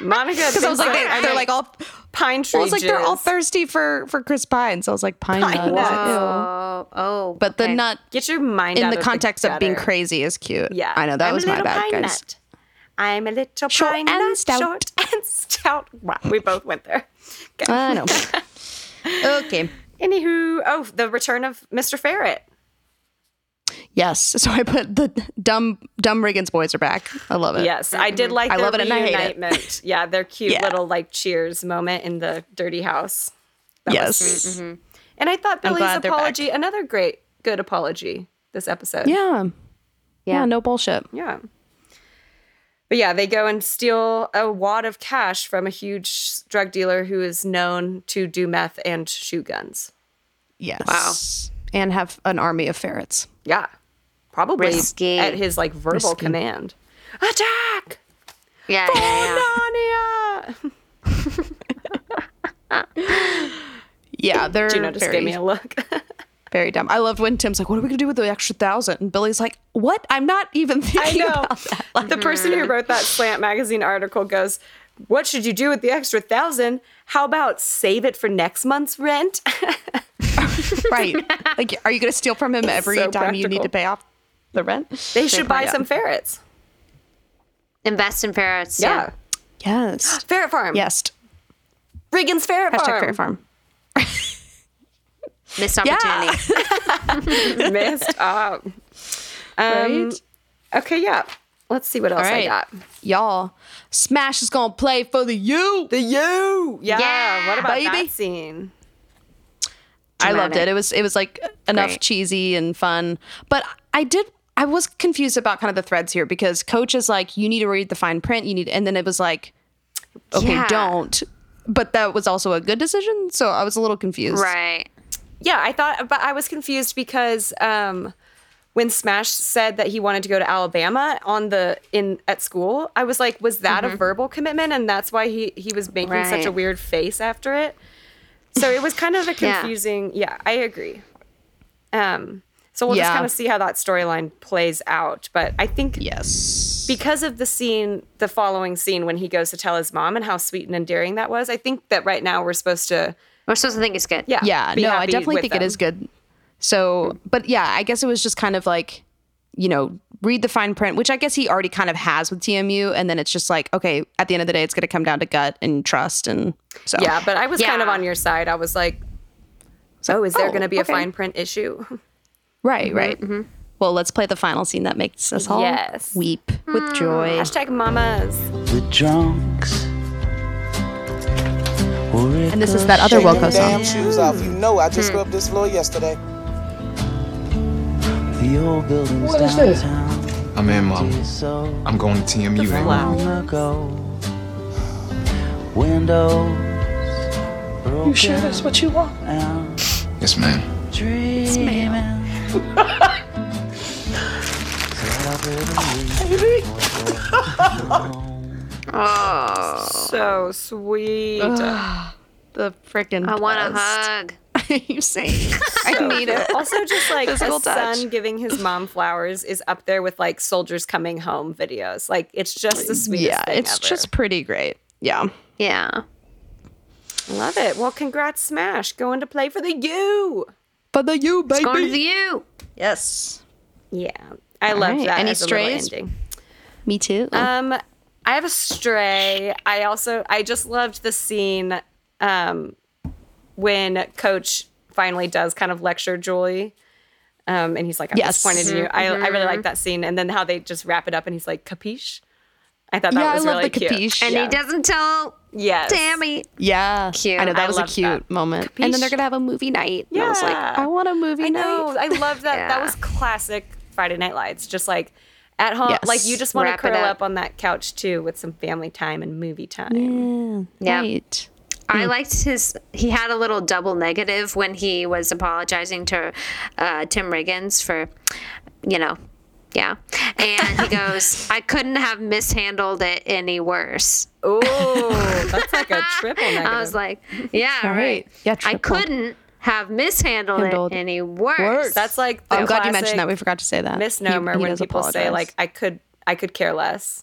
S3: Monica.
S1: Because I was like, they, they're like all.
S3: pine
S1: I
S3: tree.
S1: was like, they're all
S3: jizz.
S1: thirsty for for Chris Pine, so I was like, pine,
S3: Pine
S1: nut. I
S3: nut.
S1: was like, ew.
S2: Oh, oh.
S1: But the
S2: okay.
S1: nut
S3: Get your mind
S1: in
S3: out
S1: the
S3: of
S1: context of being
S3: gutter.
S1: crazy is cute.
S3: Yeah,
S1: I know that
S3: I'm a
S1: was my
S3: little
S1: bad,
S3: pine
S1: guys.
S3: nut. I'm a little
S1: Short
S3: pine
S1: and
S3: nut,
S1: stout.
S3: short and stout. Wow, we both went there. Okay.
S1: I know. okay.
S3: Anywho, oh, the return of Mr. Ferret.
S1: Yes. So I put the dumb dumb Riggins boys are back. I love it.
S3: Yes, I did like.
S1: I
S3: their
S1: love it and I hate it.
S3: reunitement. yeah, their cute
S1: Yeah.
S3: little like cheers moment in the dirty house.
S1: yes.
S3: Mm-hmm. And I thought
S1: I'm
S3: Billy's
S1: glad they're back.
S3: apology, another great, good apology this episode.
S1: Yeah.
S2: Yeah.
S1: yeah. No bullshit.
S3: Yeah. But yeah, they go and steal a wad of cash from a huge drug dealer who is known to do meth and shoot guns.
S1: Yes. Wow. And have an army of ferrets.
S3: Yeah. Probably
S2: Risky.
S3: at his like verbal command. Attack!
S2: Yeah,
S3: Oh,
S2: yeah, yeah.
S3: Narnia!
S1: Yeah, they're
S3: Juno just
S1: very,
S3: gave me a look.
S1: very dumb. I loved when Tim's like, "What are we gonna do with the extra thousand? And Billy's like, "What? I'm not even
S3: I
S1: thinking
S3: know.
S1: about that." Like,
S3: the person who wrote that Slant magazine article goes, What should you do with the extra thousand? How about save it for next month's rent?
S1: right? Like, are you gonna steal from him every
S3: so
S1: time you need
S3: practical.
S1: to pay off the rent?
S3: they should buy
S1: probably
S3: some
S1: are.
S3: ferrets.
S2: Invest in ferrets.
S3: Yeah.
S2: Yeah.
S1: Yes.
S3: Ferret farm.
S1: Yes.
S3: Brigham's ferret
S1: Hashtag ferret
S3: farm.
S1: farm.
S2: Missed opportunity.
S3: Messed up. Um,
S1: Right?
S3: Okay, yeah. Let's see what else I
S1: right.
S3: got.
S1: Y'all, Smash is gonna play for the U.
S3: The you. Yeah.
S2: Yeah,
S3: what about
S1: baby.
S3: that scene?
S1: I loved
S2: dramatic.
S1: it. It was it was like enough
S2: Great.
S1: cheesy and fun. But I did I was confused about kind of the threads here because coach is like you need to read the fine print, you need and then it was like okay,
S2: Yeah.
S1: don't. But that was also a good decision, so I was a little confused.
S2: Right.
S3: Yeah, I thought, but I was confused because um, when Smash said that he wanted to go to Alabama on the in at school, I was like, was that a verbal commitment? And that's why he he was making such a
S2: Right.
S3: weird face after it. So it was kind of a
S2: Yeah.
S3: confusing. yeah. I agree. Um, So we'll just
S1: Yeah.
S3: kind of see how that storyline plays out. But I think
S1: yes,
S3: because of the scene, the following scene when he goes to tell his mom and how sweet and endearing that was, I think that right now we're supposed to
S2: we're supposed to think it's good.
S3: Yeah,
S1: yeah
S3: be
S1: no i
S3: happy
S1: definitely
S3: with
S1: think
S3: them.
S1: it is good so but yeah i guess it was just kind of like you know read the fine print which i guess he already kind of has with tmu and then it's just like okay at the end of the day it's going to come down to gut and trust and so
S3: Yeah, but I was kind of
S1: Yeah.
S3: on your side. I was like, oh, is there
S1: oh,
S3: going to be
S1: okay.
S3: a fine print issue?
S1: right right well let's play the final scene that makes us all
S3: Yes.
S1: weep with joy
S3: Hashtag mamas.
S6: The drunks.
S1: And this is that other
S6: Shake
S1: Wilco
S6: them damn
S1: song.
S6: shoes off. You know I just scrubbed this floor yesterday. The old buildings
S8: What is this? I'm in, Mom. I'm going to TMU.
S6: The
S8: ain't
S6: long
S8: I?
S6: ago. Windows. You
S8: sure that's
S6: what you want?
S8: Yes, ma'am.
S6: Dreaming.
S2: Oh,
S3: so sweet.
S1: Ugh, the freaking
S2: I want a
S1: best.
S2: hug.
S1: you saying
S3: So
S1: i need
S3: cute.
S1: it
S3: Also, just like a
S1: Physical touch.
S3: son giving his mom flowers is up there with like soldiers coming home videos. Like it's just the sweetest.
S1: yeah
S3: thing
S1: it's
S3: ever.
S1: just pretty great yeah
S2: yeah
S3: love it. Well, congrats, Smash, going to play for the U.
S1: For the U, baby.
S2: going to the U.
S1: Yes.
S3: Yeah, I
S1: All
S3: love
S1: right.
S3: that.
S1: Any
S3: as a little
S1: strays?
S3: ending.
S1: me too
S3: Um, I have a stray. I also I just loved the scene um when Coach finally does kind of lecture Julie. Um, and he's like, I'm
S1: Yes.
S3: disappointed in you. I, I really
S1: Mhm.
S3: like that scene. And then how they just wrap it up and he's like, capiche? I thought that
S1: Yeah, I
S3: was
S1: love
S3: really
S1: the
S3: cute.
S1: capiche.
S2: And he doesn't tell
S3: Yes.
S2: Tammy.
S1: Yeah.
S2: Cute.
S1: I know that
S2: I
S1: was a
S2: love
S1: cute
S2: that.
S1: moment. And then they're
S3: Capiche?
S1: gonna have a movie night. And I was like,
S3: Yeah.
S1: I want a movie
S3: I
S1: night.
S3: know. I love that. That
S1: Yeah.
S3: was classic Friday Night Lights. Just like at home,
S1: Yes.
S3: like you just want to
S1: Wrap it
S3: curl
S1: up.
S3: up. on that couch too with some family time and movie time.
S2: Yeah.
S1: Right.
S2: I liked his. He had a little double negative when he was apologizing to uh, Tim Riggins for, you know, yeah. And he goes, "I couldn't have mishandled it any worse."
S3: Oh, that's like a triple
S2: I was
S3: negative.
S2: like, "Yeah,
S1: All
S2: right.
S1: right. Yeah,
S2: I
S1: triple.
S2: couldn't have mishandled
S1: Handled
S2: it any worse."
S3: That's like the
S1: Oh, I'm glad you mentioned
S3: classic
S1: that. We forgot to say that. He-
S3: misnomer
S1: he
S3: when
S1: does
S3: people say
S1: apologize.
S3: like I could I could care less.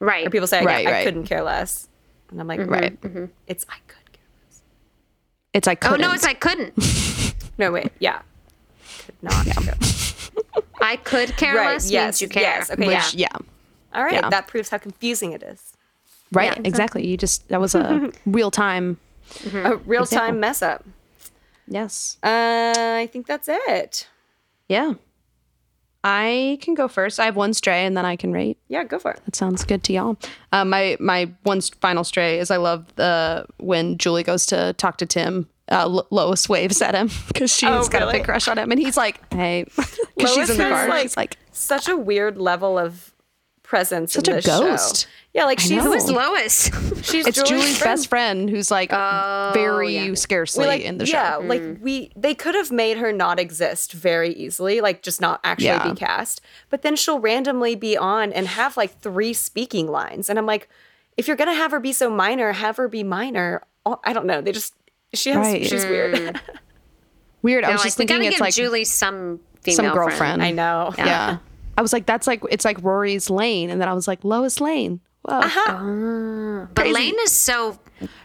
S2: right.
S3: Or people say I,
S1: Right,
S3: I
S1: right. Mm-hmm,
S3: couldn't care less. And I'm like, "Mm-hmm.
S1: Right.
S3: It's I could.
S1: it's I couldn't.
S2: Oh no, it's I couldn't.
S3: No wait, yeah. Could not. care less.
S2: I could care
S3: Right,
S2: less
S3: yes,
S2: means you care.
S3: yes, okay,
S1: Which, yeah.
S3: All right,
S1: Yeah.
S3: that proves how confusing it is.
S1: Right,
S3: Yeah.
S1: exactly. You just that was a real time Mm-hmm.
S3: A real
S1: Example.
S3: time mess up.
S1: yes.
S3: Uh, I think that's it.
S1: Yeah. I can go first. I have one stray and then I can rate.
S3: Yeah, go for it.
S1: That sounds good to y'all. Uh, my my one s- final stray is I love the when Julie goes to talk to Tim. Uh, Lo- Lois waves at him because she's
S3: Oh,
S1: got a
S3: really?
S1: big crush on him, and he's like, "Hey," because she's
S3: Lois
S1: in the
S3: has,
S1: car.
S3: like,
S1: she's like,
S3: Such a weird level of presence.
S1: Such
S3: in
S1: a
S3: this show.
S1: ghost.
S3: Yeah, like
S1: I
S3: she's
S1: know. Who is
S2: Lois.
S3: She's
S1: "It's
S3: Julie's,
S1: Julie's
S3: friend. Oh,
S1: best friend who's like very scarcely
S3: We, like,
S1: in the show."
S3: Yeah, like we they could have made her not exist very easily, like just not actually
S1: Yeah.
S3: be cast. But then she'll randomly be on and have like three speaking lines, and I'm like, if you're gonna have her be so minor, have her be minor. Oh, I don't know. They just she has
S1: Right.
S3: she's weird.
S1: Weird. I
S2: They're
S1: was
S2: like,
S1: just
S2: we
S1: thinking
S2: gotta
S1: it's
S2: give
S1: like
S2: Julie some female
S1: some girlfriend.
S3: I know.
S1: Yeah. I was like, "That's like it's like Rory's Lane," and then I was like, "Lois Lane." Whoa.
S3: Uh-huh.
S2: But Lane is so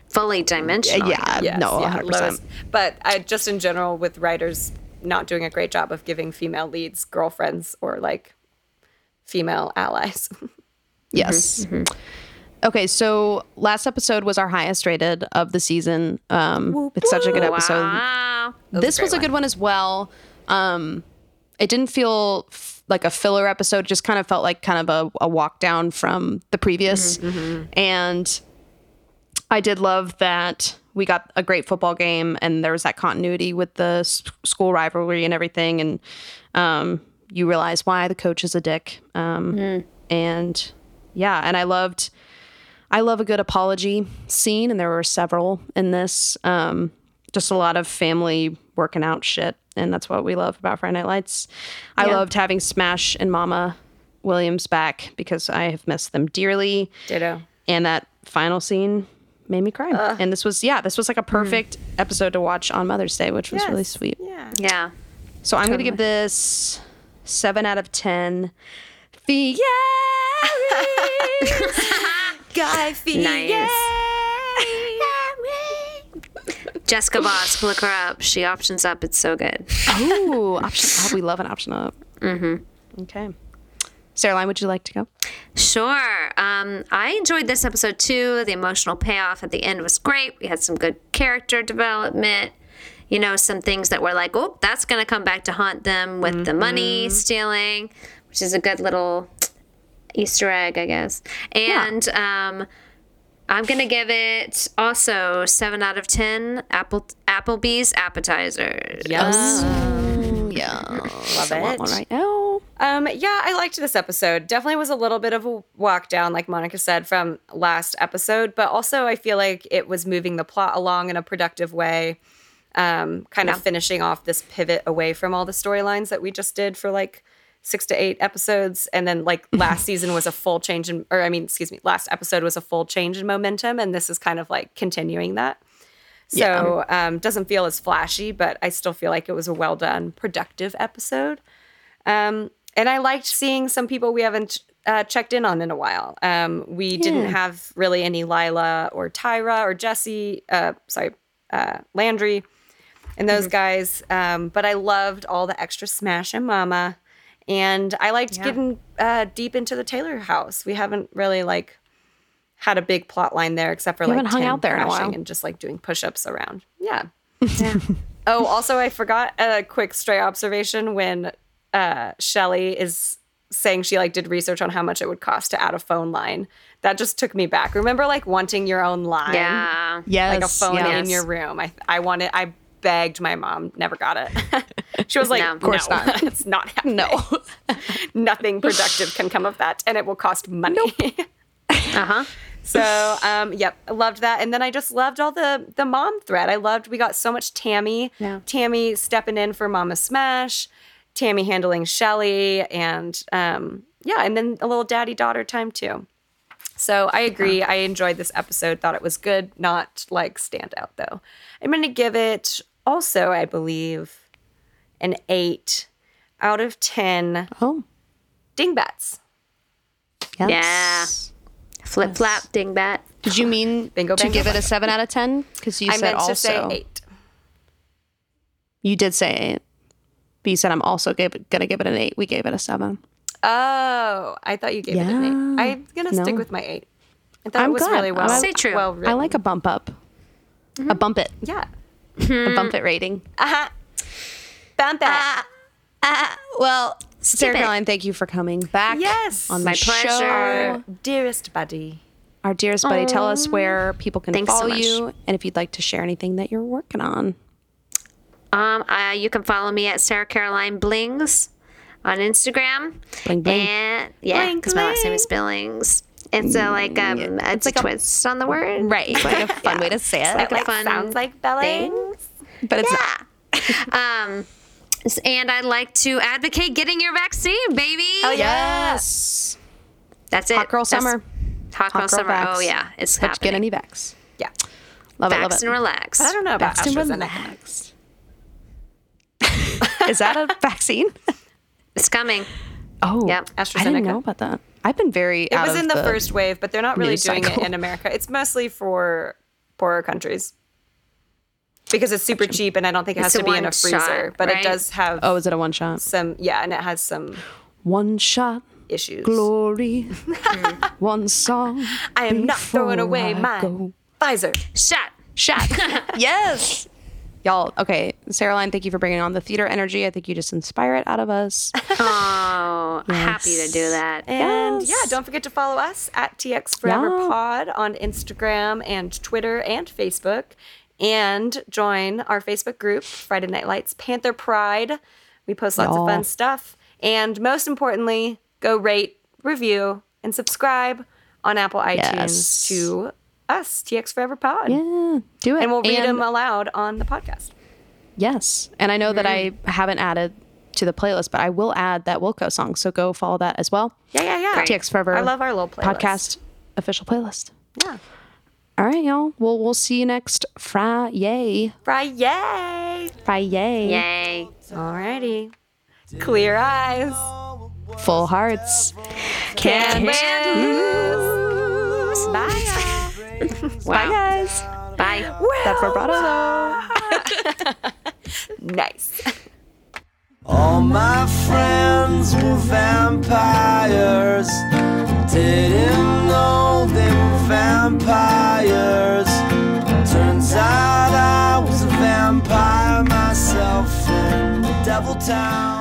S2: fully dimensional.
S1: Yeah,
S3: Yes,
S1: no,
S3: yeah,
S1: 100%.
S3: Lois. But I, just in general, with writers not doing a great job of giving female leads girlfriends or like female allies.
S1: Yes. Mm-hmm, Okay, so last episode was our highest rated of the season. Um, it's such a good episode.
S2: Wow.
S1: This was a good one as well. Um, it didn't feel f- like a filler episode; just kind of felt like kind of a, a walk down from the previous. And I did love that we got a great football game, and there was that continuity with the s- school rivalry and everything. And um, you realize why the coach is a dick. Um, And yeah, and I loved. I love a good apology scene, and there were several in this. Um, just a lot of family working out shit, and that's what we love about Friday Night Lights. I loved having Smash and Mama Williams back because I have missed them dearly.
S3: Ditto.
S1: And that final scene made me cry.
S3: Hmm.
S1: and this was, yeah, this was like a perfect episode to watch on Mother's Day, which was really sweet.
S3: Yeah.
S2: Yeah.
S1: So I'm going to give this seven out of 10. Fieri! Guy Fieri!
S2: Jessica Voss, look her up. She options up. It's so good.
S1: Ooh, option up. We love an option up. Mm-hmm. Okay. Sarah Line, would you like to go?
S2: Sure. Um, I enjoyed this episode too. The emotional payoff at the end was great. We had some good character development. You know, some things that were like, oh, that's going to come back to haunt them with the money stealing, which is a good little Easter egg, I guess. And um, I'm going to give it also 7 out of 10 Apple Applebee's appetizers.
S3: Yes.
S1: Yeah.
S3: Love it.
S1: one right Oh. now.
S3: Um, yeah, I liked this episode. Definitely was a little bit of a walk down, like Monica said, from last episode, but also I feel like it was moving the plot along in a productive way, um, kind of finishing off this pivot away from all the storylines that we just did for like six to eight episodes. And then like last season was a full change in, or I mean, excuse me, last episode was a full change in momentum. And this is kind of like continuing that. So um, doesn't feel as flashy, but I still feel like it was a well done, productive episode. Um, and I liked seeing some people we haven't uh, checked in on in a while. Um, we didn't
S13: Yeah.
S1: Hmm.
S3: have really any Lila or Tyra or Jesse, uh, sorry, uh, Landry and those
S1: Mm-hmm.
S3: guys. Um, but I loved all the extra Smash and Mama. And I liked
S13: Yeah.
S3: getting uh, deep into the Taylor house. We haven't really like had a big plot line there except for
S1: We
S3: like
S1: haven't hung
S3: Tim
S1: out there in a
S3: crashing
S1: while.
S3: and just like doing push-ups around. Yeah. Oh, also, I forgot a quick stray observation when uh, Shelly is saying she like did research on how much it would cost to add a phone line. That just took me back. Remember, like wanting your own line,
S2: Yeah.
S3: like a
S2: Yes,
S3: phone
S2: yes.
S3: in your room. I I wanted. I begged my mom. Never got it. she was like,
S2: No.
S3: "Of course not. it's not happening. No, nothing productive can come of that, and it will cost money."
S2: Uh
S3: Uh-huh.
S2: huh.
S3: So, um, yep, I loved that. And then I just loved all the the mom thread. I loved we got so much Tammy. Tammy stepping in for Mama Smash, Tammy handling Shelly, and um, yeah, and then a little daddy daughter time too. So I agree. I enjoyed this episode. Thought it was good. Not like standout though. I'm gonna give it also, I believe, an eight out of ten.
S1: Oh,
S3: dingbats.
S2: Yeah. Flip flap dingbat.
S1: Did you mean
S3: bingo,
S1: to
S3: bango,
S1: give it a 7
S3: bungo.
S1: out of 10? Because you
S3: I
S1: said
S3: meant
S1: also.
S3: to say eight.
S1: You did say 8. But you said I'm also gave, gonna give it an 8. We gave it a 7.
S3: Oh, I thought you gave it an eight.
S1: Yeah.
S3: I'm gonna stick
S1: No.
S3: with my eight. I thought
S1: I'm
S3: it was
S1: glad.
S3: really well.
S1: I-
S3: Well
S1: I
S3: written.
S1: like a bump up. A bump it.
S3: Yeah.
S1: A bump it rating.
S3: Uh-huh. Bump it.
S1: well, Sarah
S3: it.
S1: Caroline, thank you for coming back.
S3: Yes,
S1: on the show.
S3: Our dearest buddy.
S1: Our dearest buddy, tell us
S3: Aw.
S1: where people can
S2: Thanks so
S1: follow
S2: much.
S1: you and if you'd like to share anything that you're working on.
S2: Um, uh, you can follow me at Sarah Caroline Blings on Instagram.
S1: Bling, bling.
S2: And yeah,
S1: Bling,
S2: because my last name is Billings. It's a, like um,
S1: Mm,
S2: it's, a twist on the word,
S1: right? It's like a fun way to say it.
S2: It's like,
S1: Like,
S2: a fun
S1: sounds
S3: like
S2: Billings,
S1: but it's
S2: not. um, s- and I'd like to advocate getting your vaccine, baby.
S1: Hell Oh, yeah. Yes.
S2: That's it.
S1: Hot girl
S2: That's-
S1: summer.
S2: Hot girl, summer.
S1: vax.
S2: Oh yeah, it's
S1: But you
S2: happening.
S1: Get any vax?
S3: Yeah.
S1: Love it.
S2: Vax
S1: Love it.
S2: and relax.
S3: But I don't know about
S1: Vax and
S3: AstraZeneca.
S1: relax. Is that a vaccine?
S2: It's coming.
S1: Oh,
S2: Yep.
S1: I didn't know about that. I've been very.
S3: It
S1: out
S3: was
S1: of
S3: in the, first wave, but they're not really
S1: news
S3: doing
S1: cycle.
S3: it in America. It's mostly for poorer countries because it's super cheap, and I don't think it
S1: It's
S3: has
S1: a
S3: to be in a
S1: one
S3: freezer.
S1: shot,
S3: but it
S1: right?
S3: does have
S1: Oh, is it a one shot?
S3: some. Yeah, and it has some
S1: One shot.
S3: issues.
S1: Glory. one song.
S3: I am not throwing
S1: before
S3: away
S1: I
S3: my
S1: go.
S3: Pfizer.
S2: Shot.
S1: Shot. yes. Y'all, okay. Saraline, thank you for bringing on the theater energy. I think you just inspire it out of us.
S2: Oh, happy to do that.
S3: And yeah, don't forget to follow us at TX Forever Pod on Instagram and Twitter and Facebook. And join our Facebook group, Friday Night Lights Panther Pride. We post lots
S1: Y'all.
S3: of fun stuff. And most importantly, go rate, review, and subscribe on Apple iTunes
S1: Yes.
S3: to us, TX Forever Pod.
S1: Yeah, do it.
S3: And we'll read
S1: And-
S3: them aloud on the podcast.
S1: Yes. And I know that I
S3: Mm-hmm.
S1: haven't added to the playlist, but I will add that Wilco song. So go follow that as well.
S3: Yeah, yeah, yeah.
S1: TX Forever.
S3: I love our little playlist.
S1: Podcast official playlist.
S3: Yeah.
S1: All right, y'all. Well, we'll see you next Friday.
S3: Fry, yay!
S1: Friday.
S2: Yay.
S3: Alrighty. Clear eyes.
S1: Full hearts.
S3: Can't
S1: lose.
S3: Bye.
S1: Bye, guys.
S2: Bye.
S1: That's vibrato.
S3: nice.
S5: All my friends were vampires. Didn't know they were vampires. Turns out I was a vampire myself in Devil Town.